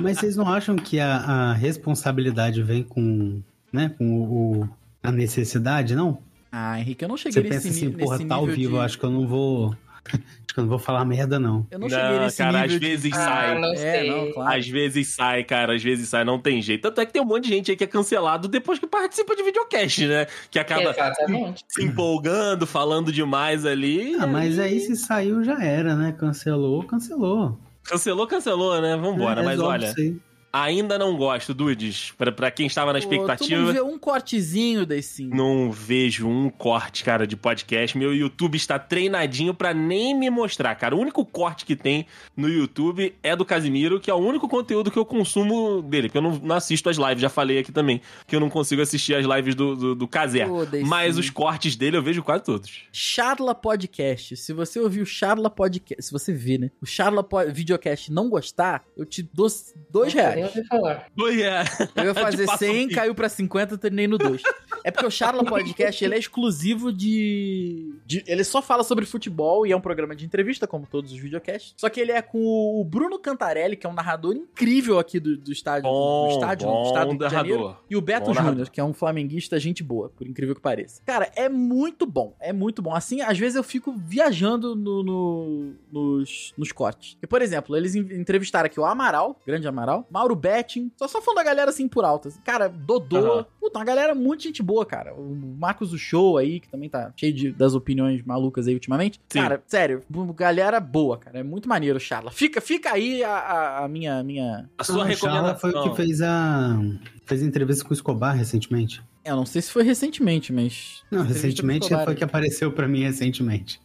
[SPEAKER 4] Mas vocês não acham que a, a responsabilidade vem com, né, com o, o- a necessidade, não?
[SPEAKER 3] Ah, Henrique, eu não
[SPEAKER 4] Você
[SPEAKER 3] cheguei nesse,
[SPEAKER 4] pensa assim,
[SPEAKER 3] ni- nesse
[SPEAKER 4] porra, tá ao
[SPEAKER 3] nível
[SPEAKER 4] vivo,
[SPEAKER 3] de...
[SPEAKER 4] acho que eu não vou <laughs> Acho que eu não vou falar merda, não.
[SPEAKER 3] Eu não, cheguei nesse
[SPEAKER 1] cara, às
[SPEAKER 3] nível de-
[SPEAKER 1] vezes
[SPEAKER 2] Ah,
[SPEAKER 1] sai.
[SPEAKER 2] não
[SPEAKER 3] É,
[SPEAKER 2] sei.
[SPEAKER 3] não, claro.
[SPEAKER 1] Às vezes sai, cara, às vezes sai, não tem jeito. Tanto é que tem um monte de gente aí que é cancelado depois que participa de videocast, né? Que acaba
[SPEAKER 2] Exatamente.
[SPEAKER 1] se empolgando, falando demais
[SPEAKER 3] É,
[SPEAKER 1] ali.
[SPEAKER 4] Ah, mas aí se saiu já era, né? Cancelou, cancelou.
[SPEAKER 1] Cancelou, cancelou, né? Vambora.
[SPEAKER 4] É,
[SPEAKER 1] mas
[SPEAKER 4] resolve
[SPEAKER 1] olha,
[SPEAKER 4] isso aí.
[SPEAKER 1] ainda não gosto, Dudes. Pra, pra quem estava na
[SPEAKER 3] Pô, Tu não
[SPEAKER 1] expectativa,
[SPEAKER 3] vê um cortezinho desse sim.
[SPEAKER 1] não vejo um corte, cara, de podcast. Meu YouTube está treinadinho pra nem me mostrar, cara. O único corte que tem no YouTube é do Casimiro, que é o único conteúdo que eu consumo dele. Porque eu não, não assisto as lives, já falei aqui também, que eu não consigo assistir as lives do, do, do Casé.
[SPEAKER 6] Foda-se.
[SPEAKER 1] é. Mas os cortes dele eu vejo quase todos.
[SPEAKER 3] Charla Podcast. Se você ouvir o Charla Podcast, se você vê, né? O Charla po- Videocast e não gostar, eu te dou s- dois
[SPEAKER 1] é.
[SPEAKER 2] Não sei nem
[SPEAKER 3] reais.
[SPEAKER 2] o que falar.
[SPEAKER 1] Oi, é. <laughs>
[SPEAKER 3] Eu ia fazer
[SPEAKER 1] passo
[SPEAKER 3] 100,
[SPEAKER 1] fim.
[SPEAKER 3] caiu pra 50, terminei no 2. É porque o
[SPEAKER 1] <laughs>
[SPEAKER 3] Charla Podcast, ele é exclusivo de, de- Ele só fala sobre futebol e é um programa de entrevista, como todos os videocasts. Só que ele é com o Bruno Cantarelli, que é um narrador incrível aqui do, do estádio.
[SPEAKER 1] Bom,
[SPEAKER 3] do estádio,
[SPEAKER 1] bom
[SPEAKER 3] do estado de Janeiro.
[SPEAKER 1] narrador.
[SPEAKER 3] E o Beto
[SPEAKER 1] Bom narrador.
[SPEAKER 3] Júnior, que é um flamenguista gente boa, por incrível que pareça. Cara, é muito bom, é muito bom. Assim, às vezes eu fico viajando no- no- nos, nos cortes. E, por exemplo, eles en- entrevistaram aqui o Amaral, grande Amaral, Mauro Betting, só só falando da galera assim por alto. assim. Cara, Dodô,
[SPEAKER 1] Aham.
[SPEAKER 3] puta, uma galera muito gente boa, cara. O Marcos do Show aí, que também tá cheio de, das opiniões malucas aí ultimamente.
[SPEAKER 1] Sim.
[SPEAKER 3] Cara, sério, bu- galera boa, cara. É muito maneiro, Charla. Fica, fica aí a, a- a minha, minha...
[SPEAKER 1] A sua
[SPEAKER 4] Ah, o Chala
[SPEAKER 1] recomendação.
[SPEAKER 4] foi o que fez a. fez a entrevista com o Escobar recentemente.
[SPEAKER 3] Eu não sei se foi recentemente, mas
[SPEAKER 4] Não,
[SPEAKER 3] Entrevista
[SPEAKER 4] recentemente
[SPEAKER 3] com o Escobar,
[SPEAKER 4] foi que apareceu pra mim recentemente.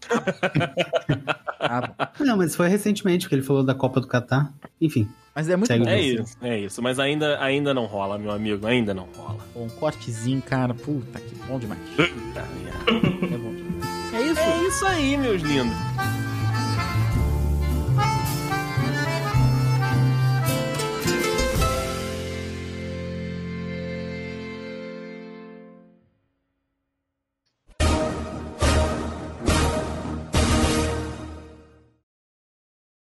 [SPEAKER 3] Ah, bom.
[SPEAKER 4] Não, mas foi recentemente, porque ele falou da Copa do Catar. Enfim,
[SPEAKER 3] Mas é muito
[SPEAKER 4] Segue
[SPEAKER 3] bom.
[SPEAKER 1] É
[SPEAKER 4] Sim.
[SPEAKER 1] isso, é isso. Mas ainda, ainda não rola, meu amigo. Ainda não rola.
[SPEAKER 3] Pô, um cortezinho, cara. Puta que bom demais. é bom demais. É isso.
[SPEAKER 1] É isso aí, meus lindos.